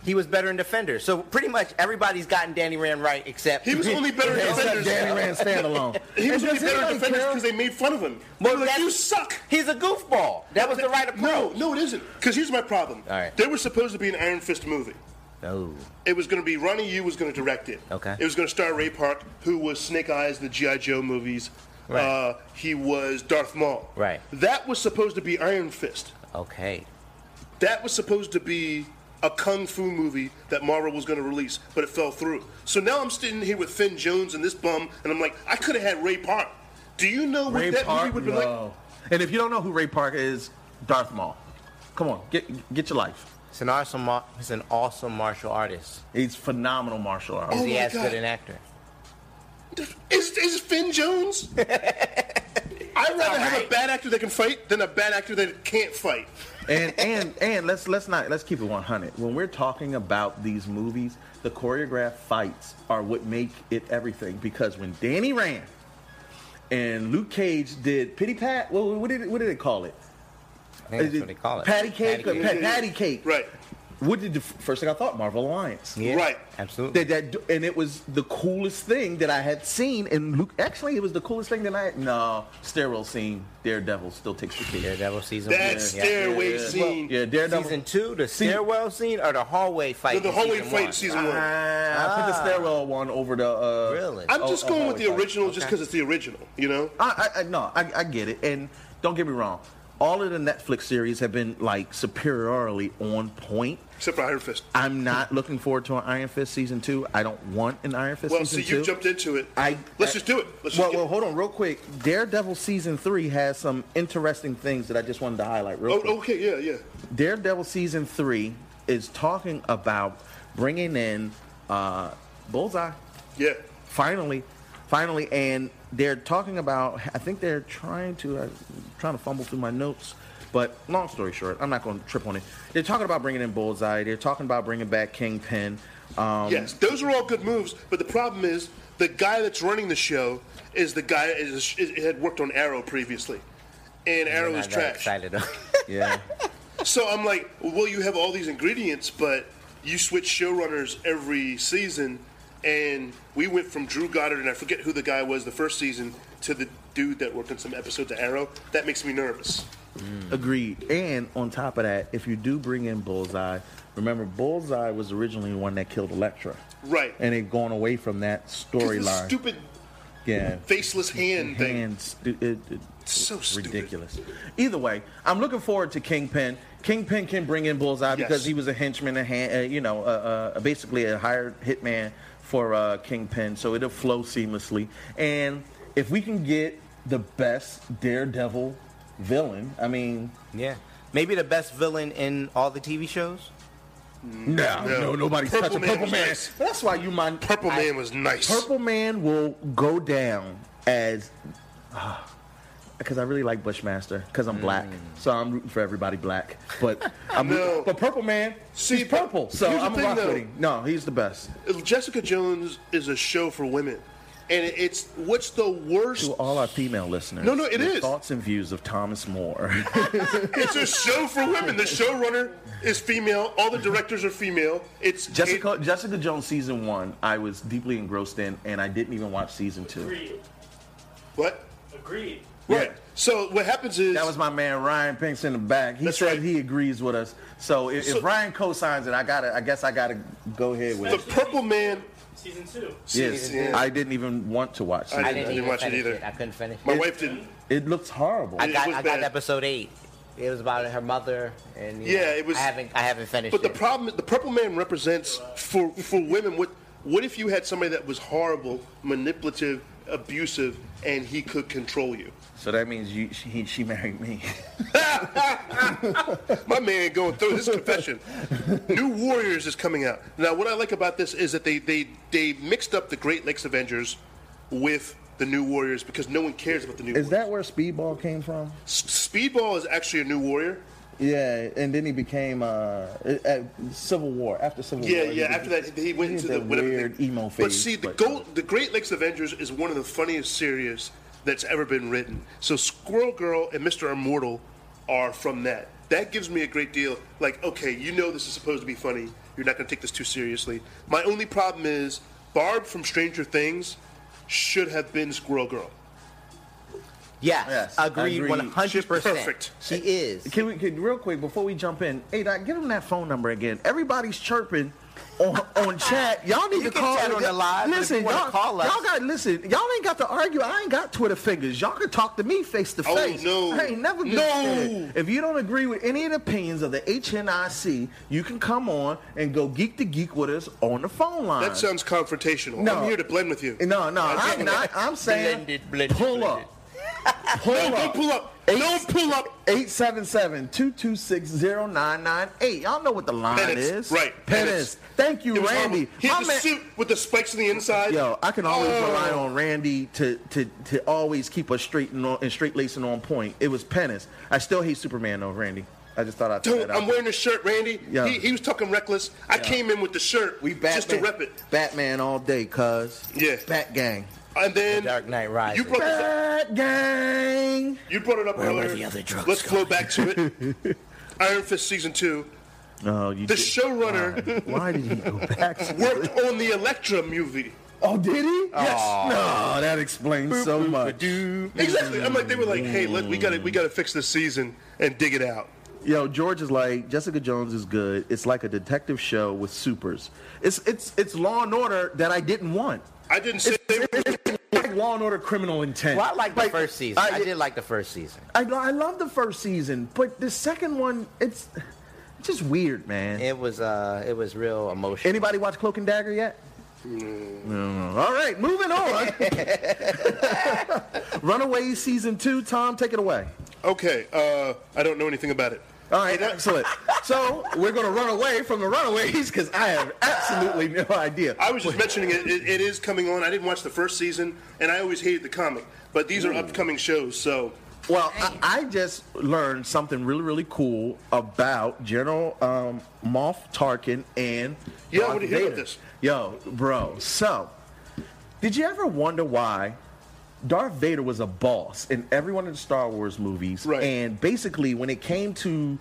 [SPEAKER 7] He was better in Defenders. So pretty much everybody's gotten Danny Rand right except
[SPEAKER 6] He was only better in
[SPEAKER 5] Except
[SPEAKER 6] Defenders.
[SPEAKER 5] Danny Rand standalone.
[SPEAKER 6] He was
[SPEAKER 5] And
[SPEAKER 6] only
[SPEAKER 5] does
[SPEAKER 6] better in
[SPEAKER 5] anybody
[SPEAKER 6] Defenders
[SPEAKER 5] care?
[SPEAKER 6] because they made fun of him. They
[SPEAKER 7] Well,
[SPEAKER 6] were like,
[SPEAKER 7] that's-
[SPEAKER 6] you suck.
[SPEAKER 7] He's a goofball. That was the right
[SPEAKER 6] No,
[SPEAKER 7] approach.
[SPEAKER 6] no, it isn't. Because here's my problem.
[SPEAKER 7] All right.
[SPEAKER 6] There was supposed to be an Iron Fist movie.
[SPEAKER 7] No.
[SPEAKER 6] It was going to be Ronnie Yu was going to direct it.
[SPEAKER 7] Okay.
[SPEAKER 6] It was going to star Ray Park, who was Snake Eyes in the GI Joe movies.
[SPEAKER 7] Right.
[SPEAKER 6] Uh, he was Darth Maul.
[SPEAKER 7] Right.
[SPEAKER 6] That was supposed to be Iron Fist.
[SPEAKER 7] Okay.
[SPEAKER 6] That was supposed to be a kung fu movie that Marvel was going to release, but it fell through. So now I'm sitting here with Finn Jones and this bum, and I'm like, I could have had Ray Park. Do you know what
[SPEAKER 5] Ray
[SPEAKER 6] that movie
[SPEAKER 5] Park,
[SPEAKER 6] would have been like?
[SPEAKER 5] no. And if you don't know who Ray Park is, Darth Maul. Come on, get get your life.
[SPEAKER 7] He's an awesome, mar- he's an awesome martial artist.
[SPEAKER 5] He's phenomenal martial artist.
[SPEAKER 7] Is he
[SPEAKER 6] Oh my
[SPEAKER 7] as
[SPEAKER 6] God.
[SPEAKER 7] good an actor?
[SPEAKER 6] Is, is it Finn Jones? I'd rather have a bad actor that can fight than a bad actor that can't fight.
[SPEAKER 5] and and and let's let's not let's keep it 100 when we're talking about these movies the choreographed fights are what make it everything because when danny rand and luke cage did pitty pat what, what did it, what did they call it
[SPEAKER 7] I think that's what they call it.
[SPEAKER 5] patty cake patty
[SPEAKER 7] Patty cake.
[SPEAKER 5] cake, patty cake.
[SPEAKER 6] Right.
[SPEAKER 5] what did the first thing i thought marvel alliance
[SPEAKER 7] Yeah,
[SPEAKER 6] Right.
[SPEAKER 7] Absolutely.
[SPEAKER 5] that, that and it was the coolest thing that I had seen. And Luke, actually, it was the coolest thing that I no sterile scene. Daredevil still takes the kid.
[SPEAKER 7] Daredevil season
[SPEAKER 6] That
[SPEAKER 7] one. yeah.
[SPEAKER 6] stairway
[SPEAKER 5] yeah.
[SPEAKER 6] scene.
[SPEAKER 5] Yeah, Daredevil.
[SPEAKER 7] Season two, the
[SPEAKER 5] See-
[SPEAKER 7] stairwell scene or the hallway fight?
[SPEAKER 6] The, the
[SPEAKER 7] in
[SPEAKER 6] hallway
[SPEAKER 7] season
[SPEAKER 6] fight
[SPEAKER 7] one?
[SPEAKER 6] in season one.
[SPEAKER 5] Ah, I put the stairwell one over the. Uh,
[SPEAKER 7] Really?
[SPEAKER 6] I'm
[SPEAKER 5] oh,
[SPEAKER 6] just
[SPEAKER 5] oh,
[SPEAKER 6] going with
[SPEAKER 5] hallway
[SPEAKER 6] the
[SPEAKER 5] fight. Uh,
[SPEAKER 6] original just 'cause just because it's the original, you know?
[SPEAKER 5] I, I, I no, I, I get it, and don't get me wrong. All of the Netflix series have been like superiorly on point.
[SPEAKER 6] Except for Iron Fist.
[SPEAKER 5] I'm not looking forward to an Iron Fist season two. I don't want an Iron Fist
[SPEAKER 6] Well,
[SPEAKER 5] season
[SPEAKER 6] see,
[SPEAKER 5] two.
[SPEAKER 6] you jumped into it.
[SPEAKER 5] I-
[SPEAKER 6] Let's
[SPEAKER 5] I-
[SPEAKER 6] just do it. Let's
[SPEAKER 5] well,
[SPEAKER 6] just get-
[SPEAKER 5] well, hold on, real quick. Daredevil season three has some interesting things that I just wanted to highlight. Real quick.
[SPEAKER 6] Oh, okay, yeah, yeah.
[SPEAKER 5] Daredevil season three is talking about bringing in uh, Bullseye.
[SPEAKER 6] Yeah.
[SPEAKER 5] Finally, finally, and they're talking about. I think they're trying to uh, trying to fumble through my notes. But long story short, I'm not going to trip on it. They're talking about bringing in Bullseye. They're talking about bringing back Kingpin. Um,
[SPEAKER 6] yes, those are all good moves, but the problem is the guy that's running the show is the guy that is, is, had worked on Arrow previously. And Arrow
[SPEAKER 7] Not
[SPEAKER 6] is
[SPEAKER 7] that
[SPEAKER 6] trash.
[SPEAKER 7] Excited. though.
[SPEAKER 5] Yeah.
[SPEAKER 6] So I'm like, well, you have all these ingredients, but you switch showrunners every season, and we went from Drew Goddard and I forget who the guy was the first season to the dude that worked on some episodes of Arrow. That makes me nervous.
[SPEAKER 5] Agreed. And on top of that, if you do bring in Bullseye, remember Bullseye was originally the one that killed Elektra.
[SPEAKER 6] Right.
[SPEAKER 5] And they've gone away from that
[SPEAKER 6] 'Cause this
[SPEAKER 5] storyline.
[SPEAKER 6] Stupid
[SPEAKER 5] yeah.
[SPEAKER 6] faceless hand thing.
[SPEAKER 5] And stu- it, it-
[SPEAKER 6] So stupid.
[SPEAKER 5] ridiculous. Either way, I'm looking forward to Kingpin. Kingpin can bring in Bullseye because
[SPEAKER 6] Yes.
[SPEAKER 5] he was a henchman, a hand, uh, you know, uh, uh, basically a hired hitman for uh, Kingpin, so it'll flow seamlessly. And if we can get the best Daredevil villain, I mean,
[SPEAKER 7] yeah. Maybe the best villain in all the TV shows.
[SPEAKER 5] No, no, nobody's
[SPEAKER 6] Purple
[SPEAKER 5] touching
[SPEAKER 6] Man
[SPEAKER 5] Purple
[SPEAKER 6] was
[SPEAKER 5] Man.
[SPEAKER 6] nice.
[SPEAKER 5] That's why you mind.
[SPEAKER 6] Purple Man was nice.
[SPEAKER 5] Purple Man will go down as. Because I really like Bushmaster, because I'm black, so I'm rooting for everybody black. But I'm,
[SPEAKER 6] Mm. No.
[SPEAKER 5] but Purple Man,
[SPEAKER 6] See,
[SPEAKER 5] he's purple, so
[SPEAKER 6] here's the
[SPEAKER 5] I'm
[SPEAKER 6] thing,
[SPEAKER 5] rock
[SPEAKER 6] though.
[SPEAKER 5] with him. No, he's the best.
[SPEAKER 6] Jessica Jones is a show for women, and it's what's the worst?
[SPEAKER 5] To all our female listeners,
[SPEAKER 6] No, no, it
[SPEAKER 5] the
[SPEAKER 6] is.
[SPEAKER 5] thoughts and views of Thomas Moore.
[SPEAKER 6] It's a show for women. The showrunner is female. All the directors are female. It's
[SPEAKER 5] Jessica Jessica Jones season one, I was deeply engrossed in, and I didn't even watch season two.
[SPEAKER 8] Agreed.
[SPEAKER 6] what?
[SPEAKER 8] Agreed.
[SPEAKER 6] Right.
[SPEAKER 5] Yeah.
[SPEAKER 6] So what happens is
[SPEAKER 5] That was my man Ryan Pinks in the back. He
[SPEAKER 6] That's
[SPEAKER 5] said
[SPEAKER 6] right.
[SPEAKER 5] he agrees with us. So if,
[SPEAKER 6] So-
[SPEAKER 5] if Ryan co-signs it, I gotta. I guess I gotta go ahead with
[SPEAKER 6] the
[SPEAKER 5] it.
[SPEAKER 6] Purple Man.
[SPEAKER 8] Season two.
[SPEAKER 5] Yes,
[SPEAKER 6] Yeah.
[SPEAKER 5] I didn't even want to watch
[SPEAKER 6] I
[SPEAKER 7] I
[SPEAKER 5] it.
[SPEAKER 7] didn't,
[SPEAKER 6] didn't
[SPEAKER 7] even
[SPEAKER 6] watch it
[SPEAKER 7] finish
[SPEAKER 6] either.
[SPEAKER 7] I couldn't finish.
[SPEAKER 6] My wife didn't.
[SPEAKER 5] It looks horrible.
[SPEAKER 7] I got
[SPEAKER 6] was
[SPEAKER 7] I
[SPEAKER 6] bad.
[SPEAKER 7] got episode eight. It was about her mother and you
[SPEAKER 6] Yeah,
[SPEAKER 7] know,
[SPEAKER 6] it was-
[SPEAKER 7] I haven't I haven't finished.
[SPEAKER 6] But the
[SPEAKER 7] it.
[SPEAKER 6] problem, the Purple Man represents for for women. What what if you had somebody that was horrible, manipulative, abusive, and he could control you?
[SPEAKER 5] so that means you, she, he, she married me.
[SPEAKER 6] My man going through this confession. New Warriors is coming out now. What I like about this is that they they they mixed up the Great Lakes Avengers with the New Warriors because no one cares about the New
[SPEAKER 5] Is
[SPEAKER 6] Warriors.
[SPEAKER 5] that where Speedball came from?
[SPEAKER 6] S- Speedball is actually a New Warrior.
[SPEAKER 5] Yeah, and then he became uh, at Civil War after Civil
[SPEAKER 6] Yeah,
[SPEAKER 5] War.
[SPEAKER 6] yeah. After that, he went
[SPEAKER 5] he
[SPEAKER 6] into
[SPEAKER 5] had
[SPEAKER 6] the
[SPEAKER 5] that
[SPEAKER 6] whatever
[SPEAKER 5] weird
[SPEAKER 6] thing.
[SPEAKER 5] emo
[SPEAKER 6] But
[SPEAKER 5] phase,
[SPEAKER 6] see, the
[SPEAKER 5] but-
[SPEAKER 6] Gold, the Great Lakes Avengers is one of the funniest series that's ever been written. So Squirrel Girl and Mister Immortal are from that. That gives me a great deal. Like, okay, you know this is supposed to be funny. You're not going to take this too seriously. My only problem is Barb from Stranger Things should have been Squirrel Girl.
[SPEAKER 7] Yes,
[SPEAKER 5] Yes,
[SPEAKER 7] agreed,
[SPEAKER 5] agreed.
[SPEAKER 7] one hundred
[SPEAKER 6] She's
[SPEAKER 7] percent.
[SPEAKER 6] perfect.
[SPEAKER 7] She is.
[SPEAKER 5] Can we can, real quick before we jump in? Hey, Doc, give him that phone number again. Everybody's chirping on on chat. Y'all need
[SPEAKER 7] You
[SPEAKER 5] to
[SPEAKER 7] can
[SPEAKER 5] call
[SPEAKER 7] chat on the live, but if
[SPEAKER 5] Listen,
[SPEAKER 7] you wanna
[SPEAKER 5] y'all,
[SPEAKER 7] call us-
[SPEAKER 5] y'all got listen. Y'all ain't got to argue. I ain't got Twitter fingers. Y'all can talk to me face to
[SPEAKER 6] Oh,
[SPEAKER 5] face.
[SPEAKER 6] no.
[SPEAKER 5] I ain't never been
[SPEAKER 6] No.
[SPEAKER 5] scared. If you don't agree with any of the opinions of the HNIC, you can come on and go geek to geek with us on the phone line.
[SPEAKER 6] That sounds confrontational.
[SPEAKER 5] No.
[SPEAKER 6] I'm here to blend with you.
[SPEAKER 5] No, no, I'm not. I'm saying
[SPEAKER 7] Blended, blended,
[SPEAKER 5] pull
[SPEAKER 7] blended.
[SPEAKER 5] up.
[SPEAKER 9] Pull
[SPEAKER 6] no,
[SPEAKER 9] up.
[SPEAKER 6] don't pull up.
[SPEAKER 5] Eight-
[SPEAKER 6] Don't pull up.
[SPEAKER 5] 877-226-0998. Y'all know what the line
[SPEAKER 6] Penance,
[SPEAKER 5] is.
[SPEAKER 6] right,
[SPEAKER 5] Penance.
[SPEAKER 6] penance.
[SPEAKER 5] Thank you,
[SPEAKER 6] It was
[SPEAKER 5] Randy.
[SPEAKER 6] horrible. He
[SPEAKER 5] My
[SPEAKER 6] had the
[SPEAKER 5] man-
[SPEAKER 6] suit with the spikes on the inside.
[SPEAKER 5] Yo, I can always
[SPEAKER 6] Oh.
[SPEAKER 5] rely on Randy to to to always keep us straight and, on, and straight lacing on point. It was penance. I still hate Superman though, Randy. I just thought I'd throw
[SPEAKER 6] Dude,
[SPEAKER 5] that out.
[SPEAKER 6] I'm wearing a shirt, Randy.
[SPEAKER 5] Yeah.
[SPEAKER 6] He, he was talking reckless. I came in with the shirt
[SPEAKER 5] we Batman,
[SPEAKER 6] just to rep it.
[SPEAKER 5] Batman all day, cuz.
[SPEAKER 6] Yeah.
[SPEAKER 5] Bat gang.
[SPEAKER 6] And then
[SPEAKER 7] The Dark Knight Rises.
[SPEAKER 6] You brought this up,
[SPEAKER 5] Bat gang.
[SPEAKER 6] you brought it up
[SPEAKER 7] Where were
[SPEAKER 6] earlier.
[SPEAKER 7] the other drugs
[SPEAKER 6] Let's flow
[SPEAKER 7] going?
[SPEAKER 6] back to it. Iron Fist season two.
[SPEAKER 5] Oh, you.
[SPEAKER 6] The
[SPEAKER 5] did-
[SPEAKER 6] showrunner
[SPEAKER 5] Why did he go back? to-
[SPEAKER 6] worked on the Electra movie.
[SPEAKER 5] oh, did he? Yes. No, that explains so much.
[SPEAKER 6] Exactly. I'm like they were like, hey, let, we gotta we gotta fix this season and dig it out.
[SPEAKER 5] Yo, George is like Jessica Jones is good. It's like a detective show with supers. It's it's it's Law and Order that I didn't want.
[SPEAKER 6] I didn't say they were
[SPEAKER 5] Like Law and Order Criminal Intent.
[SPEAKER 7] Well, I liked the first season.
[SPEAKER 5] I-
[SPEAKER 7] I did like the first season.
[SPEAKER 5] I, I love the first season, but the second one it's it's just weird, man.
[SPEAKER 7] It was uh, it was real emotional.
[SPEAKER 5] Anybody watch Cloak and Dagger yet? No. All right, moving on. Runaways season two. Tom, take it away.
[SPEAKER 6] Okay, uh, I don't know anything about it.
[SPEAKER 5] All right, excellent. So we're gonna run away from the Runaways because I have absolutely no idea.
[SPEAKER 6] I was just mentioning it, it. It is coming on. I didn't watch the first season, and I always hated the comic. But these are upcoming shows, so
[SPEAKER 5] Well, I, I just learned something really, really cool about General um, Moff Tarkin and
[SPEAKER 6] Yeah, I
[SPEAKER 5] Darth
[SPEAKER 6] wanna hear about
[SPEAKER 5] Vader.
[SPEAKER 6] this.
[SPEAKER 5] Yo, bro. So, did you ever wonder why Darth Vader was a boss in every one of the Star Wars movies?
[SPEAKER 6] Right.
[SPEAKER 5] And basically, when it came to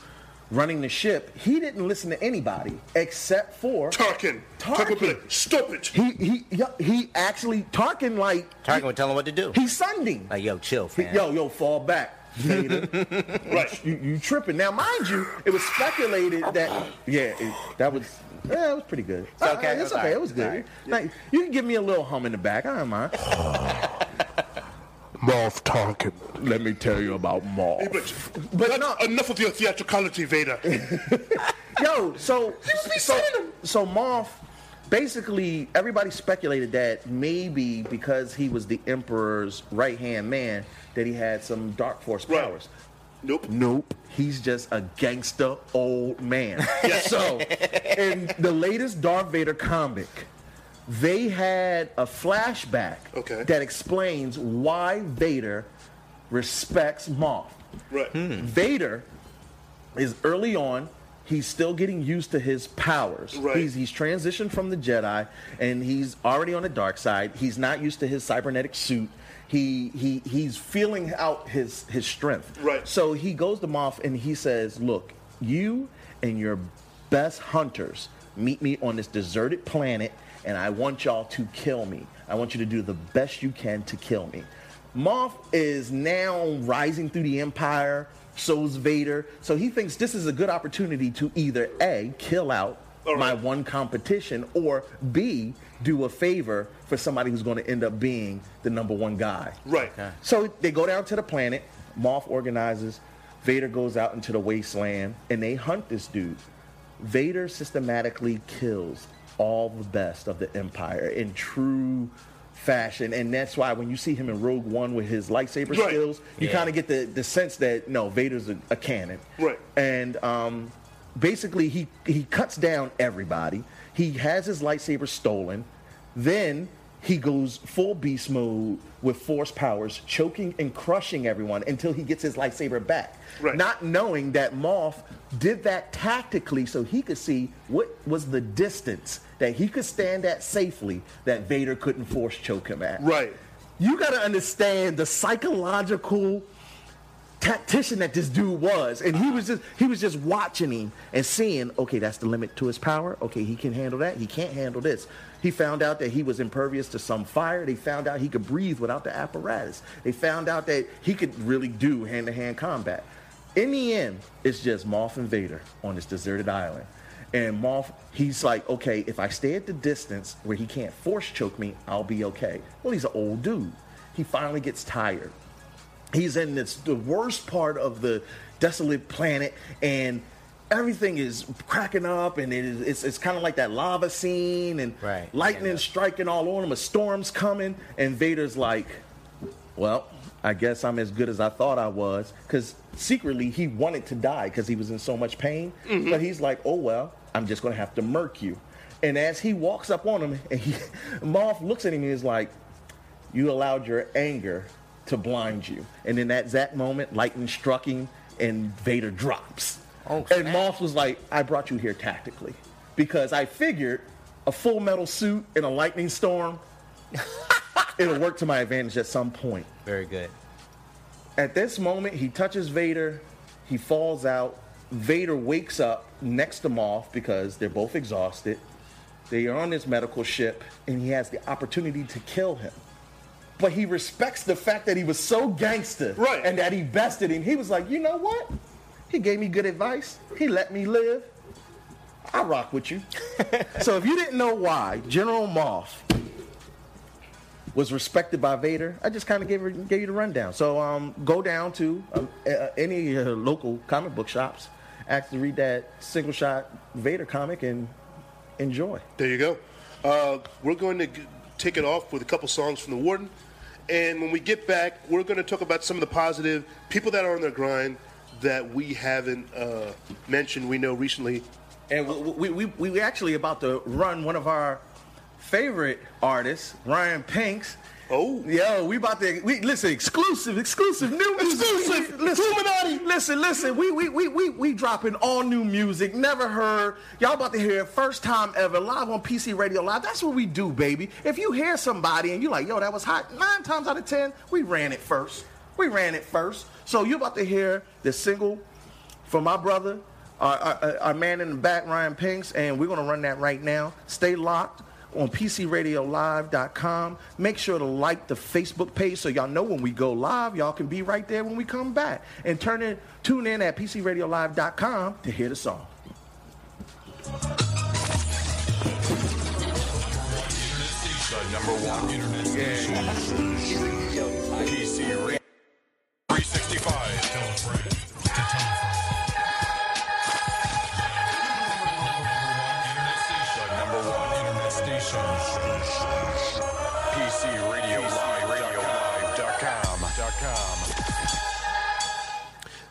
[SPEAKER 5] running the ship, he didn't listen to anybody except for
[SPEAKER 6] Tarkin,
[SPEAKER 5] Tarkin.
[SPEAKER 6] Black, stop it.
[SPEAKER 5] He he yeah, he actually Tarkin like
[SPEAKER 7] Tarkin would tell him what to do.
[SPEAKER 5] he Sunday.
[SPEAKER 7] Like, yo, chill,
[SPEAKER 5] He-
[SPEAKER 7] fam.
[SPEAKER 5] Yo, yo, fall back. Vader.
[SPEAKER 6] Right.
[SPEAKER 5] you, you tripping. Now, mind you, it was speculated that yeah, it, that was yeah, it was pretty good. It's
[SPEAKER 7] okay, it
[SPEAKER 5] it's
[SPEAKER 7] was
[SPEAKER 5] okay.
[SPEAKER 7] all right,
[SPEAKER 5] It was
[SPEAKER 7] it was all
[SPEAKER 5] good.
[SPEAKER 7] right.
[SPEAKER 5] Like, you can give me a little hum in the back. I don't mind.
[SPEAKER 10] Moff Tarkin.
[SPEAKER 5] Let me tell you about Maul.
[SPEAKER 6] But,
[SPEAKER 5] But no,
[SPEAKER 6] enough of your theatricality, Vader.
[SPEAKER 5] yo, so so, so Moth basically everybody speculated that maybe because he was the emperor's right hand man that he had some dark force
[SPEAKER 6] Right.
[SPEAKER 5] powers.
[SPEAKER 6] nope.
[SPEAKER 5] Nope, he's just a gangster old man. So, in the latest Darth Vader comic, they had a flashback
[SPEAKER 6] Okay.
[SPEAKER 5] that explains why Vader respects Moth.
[SPEAKER 6] Right.
[SPEAKER 5] Vader is early on. He's still getting used to his powers.
[SPEAKER 6] Right.
[SPEAKER 5] He's, he's transitioned from the Jedi, and he's already on the dark side. He's not used to his cybernetic suit. He he he's feeling out his his strength.
[SPEAKER 6] Right.
[SPEAKER 5] So he goes to Moff and he says, "Look, you and your best hunters meet me on this deserted planet, and I want y'all to kill me. I want you to do the best you can to kill me." Moff is now rising through the Empire. So's Vader. So he thinks this is a good opportunity to either A, kill out
[SPEAKER 6] All
[SPEAKER 5] my
[SPEAKER 6] right.
[SPEAKER 5] one competition, or B, do a favor for somebody who's going to end up being the number one guy.
[SPEAKER 6] Right.
[SPEAKER 5] So they go down to the planet. Moth organizes. Vader goes out into the wasteland and they hunt this dude. Vader systematically kills all the best of the Empire in true fashion. And that's why when you see him in Rogue One with his lightsaber
[SPEAKER 6] Right.
[SPEAKER 5] skills, you
[SPEAKER 7] Yeah.
[SPEAKER 5] kind of get the, the sense that no, Vader's a, a cannon.
[SPEAKER 6] Right.
[SPEAKER 5] And um, basically, he, he cuts down everybody. He has his lightsaber stolen. Then he goes full beast mode with force powers, choking and crushing everyone until he gets his lightsaber back.
[SPEAKER 6] Right.
[SPEAKER 5] Not knowing that Moth did that tactically so he could see what was the distance that he could stand at safely that Vader couldn't force choke him at.
[SPEAKER 6] Right.
[SPEAKER 5] You got to understand the psychological tactician that this dude was and he was just he was just watching him and seeing okay that's the limit to his power okay he can handle that he can't handle this he found out that he was impervious to some fire they found out he could breathe without the apparatus they found out that he could really do hand-to-hand combat in the end it's just moth and vader on this deserted island and Moth, he's like, okay, if I stay at the distance where he can't force choke me, I'll be okay. Well, he's an old dude. He finally gets tired he's in this the worst part of the desolate planet and everything is cracking up and it is, it's, it's kind of like that lava scene and
[SPEAKER 7] Right.
[SPEAKER 5] lightning
[SPEAKER 7] Yeah.
[SPEAKER 5] striking all on him a storm's coming and vader's like well I guess I'm as good as I thought I was. Because secretly he wanted to die because he was in so much pain.
[SPEAKER 7] Mm-hmm.
[SPEAKER 5] But he's like, oh well, I'm just gonna have to murk you. And as he walks up on him, and he, Moth looks at him and is like, you allowed your anger to blind you. And in that exact moment, lightning struck him and Vader drops.
[SPEAKER 7] Oh,
[SPEAKER 5] and
[SPEAKER 7] snap.
[SPEAKER 5] Moss was like, I brought you here tactically because I figured a full metal suit in a lightning storm, it'll work to my advantage at some point.
[SPEAKER 7] Very good.
[SPEAKER 5] At this moment, he touches Vader. He falls out. Vader wakes up next to Moth because they're both exhausted. They are on this medical ship, and he has the opportunity to kill him. But he respects the fact that he was so gangster
[SPEAKER 6] Right.
[SPEAKER 5] and that he bested him. He was like, you know what? He gave me good advice. He let me live. I rock with you. so if you didn't know why General Moff was respected by Vader. I just kind of gave, her- gave you the rundown. So um, go down to uh, uh, any uh, local comic book shops, actually read that single shot Vader comic and enjoy.
[SPEAKER 6] There you go. Uh, we're going to g- take it off with a couple songs from the Warden. And when we get back, we're going to talk about some of the positive people that are on their grind that we haven't uh, mentioned. We know recently.
[SPEAKER 5] And we, we, we, we actually about to run one of our favorite artists, Ryan Pinks.
[SPEAKER 6] Oh.
[SPEAKER 5] Yo, we about to we listen exclusive, exclusive new music.
[SPEAKER 6] Exclusive,
[SPEAKER 5] listen,
[SPEAKER 6] Illuminati.
[SPEAKER 5] Listen, listen, we we we we we dropping all new music, never heard. Y'all about to hear it first time ever live on PC Radio Live. That's what we do, baby. If you hear somebody and you like, yo, that was hot, nine times out of ten, we ran it first. We ran it first. So you about to hear the single from my brother, our, our, our man in the back, Ryan Pinks, and we're gonna run that right now. Stay locked on PCRadioLive.com. Make sure to like the Facebook page so y'all know when we go live. Y'all can be right there when we come back. And turn in, tune in at PCRadioLive.com to hear the song.
[SPEAKER 4] The number one internet station. PC Radio 365. Tell a friend. The number one internet station. PC Radio Live. Radio Live. Dot com. Dot com.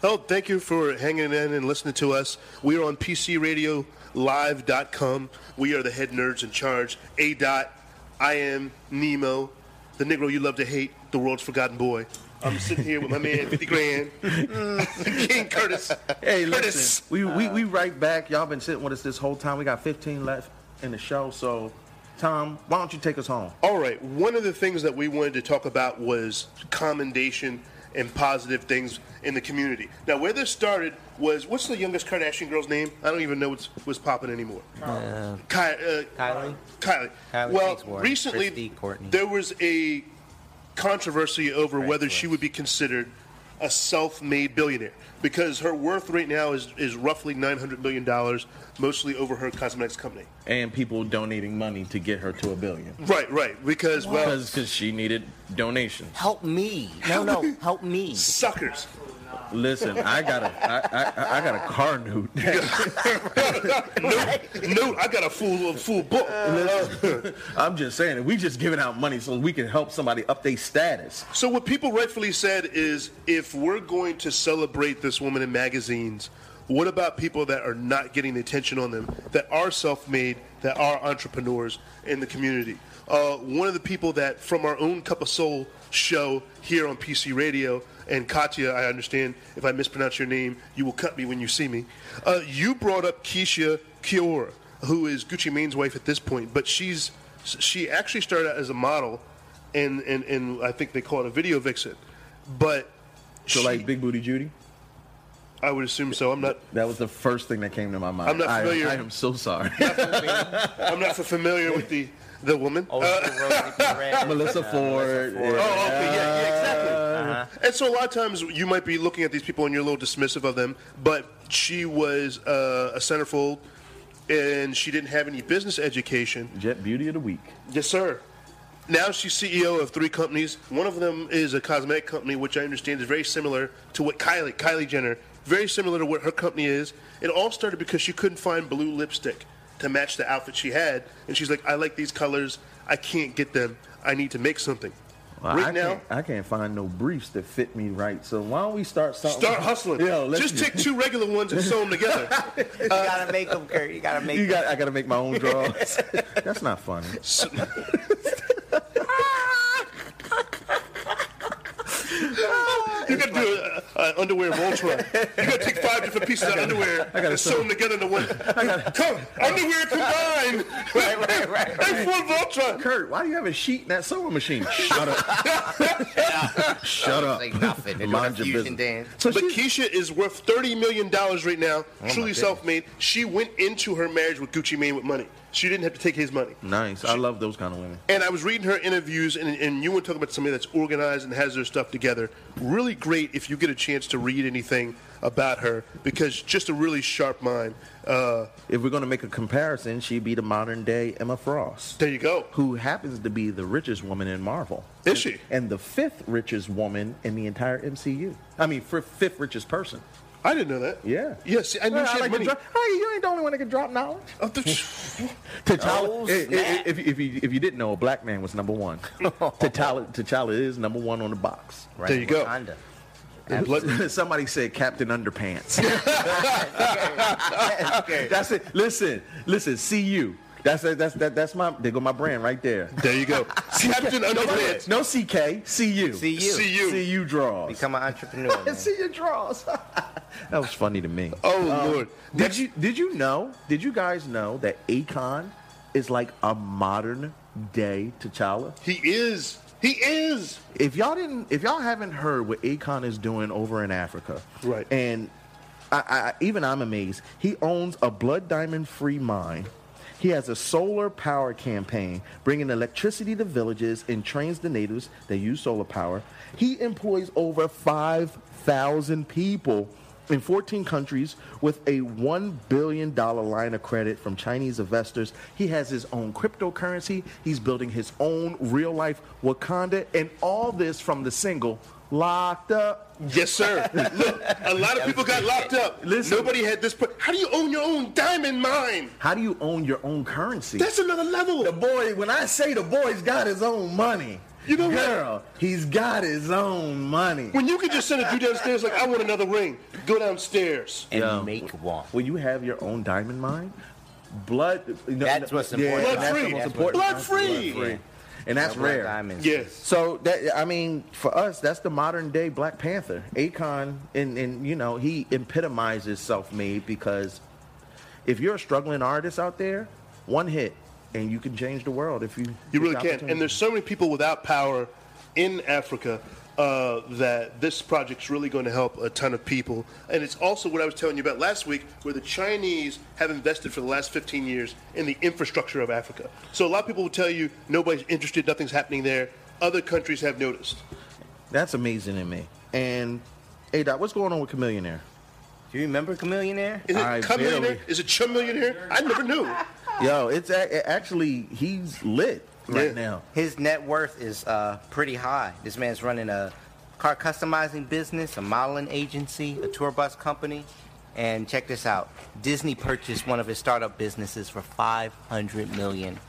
[SPEAKER 6] Oh, thank you for hanging in and listening to us. We are on PCRadioLive.com. We are the head nerds in charge. A dot. I am Nemo, the Negro you love to hate, the world's forgotten boy. I'm sitting here with my man, 50 grand, King Curtis.
[SPEAKER 5] Hey,
[SPEAKER 6] Curtis.
[SPEAKER 5] listen, we, we,
[SPEAKER 6] Uh,
[SPEAKER 5] we right back. Y'all been sitting with us this whole time. We got 15 left in the show. So, Tom, why don't you take us home?
[SPEAKER 6] All right. One of the things that we wanted to talk about was commendation and positive things in the community. Now, where this started was what's the youngest Kardashian girl's name? I don't even know what's what's popping anymore. Ky- uh,
[SPEAKER 7] Kylie?
[SPEAKER 6] Kylie.
[SPEAKER 7] Kylie, thanks,
[SPEAKER 6] well,
[SPEAKER 7] Warren.
[SPEAKER 6] recently
[SPEAKER 7] Christy, Courtney.
[SPEAKER 6] there was a controversy over whether she
[SPEAKER 7] Craigslist.
[SPEAKER 6] would be considered a self-made billionaire because her worth right now is is roughly 900 million dollars, mostly over her cosmetics company.
[SPEAKER 11] And people donating money to get her to a billion.
[SPEAKER 6] Right, right. Because well,
[SPEAKER 11] Because she needed donations.
[SPEAKER 7] Help me. No, no, help me.
[SPEAKER 5] Uh,
[SPEAKER 6] suckers.
[SPEAKER 11] Listen, I got a, I, I, I got a car newt.
[SPEAKER 6] No, I got a full a full book.
[SPEAKER 11] I'm just saying, if we just giving out money so we can help somebody up their status.
[SPEAKER 6] So what people rightfully said is, if we're going to celebrate this woman in magazines, what about people that are not getting the attention on them, that are self-made, that are entrepreneurs in the community? Uh, one of the people that, from our own Cup of Soul show here on PC Radio, and Katya, I understand if I mispronounce your name, you will cut me when you see me. Uh, you brought up Keisha Kiora, who is Gucci Mane's wife at this point, but she's she actually started out as a model and and and I think they call it a video vixen, but
[SPEAKER 11] So,
[SPEAKER 6] she-
[SPEAKER 11] like Big Booty Judy,
[SPEAKER 6] I would assume so. I'm not
[SPEAKER 11] that was the first thing that came to my mind.
[SPEAKER 6] I'm not
[SPEAKER 11] I-
[SPEAKER 6] familiar.
[SPEAKER 11] I, am so sorry.
[SPEAKER 6] I'm not so familiar with the the woman.
[SPEAKER 7] Oh,
[SPEAKER 6] Uh,
[SPEAKER 11] Melissa Ford.
[SPEAKER 6] oh, okay, yeah, yeah, exactly. And so a lot of times you might be looking at these people and you're a little dismissive of them, but she was uh, a centerfold, and she didn't have any business education.
[SPEAKER 11] Jet Beauty of the Week.
[SPEAKER 6] Yes, sir. Now she's CEO of three companies. One of them is a cosmetic company, which I understand is very similar to what Kylie, Kylie Jenner, very similar to what her company is. It all started because she couldn't find blue lipstick to match the outfit she had, and she's like, "I like these colors. I can't get them. I need to make something."
[SPEAKER 5] Well,
[SPEAKER 6] right
[SPEAKER 5] I
[SPEAKER 6] now,
[SPEAKER 5] can't, I can't find no briefs that fit me right. So why don't we start something?
[SPEAKER 6] start hustling.
[SPEAKER 5] Yo, let's
[SPEAKER 6] Just take two regular ones and sew them together.
[SPEAKER 7] You gotta make them, Kurt. You gotta make
[SPEAKER 5] You
[SPEAKER 7] them.
[SPEAKER 5] got. I gotta make my own draws. That's not funny.
[SPEAKER 6] You gotta do an underwear Voltron. You gotta take five different pieces of underwear and sew them together into one. Come, underwear combined.
[SPEAKER 7] Right, right, right,
[SPEAKER 6] That's one Voltron.
[SPEAKER 5] Kurt, why do you have a sheet in that sewing machine? Shut up. Shut up.
[SPEAKER 7] Like nothing. They're doing a
[SPEAKER 5] Mind your
[SPEAKER 7] fusion
[SPEAKER 5] business.
[SPEAKER 7] dance.
[SPEAKER 5] So
[SPEAKER 6] But
[SPEAKER 5] she,
[SPEAKER 6] Keisha is worth thirty million dollars right now. truly
[SPEAKER 7] Oh goodness.
[SPEAKER 6] self-made. She went into her marriage with Gucci Mane with money. She didn't have to take his money.
[SPEAKER 5] nice. I love those kind of women.
[SPEAKER 6] And I was reading her interviews, and, and you were talking about somebody that's organized and has their stuff together. Really great if you get a chance to read anything about her because just a really sharp mind. Uh,
[SPEAKER 5] If we're gonna make a comparison, she'd be the modern day Emma Frost.
[SPEAKER 6] there you go.
[SPEAKER 5] who happens to be the richest woman in Marvel.
[SPEAKER 6] Is she?
[SPEAKER 5] And the fifth richest woman in the entire MCU. I mean, fr- fifth richest person.
[SPEAKER 6] I didn't know that.
[SPEAKER 5] Yeah.
[SPEAKER 6] Yes, I knew
[SPEAKER 5] Well,
[SPEAKER 6] she had
[SPEAKER 5] like to
[SPEAKER 6] money.
[SPEAKER 5] dro- hey, you ain't the only one that can drop knowledge.
[SPEAKER 6] Oh, the-
[SPEAKER 5] T'Challa,
[SPEAKER 7] Oh,
[SPEAKER 5] i- i-
[SPEAKER 7] snap.
[SPEAKER 5] if, if, you, if you didn't know, a black man was number one. T'Challa, T'Challa is number one on the box.
[SPEAKER 7] Right,
[SPEAKER 6] There you go.
[SPEAKER 7] Wakanda.
[SPEAKER 5] Somebody said Captain Underpants.
[SPEAKER 7] Okay.
[SPEAKER 5] that's it. Listen, listen. See you. That's it. That's that. That's my. They go my brand right there.
[SPEAKER 6] There you go. Captain Underpants.
[SPEAKER 5] No CK. See you.
[SPEAKER 7] See you.
[SPEAKER 6] See you.
[SPEAKER 5] See you draws.
[SPEAKER 7] Become an entrepreneur. man.
[SPEAKER 5] your draws. that was funny to me.
[SPEAKER 6] Oh Lord.
[SPEAKER 5] Did you did you know? Did you guys know that Akon is like a modern day T'Challa?
[SPEAKER 6] He is. He is.
[SPEAKER 5] If y'all didn't, if y'all haven't heard what Akon is doing over in Africa,
[SPEAKER 6] Right.
[SPEAKER 5] And I, I I- even I'm amazed. He owns a blood diamond free mine. He has a solar power campaign, bringing electricity to villages and trains the natives that use solar power. He employs over 5,000 people in 14 countries with a $1 billion line of credit from Chinese investors. He has his own cryptocurrency. He's building his own real life Wakanda, and all this from the single Locked Up.
[SPEAKER 6] Yes, sir. Look, a lot of people got locked up.
[SPEAKER 5] Listen.
[SPEAKER 6] Nobody had this. Pro- How do you own your own diamond mine?
[SPEAKER 5] How do you own your own currency?
[SPEAKER 6] That's another level.
[SPEAKER 5] The boy, when I say the boy's got his own money,
[SPEAKER 6] You know what?
[SPEAKER 5] girl, he's got his own money.
[SPEAKER 6] When you can just send a dude downstairs like, I want another ring. Go downstairs.
[SPEAKER 7] And
[SPEAKER 5] Yo.
[SPEAKER 7] make one.
[SPEAKER 5] When you have your own diamond mine, blood. no,
[SPEAKER 7] That's
[SPEAKER 5] no,
[SPEAKER 7] what's important.
[SPEAKER 5] Yeah,
[SPEAKER 6] Blood
[SPEAKER 5] that's
[SPEAKER 6] free.
[SPEAKER 5] the most
[SPEAKER 6] That's
[SPEAKER 5] important.
[SPEAKER 6] what-
[SPEAKER 5] That's
[SPEAKER 6] Blood free.
[SPEAKER 5] blood And that's
[SPEAKER 7] Black
[SPEAKER 5] rare.
[SPEAKER 7] Diamonds.
[SPEAKER 6] Yes.
[SPEAKER 5] So that I mean, for us, that's the modern day Black Panther. Akon, and and you know, he epitomizes self-made because if you're a struggling artist out there, one hit and you can change the world. If you
[SPEAKER 6] You
[SPEAKER 5] get
[SPEAKER 6] really
[SPEAKER 5] the
[SPEAKER 6] can.
[SPEAKER 5] opportunity.
[SPEAKER 6] And there's so many people without power in Africa uh, that this project's really going to help a ton of people. And it's also what I was telling you about last week, where the Chinese have invested for the last 15 years in the infrastructure of Africa. So a lot of people will tell you nobody's interested, nothing's happening there. Other countries have noticed.
[SPEAKER 5] That's amazing to me. And hey, Doc, what's going on with Chameleonaire?
[SPEAKER 7] Do you remember Chameleonaire?
[SPEAKER 6] Is it
[SPEAKER 5] I
[SPEAKER 6] cum
[SPEAKER 5] barely-
[SPEAKER 6] millionaire? Is it chum millionaire? I never knew.
[SPEAKER 5] Yo, it's a- actually he's lit
[SPEAKER 6] Yeah.
[SPEAKER 5] right now.
[SPEAKER 7] His net worth is uh, pretty high. This man's running a car customizing business, a modeling agency, a tour bus company. And check this out Disney purchased one of his startup businesses for $500 million.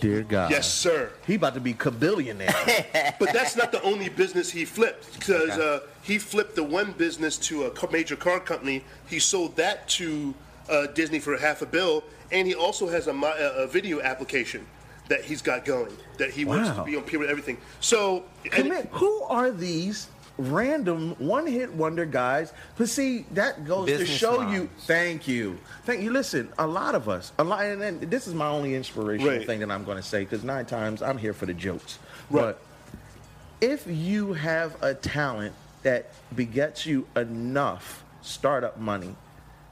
[SPEAKER 5] Dear God.
[SPEAKER 6] Yes, sir.
[SPEAKER 5] Uh-huh. He about to be cabillionaire.
[SPEAKER 6] But that's not the only business he flipped because uh, he flipped the one business to a co- major car company. He sold that to uh, Disney for half a bill, and he also has a, mi- a a video application that he's got going that he wants to
[SPEAKER 5] Wow.
[SPEAKER 6] be on period everything. So and-
[SPEAKER 5] Commit. Who are these random one-hit wonder guys? But see, that goes to
[SPEAKER 7] Business
[SPEAKER 5] show
[SPEAKER 7] minds.
[SPEAKER 5] you. Thank you, thank you. Listen, a lot of us, a lot, and, and this is my only inspirational
[SPEAKER 6] Right.
[SPEAKER 5] thing that I'm going to say because nine times I'm here for the jokes.
[SPEAKER 6] Right.
[SPEAKER 5] But if you have a talent that begets you enough startup money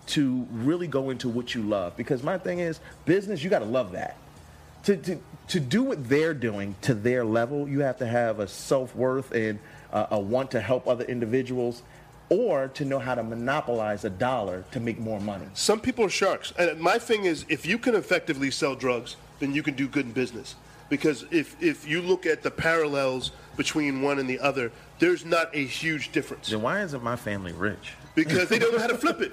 [SPEAKER 5] to really go into what you love, because my thing is business, you got to love that to, to, to do what they're doing to their level, you have to have a self worth and uh, a want to help other individuals, or to know how to monopolize a dollar to make more money.
[SPEAKER 6] Some people are sharks. And my thing is, if you can effectively sell drugs, then you can do good in business. Because if, if you look at the parallels between one and the other, there's not a huge difference.
[SPEAKER 5] Then why isn't my family rich?
[SPEAKER 6] because they don't know how to flip it.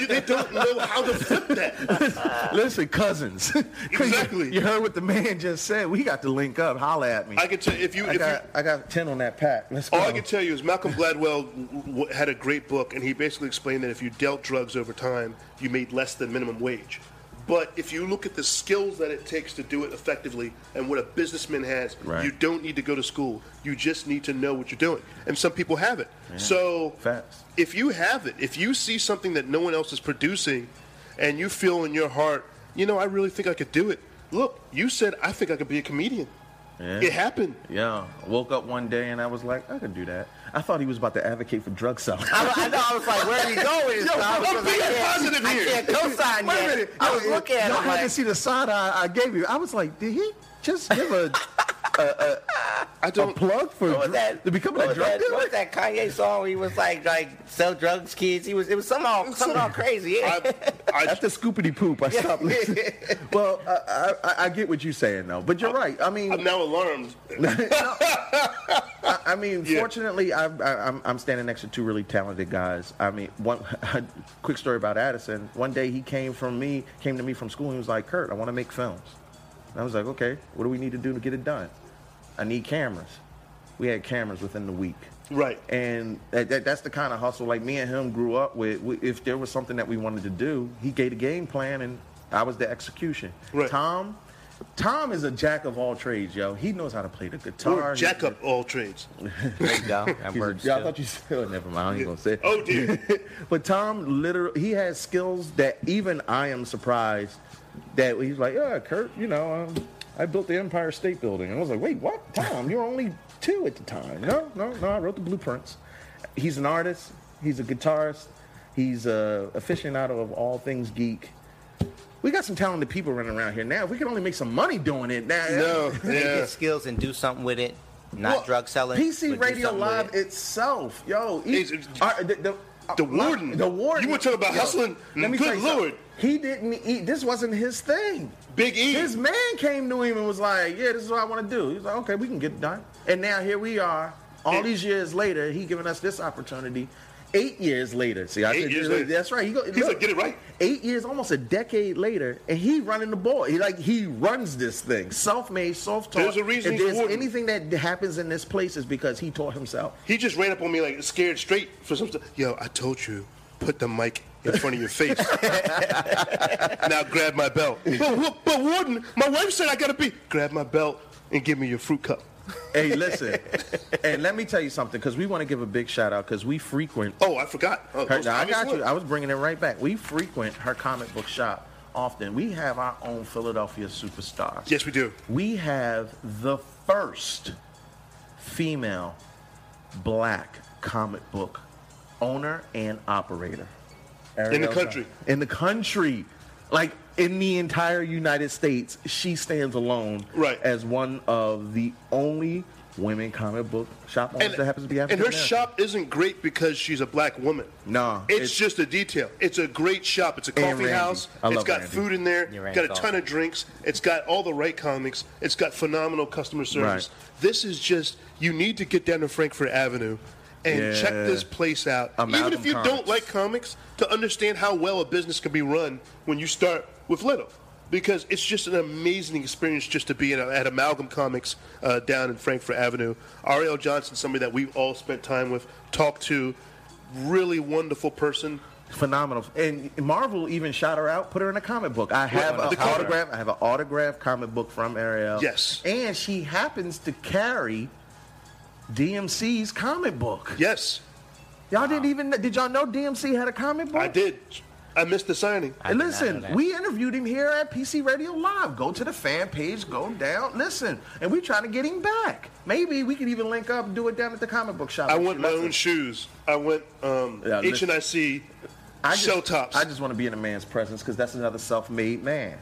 [SPEAKER 6] You- They don't know how to flip that.
[SPEAKER 5] Listen, cousins.
[SPEAKER 6] Exactly.
[SPEAKER 5] you heard what the man just said. We got to link up. Holla at me.
[SPEAKER 6] I can tell if you
[SPEAKER 5] I
[SPEAKER 6] if you
[SPEAKER 5] got I got ten on that pack. Let's go.
[SPEAKER 6] All I can tell you is Malcolm Gladwell w- w- had a great book, and he basically explained that if you dealt drugs over time, you made less than minimum wage. But if you look at the skills that it takes to do it effectively and what a businessman has,
[SPEAKER 5] Right.
[SPEAKER 6] you don't need to go to school. You just need to know what you're doing. And some people have it. So
[SPEAKER 5] Facts.
[SPEAKER 6] if you have it, if you see something that no one else is producing and you feel in your heart, you know, I really think I could do it. Look, you said, I think I could be a comedian. It happened.
[SPEAKER 5] Yeah, I woke up one day and I was like, I could do that. I thought he was about to advocate for drug selling.
[SPEAKER 7] I, was- I know. I was like, where are you going? with this?
[SPEAKER 5] Yo,
[SPEAKER 7] I was
[SPEAKER 5] I'm
[SPEAKER 7] like,
[SPEAKER 5] being
[SPEAKER 7] I can't-
[SPEAKER 6] positive here.
[SPEAKER 7] I can't co-sign
[SPEAKER 5] Wait a
[SPEAKER 7] that.
[SPEAKER 5] minute.
[SPEAKER 7] I
[SPEAKER 5] Yo,
[SPEAKER 7] was looking at
[SPEAKER 5] y'all
[SPEAKER 7] him
[SPEAKER 5] had
[SPEAKER 7] like,
[SPEAKER 5] to see the side eye I gave you. I was like, did he just give a,
[SPEAKER 6] I
[SPEAKER 5] a
[SPEAKER 6] don't.
[SPEAKER 5] plug for
[SPEAKER 7] what was
[SPEAKER 5] dr-
[SPEAKER 7] that?
[SPEAKER 5] to become
[SPEAKER 7] what
[SPEAKER 5] a
[SPEAKER 7] was
[SPEAKER 5] drug
[SPEAKER 7] that, What
[SPEAKER 5] dealer?
[SPEAKER 7] was that Kanye song? Where he was like, like sell drugs, kids. He was. It was somehow somehow crazy. Yeah.
[SPEAKER 6] I, I,
[SPEAKER 5] After scoopity poop, I stopped listening. well, I, I, I- I get what you're saying though, but you're right. I mean,
[SPEAKER 6] I'm now alarmed.
[SPEAKER 5] I, I mean,
[SPEAKER 6] Yeah.
[SPEAKER 5] fortunately, I'm, I- I'm I'm standing next to two really talented guys. I mean, one quick story about Addison. One day he came from me, came to me from school, and he was like, "Kurt, I want to make films." And I was like, "Okay, what do we need to do to get it done?" I need cameras. We had cameras within the week.
[SPEAKER 6] Right.
[SPEAKER 5] And that, that, that's the kind of hustle like me and him grew up with. We, if there was something that we wanted to do, he gave the game plan, and I was the execution.
[SPEAKER 6] Right.
[SPEAKER 5] Tom. Tom is a jack of all trades, yo. He knows how to play the guitar.
[SPEAKER 6] Or
[SPEAKER 5] he-
[SPEAKER 6] jack up all trades.
[SPEAKER 7] there you go. That
[SPEAKER 5] He's a-
[SPEAKER 7] works.
[SPEAKER 5] yeah, I
[SPEAKER 7] too.
[SPEAKER 5] thought you said. Oh, never mind. I ain't gonna say. it.
[SPEAKER 6] Oh dear.
[SPEAKER 5] but Tom, literally, he has skills that even I am surprised that he's like, yeah, Kurt. You know, um, I built the Empire State Building, and I was like, wait, what? Tom, you were only two at the time. No, no, no. I wrote the blueprints. He's an artist. He's a guitarist. He's a aficionado of all things geek. We got some talented people running around here now. If we could only make some money doing it now.
[SPEAKER 6] no.
[SPEAKER 7] Take
[SPEAKER 6] Yeah.
[SPEAKER 7] your skills and do something with it. Not
[SPEAKER 5] Well,
[SPEAKER 7] drug selling.
[SPEAKER 5] PC
[SPEAKER 7] but do
[SPEAKER 5] Radio
[SPEAKER 7] something with
[SPEAKER 5] Live
[SPEAKER 7] it.
[SPEAKER 5] itself, yo. he-
[SPEAKER 6] It's- it's-
[SPEAKER 5] our- the, the-
[SPEAKER 6] The
[SPEAKER 5] uh,
[SPEAKER 6] warden.
[SPEAKER 5] the warden.
[SPEAKER 6] You were talking about hustling.
[SPEAKER 5] let me
[SPEAKER 6] Good
[SPEAKER 5] tell you something.
[SPEAKER 6] Lord.
[SPEAKER 5] He didn't eat. This wasn't his thing.
[SPEAKER 6] Big E.
[SPEAKER 5] His man came to him and was like, "Yeah, this is what I want to do." He's like, "Okay, we can get it done." And now here we are, all
[SPEAKER 6] It-
[SPEAKER 5] these years later. He giving us this opportunity. Eight years later. See, I
[SPEAKER 6] Eight
[SPEAKER 5] said,
[SPEAKER 6] years later.
[SPEAKER 5] that's right. He go,
[SPEAKER 6] He's
[SPEAKER 5] look,
[SPEAKER 6] like, "Get it right."
[SPEAKER 5] Eight years, almost a decade later, and he running the ball. He like he runs this thing, self-made, self-taught.
[SPEAKER 6] There's a reason
[SPEAKER 5] If
[SPEAKER 6] he's
[SPEAKER 5] there's
[SPEAKER 6] warden.
[SPEAKER 5] anything that happens in this place is because he taught himself.
[SPEAKER 6] He just ran up on me like scared straight for some stuff. Yo, I told you, put the mic in front of your face. now grab my belt. But, wa- but Warden, my wife said I gotta be. Grab my belt and give me your fruit cup.
[SPEAKER 5] hey, listen, and let me tell you something because we want to give a big shout out because we frequent.
[SPEAKER 6] Oh, I forgot. Oh,
[SPEAKER 5] Her,
[SPEAKER 6] most
[SPEAKER 5] I
[SPEAKER 6] obvious
[SPEAKER 5] got you.
[SPEAKER 6] one.
[SPEAKER 5] I was bringing it right back. We frequent her comic book shop often. We have our own Philadelphia superstar.
[SPEAKER 6] Yes, we do.
[SPEAKER 5] We have the first female black comic book owner and operator
[SPEAKER 6] In the
[SPEAKER 5] Ariel
[SPEAKER 6] country.
[SPEAKER 5] Shaw. In the country, like in the entire United States, she stands alone
[SPEAKER 6] Right.
[SPEAKER 5] as one of the only women comic book shop owners
[SPEAKER 6] And,
[SPEAKER 5] that happens to be
[SPEAKER 6] and her
[SPEAKER 5] African.
[SPEAKER 6] shop isn't great because she's a black woman.
[SPEAKER 5] No,
[SPEAKER 6] It's,
[SPEAKER 5] it's-
[SPEAKER 6] just a detail. It's a great shop. It's a coffee
[SPEAKER 5] Randy.
[SPEAKER 6] house.
[SPEAKER 5] I
[SPEAKER 6] It's
[SPEAKER 5] love
[SPEAKER 6] got
[SPEAKER 5] Randy.
[SPEAKER 6] food in there.
[SPEAKER 7] Yeah, Randy's
[SPEAKER 6] got a ton of drinks. It's got all the right comics. It's got phenomenal customer service. This is just you need to get down to Frankfurt Avenue and
[SPEAKER 5] Yeah.
[SPEAKER 6] check this place out. Even
[SPEAKER 5] Amalgam
[SPEAKER 6] if you don't
[SPEAKER 5] Comics.
[SPEAKER 6] like comics, to understand how well a business can be run when you start with little. Because it's just an amazing experience just to be in a, at Amalgam Comics uh, down in Frankfurt Avenue. Ariel Johnson, somebody that we've all spent time with, talked to, really wonderful person.
[SPEAKER 5] phenomenal. And Marvel even shot her out, put her in a comic book. I have
[SPEAKER 6] the
[SPEAKER 5] an
[SPEAKER 6] cover.
[SPEAKER 5] autograph. I have an autograph comic book from Ariel.
[SPEAKER 6] Yes.
[SPEAKER 5] and she happens to carry DMC's comic book.
[SPEAKER 6] Yes,
[SPEAKER 5] Y'all didn't even did y'all know DMC had a comic book?
[SPEAKER 6] I did. I missed the signing.
[SPEAKER 7] did not know
[SPEAKER 5] Listen,
[SPEAKER 7] that.
[SPEAKER 5] we interviewed him here at PC Radio Live. Go to the fan page, go down, listen, and we trying to get him back. Maybe we could even link up and do it down at the comic book shop.
[SPEAKER 6] I
[SPEAKER 5] If
[SPEAKER 6] went
[SPEAKER 5] she
[SPEAKER 6] my
[SPEAKER 5] lets
[SPEAKER 6] own
[SPEAKER 5] us.
[SPEAKER 6] shoes. I went um,
[SPEAKER 5] Yeah,
[SPEAKER 6] H
[SPEAKER 5] listen.
[SPEAKER 6] and I C
[SPEAKER 5] I just-
[SPEAKER 6] shell tops.
[SPEAKER 5] I just want to be in a man's presence because that's another self-made man.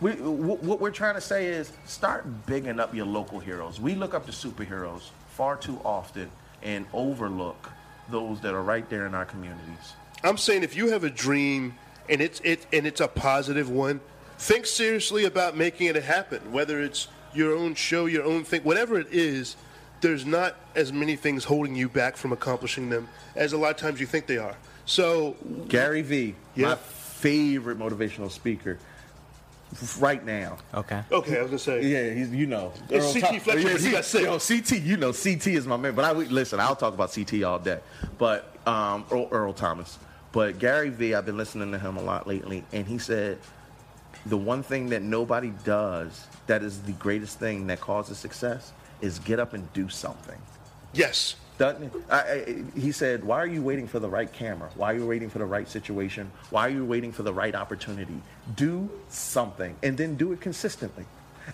[SPEAKER 5] We, wh- what we're trying to say is start bigging up your local heroes. We look up to superheroes far too often and overlook those that are right there in our communities.
[SPEAKER 6] I'm saying if you have a dream and it's it and it's a positive one, think seriously about making it happen. Whether it's your own show, your own thing, whatever it is, there's not as many things holding you back from accomplishing them as a lot of times you think they are. So
[SPEAKER 5] Gary V, my
[SPEAKER 6] Yeah.
[SPEAKER 5] favorite motivational speaker f- right now.
[SPEAKER 7] Okay.
[SPEAKER 6] okay, I was gonna say
[SPEAKER 5] Yeah, he's, you know.
[SPEAKER 6] It's
[SPEAKER 5] Earl
[SPEAKER 6] CT
[SPEAKER 5] Thomas.
[SPEAKER 6] Fletcher,
[SPEAKER 5] Yeah,
[SPEAKER 6] but he got sick.
[SPEAKER 5] Yo, CT, you know, CT is my man. But I would- listen, I'll talk about CT all day. But um, Earl, Earl Thomas. But Gary V, I've been listening to him a lot lately, and he said the one thing that nobody does that is the greatest thing that causes success is get up and do something.
[SPEAKER 6] yes.
[SPEAKER 5] Doesn't it? I, I, he said, "Why are you waiting for the right camera? Why are you waiting for the right situation? Why are you waiting for the right opportunity? Do something, and then do it consistently,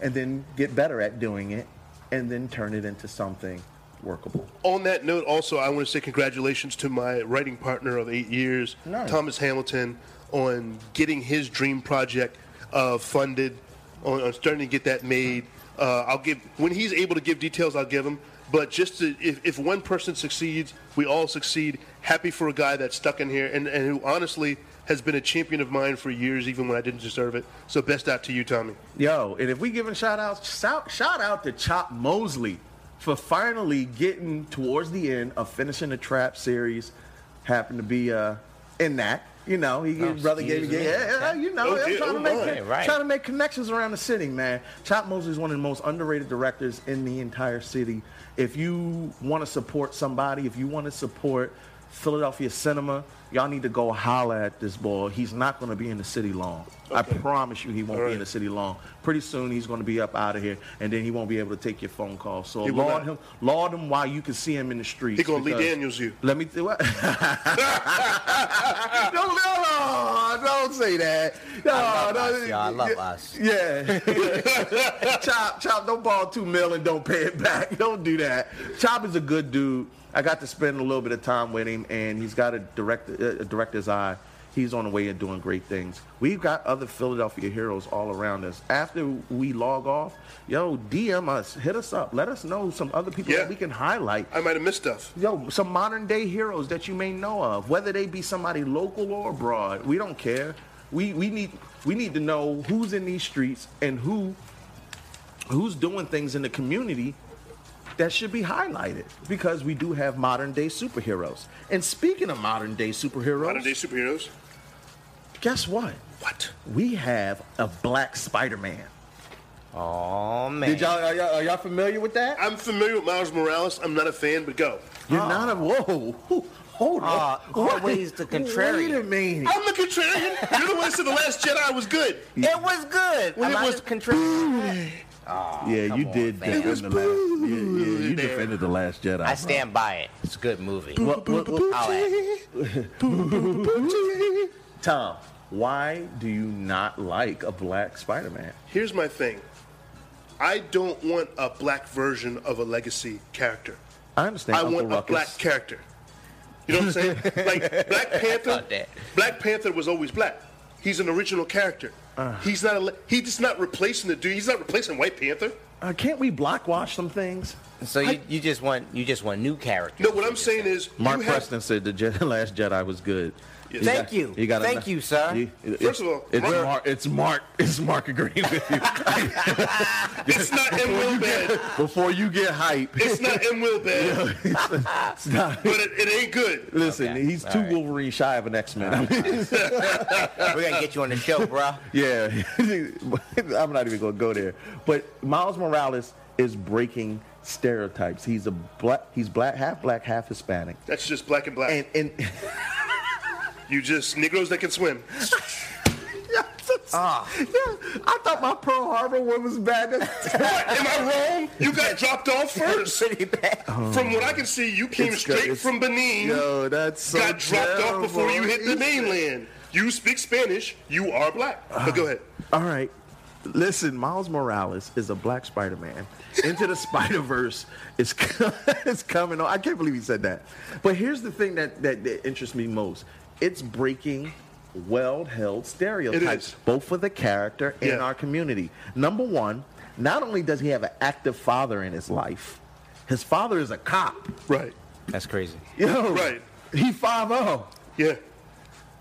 [SPEAKER 5] and then get better at doing it, and then turn it into something workable."
[SPEAKER 6] On that note, also I want to say congratulations to my writing partner of eight years,
[SPEAKER 5] Nice.
[SPEAKER 6] Thomas Hamilton, on getting his dream project uh, funded, on, on starting to get that made. Uh, I'll give when he's able to give details, I'll give him. But just to, if, if one person succeeds, we all succeed. Happy for a guy that's stuck in here and, and who honestly has been a champion of mine for years, even when I didn't deserve it. So best out to you, Tommy.
[SPEAKER 5] Yo, and if we giving shout outs, shout, shout out to Chop Mosley for finally getting towards the end of finishing the trap series. Happened to be uh, in that. You know, he
[SPEAKER 7] Oh,
[SPEAKER 5] brother gave
[SPEAKER 7] excuse
[SPEAKER 5] yeah,
[SPEAKER 7] me.
[SPEAKER 5] yeah, you know,
[SPEAKER 6] Oh,
[SPEAKER 5] I'm
[SPEAKER 6] yeah,
[SPEAKER 5] trying to
[SPEAKER 6] oh,
[SPEAKER 5] make
[SPEAKER 6] right,
[SPEAKER 7] right.
[SPEAKER 5] trying to make connections around the city, man. Chop Mosley's one of the most underrated directors in the entire city. If you want to support somebody, if you want to support Philadelphia cinema, y'all need to go holler at this boy. He's not going to be in the city long. I promise you, he won't
[SPEAKER 6] All
[SPEAKER 5] be
[SPEAKER 6] right.
[SPEAKER 5] in the city long. Pretty soon, he's going to be up out of here, and then he won't be able to take your phone call. So
[SPEAKER 6] He will not.
[SPEAKER 5] laud him, laud him while you can see him in the streets.
[SPEAKER 6] He gonna Lee
[SPEAKER 5] because-
[SPEAKER 6] Daniels you.
[SPEAKER 5] Let me. Th- what? don't, no, no, don't say that. No,
[SPEAKER 7] love
[SPEAKER 5] no,
[SPEAKER 7] us, y'all. I love
[SPEAKER 5] yeah,
[SPEAKER 7] us.
[SPEAKER 5] Yeah. Chop, Chop, don't borrow two mil and don't pay it back. Don't do that. Chop is a good dude. I got to spend a little bit of time with him, and he's got a, direct, a director's eye. He's on the way of doing great things. We've got other Philadelphia heroes all around us. After we log off, yo, DM us, hit us up, let us know some other people
[SPEAKER 6] Yeah.
[SPEAKER 5] that we can highlight
[SPEAKER 6] I might have missed stuff.
[SPEAKER 5] yo, some modern day heroes that you may know of, whether they be somebody local or abroad. We don't care. We we need we need to know who's in these streets and who who's doing things in the community that should be highlighted because we do have modern day superheroes. And speaking of modern day superheroes,
[SPEAKER 6] Modern day superheroes.
[SPEAKER 5] guess what?
[SPEAKER 6] What?
[SPEAKER 5] We have a black Spider-Man.
[SPEAKER 7] Oh man.
[SPEAKER 5] Did y'all are, y'all are y'all familiar with that?
[SPEAKER 6] I'm familiar with Miles Morales. I'm not a fan, but go.
[SPEAKER 5] You're not a whoa. Ooh, Hold on.
[SPEAKER 7] Ah, always the contrarian.
[SPEAKER 5] Wait a minute.
[SPEAKER 6] I'm the contrarian. You're the one that said the Last Jedi was good.
[SPEAKER 7] It was good.
[SPEAKER 6] When
[SPEAKER 7] Am
[SPEAKER 6] it
[SPEAKER 7] I
[SPEAKER 6] was
[SPEAKER 7] just contrarious?
[SPEAKER 5] Yeah, you
[SPEAKER 7] on,
[SPEAKER 5] did
[SPEAKER 7] fam.
[SPEAKER 5] defend the last. Yeah, yeah, you
[SPEAKER 6] man.
[SPEAKER 5] defended the last Jedi.
[SPEAKER 7] I stand by it. It's a good movie.
[SPEAKER 5] bro. What- what- what-
[SPEAKER 7] I'll add.
[SPEAKER 5] Tom, why do you not like a black Spider-Man?
[SPEAKER 6] Here's my thing. I don't want a black version of a legacy character.
[SPEAKER 5] I understand.
[SPEAKER 6] I
[SPEAKER 5] Uncle
[SPEAKER 6] want
[SPEAKER 5] Ruckus.
[SPEAKER 6] a black character. You know what I'm saying? like Black Panther.
[SPEAKER 7] Thought that.
[SPEAKER 6] Black Panther was always black. He's an original character.
[SPEAKER 5] Uh-huh.
[SPEAKER 6] he's not. A, le- he's just not replacing the dude. He's not replacing White Panther.
[SPEAKER 5] Uh, can't we black wash some things?
[SPEAKER 7] So you, you just want you just want new characters.
[SPEAKER 6] No, what I'm saying is, you
[SPEAKER 5] Mark
[SPEAKER 6] have-
[SPEAKER 5] Preston said the Je- last Jedi was good.
[SPEAKER 6] Yes.
[SPEAKER 7] Thank you. Thank you, sir.
[SPEAKER 6] First of all,
[SPEAKER 5] it's
[SPEAKER 6] Mark-
[SPEAKER 5] Mark. It's Mark. It's Mark agreeing with you.
[SPEAKER 6] it's not M. Wilbad.
[SPEAKER 5] Before you get hype,
[SPEAKER 6] It's not M. Wilbad,
[SPEAKER 5] it's not-
[SPEAKER 6] but it, it ain't good.
[SPEAKER 5] Listen,
[SPEAKER 7] Okay.
[SPEAKER 5] he's
[SPEAKER 7] All
[SPEAKER 5] two
[SPEAKER 7] right.
[SPEAKER 5] Wolverine shy of an X-Men. I mean,
[SPEAKER 7] We're gonna get you on the show, bro.
[SPEAKER 5] Yeah, I'm not even gonna go there. But Miles Morales is breaking stereotypes. He's a black. He's black, half black, half Hispanic.
[SPEAKER 6] That's just black and black.
[SPEAKER 5] And and
[SPEAKER 6] you just Negroes that can swim.
[SPEAKER 5] Uh,
[SPEAKER 7] Ah.
[SPEAKER 5] yeah, I thought my Pearl Harbor one was bad. That's-
[SPEAKER 6] What? Am I wrong? You got dropped off first.
[SPEAKER 7] Pretty bad.
[SPEAKER 6] From what I can see, you came
[SPEAKER 5] It's good.
[SPEAKER 6] straight
[SPEAKER 5] It's-
[SPEAKER 6] from Benin,
[SPEAKER 5] Yo, that's so
[SPEAKER 6] got dropped off before you hit the
[SPEAKER 5] terrible. Uh-huh.
[SPEAKER 6] mainland. You speak Spanish. You are black. But go ahead.
[SPEAKER 5] All right. Listen, Miles Morales is a black Spider Man. Into the Spider Verse is, co- is coming on. I can't believe he said that. But here's the thing that, that, that interests me most it's breaking well held stereotypes,
[SPEAKER 6] is.
[SPEAKER 5] both for the character and
[SPEAKER 6] Yeah.
[SPEAKER 5] our community. Number one, not only does he have an active father in his life, his father is a cop.
[SPEAKER 6] Right.
[SPEAKER 7] That's crazy.
[SPEAKER 5] Yo,
[SPEAKER 6] Right.
[SPEAKER 5] He 5 0
[SPEAKER 6] Yeah.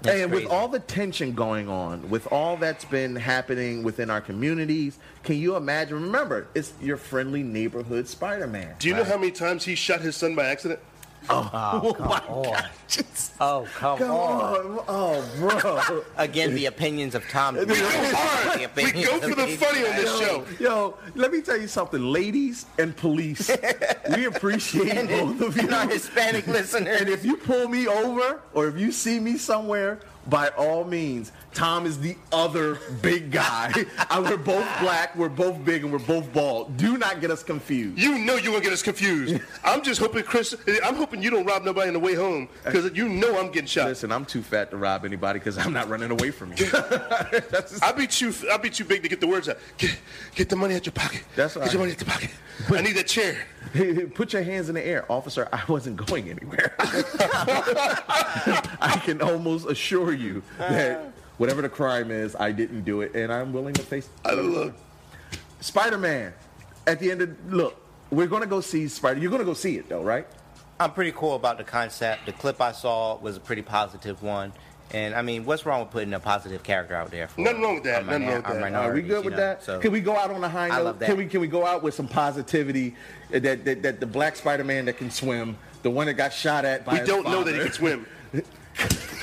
[SPEAKER 7] That's
[SPEAKER 5] and
[SPEAKER 7] crazy.
[SPEAKER 5] with all the tension going on, with all that's been happening within our communities, can you imagine? Remember, it's your friendly neighborhood Spider Man.
[SPEAKER 6] Do you know how many times he shot his son by accident?
[SPEAKER 7] Oh, come on. Oh, come, on.
[SPEAKER 8] Come on. Oh, bro.
[SPEAKER 7] Again, the opinions of Tom. we
[SPEAKER 6] Alright, we go for the funny on this show.
[SPEAKER 5] Yo, let me tell you something, ladies and police. we appreciate both of you.
[SPEAKER 7] And our Hispanic listeners.
[SPEAKER 5] And if you pull me over or if you see me somewhere, by all means, Tom is the other big guy. Uh, we're both black, we're both big, and we're both bald. Do not get us confused.
[SPEAKER 6] You know you're gonna get us confused. I'm just hoping Chris. I'm hoping you don't rob nobody on the way home because you know I'm getting shot.
[SPEAKER 5] Listen, I'm too fat to rob anybody because I'm not running away from you.
[SPEAKER 6] I be too. I be too big to get the words out. Get, get the money out your pocket.
[SPEAKER 5] That's
[SPEAKER 6] Get your
[SPEAKER 5] all
[SPEAKER 6] money
[SPEAKER 5] right.
[SPEAKER 6] out your pocket. I need that chair.
[SPEAKER 5] Put your hands in the air, officer. I wasn't going anywhere. I can almost assure you that whatever the crime is, I didn't do it, and I'm willing to face.
[SPEAKER 6] I don't look.
[SPEAKER 5] Spider Man. At the end of look, we're gonna go see Spider. You're gonna go see it though, right?
[SPEAKER 7] I'm pretty cool about the concept. The clip I saw was a pretty positive one. And I mean, what's wrong with putting a positive character out there? For
[SPEAKER 6] Nothing wrong with that.
[SPEAKER 7] a
[SPEAKER 6] Nothing
[SPEAKER 7] minor-
[SPEAKER 6] wrong with
[SPEAKER 7] a
[SPEAKER 6] that. Are we
[SPEAKER 5] Are we
[SPEAKER 7] minority, you
[SPEAKER 5] good with
[SPEAKER 7] know,
[SPEAKER 5] that?
[SPEAKER 7] So.
[SPEAKER 5] Can we go out on a high note?
[SPEAKER 7] I love that.
[SPEAKER 5] Can we can we go out with some positivity uh, that that, that the black Spider Man that can swim, the one that got shot at by
[SPEAKER 6] We
[SPEAKER 5] his
[SPEAKER 6] don't know that he
[SPEAKER 5] father.
[SPEAKER 6] can swim.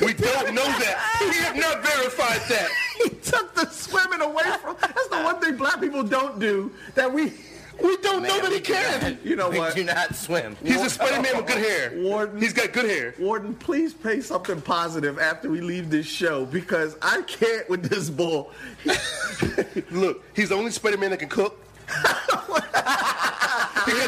[SPEAKER 6] we don't know that. We have not verified that.
[SPEAKER 5] he took the swimming away from. That's the one thing black people don't do that we we don't know that he can. You know
[SPEAKER 7] we
[SPEAKER 5] what?
[SPEAKER 7] do not swim.
[SPEAKER 6] He's a Spider Man with good hair.
[SPEAKER 5] Warden.
[SPEAKER 6] He's got good hair.
[SPEAKER 5] Warden, please pay something positive after we leave this show because I can't with this bull.
[SPEAKER 6] Look, he's the only Spider Man that can cook. he had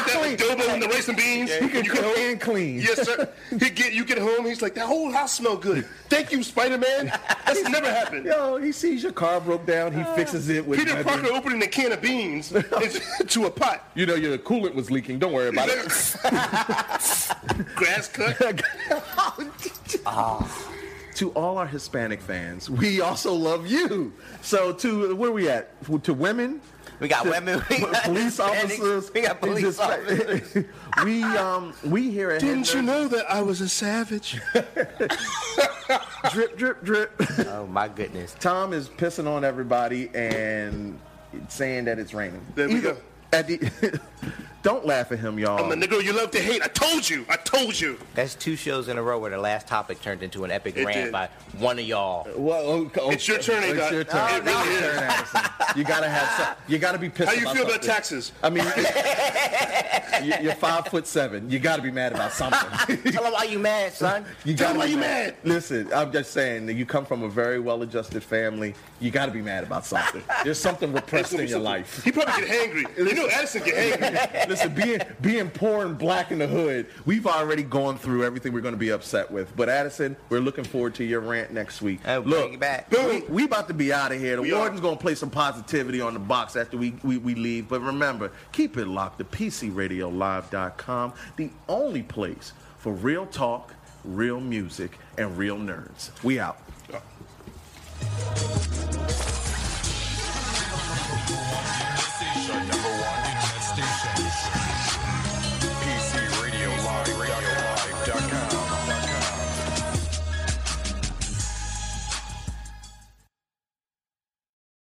[SPEAKER 6] that adobo and the rice and beans.
[SPEAKER 5] He can
[SPEAKER 6] You
[SPEAKER 5] cook
[SPEAKER 6] home-
[SPEAKER 5] and clean.
[SPEAKER 6] Yes, sir. He get you get home. He's like that whole house smell good. Thank you, Spider Man. That's never happened.
[SPEAKER 5] Yo, he sees your car broke down, he fixes it with
[SPEAKER 6] Peter
[SPEAKER 5] nothing.
[SPEAKER 6] Parker opening a can of beans to a pot.
[SPEAKER 5] You know your coolant was leaking. Don't worry about it.
[SPEAKER 6] Grass cut.
[SPEAKER 5] to all our Hispanic fans, we also love you. So to where we at? To women.
[SPEAKER 7] We got
[SPEAKER 5] to
[SPEAKER 7] women, we got
[SPEAKER 5] police
[SPEAKER 7] Hispanics,
[SPEAKER 5] officers.
[SPEAKER 7] we got police
[SPEAKER 5] Just-
[SPEAKER 7] officers.
[SPEAKER 5] we um we here at
[SPEAKER 6] Didn't you
[SPEAKER 5] Head
[SPEAKER 6] know that I was a savage?
[SPEAKER 5] Nerd- drip drip drip.
[SPEAKER 7] Oh my goodness.
[SPEAKER 5] Tom is pissing on everybody and saying that it's raining.
[SPEAKER 6] There we
[SPEAKER 5] Either-
[SPEAKER 6] go.
[SPEAKER 5] At the, don't laugh at him, y'all.
[SPEAKER 6] I'm the nigga you love to hate. I told you. I told you.
[SPEAKER 7] That's two shows in a row where the last topic turned into an epic
[SPEAKER 6] It
[SPEAKER 7] rant
[SPEAKER 6] did.
[SPEAKER 7] by one of y'all.
[SPEAKER 5] Well, okay, okay.
[SPEAKER 6] It's your turn,
[SPEAKER 5] It's
[SPEAKER 6] Adot.
[SPEAKER 5] your turn.
[SPEAKER 6] It really
[SPEAKER 5] It's your
[SPEAKER 6] is.
[SPEAKER 5] turn, Addison. You gotta have. Some, you gotta be pissed.
[SPEAKER 6] How you feel about
[SPEAKER 5] something.
[SPEAKER 6] taxes?
[SPEAKER 5] I mean, it- you- you're five foot seven. You gotta be mad about something.
[SPEAKER 7] Tell them why you mad, son.
[SPEAKER 5] You
[SPEAKER 6] Tell
[SPEAKER 5] gotta
[SPEAKER 6] him why
[SPEAKER 5] be
[SPEAKER 6] you mad.
[SPEAKER 5] Listen, I'm just saying that you come from a very well-adjusted family. You gotta be mad about something. There's something repressed in your life.
[SPEAKER 6] He probably get hangry. You know, Addison get hangry.
[SPEAKER 5] Listen, being being poor and black in the hood, we've already gone through everything we're going to be upset with. But Addison, we're looking forward to your rant next week.
[SPEAKER 7] Oh, bring
[SPEAKER 5] Look,
[SPEAKER 7] it back.
[SPEAKER 5] We, we about to be out of here. The
[SPEAKER 6] We are.
[SPEAKER 5] warden's going to play some positivity on the box after we, we, we leave. But remember, keep it locked to PCRadioLive.com, the only place for real talk, real music, and real nerds. We out.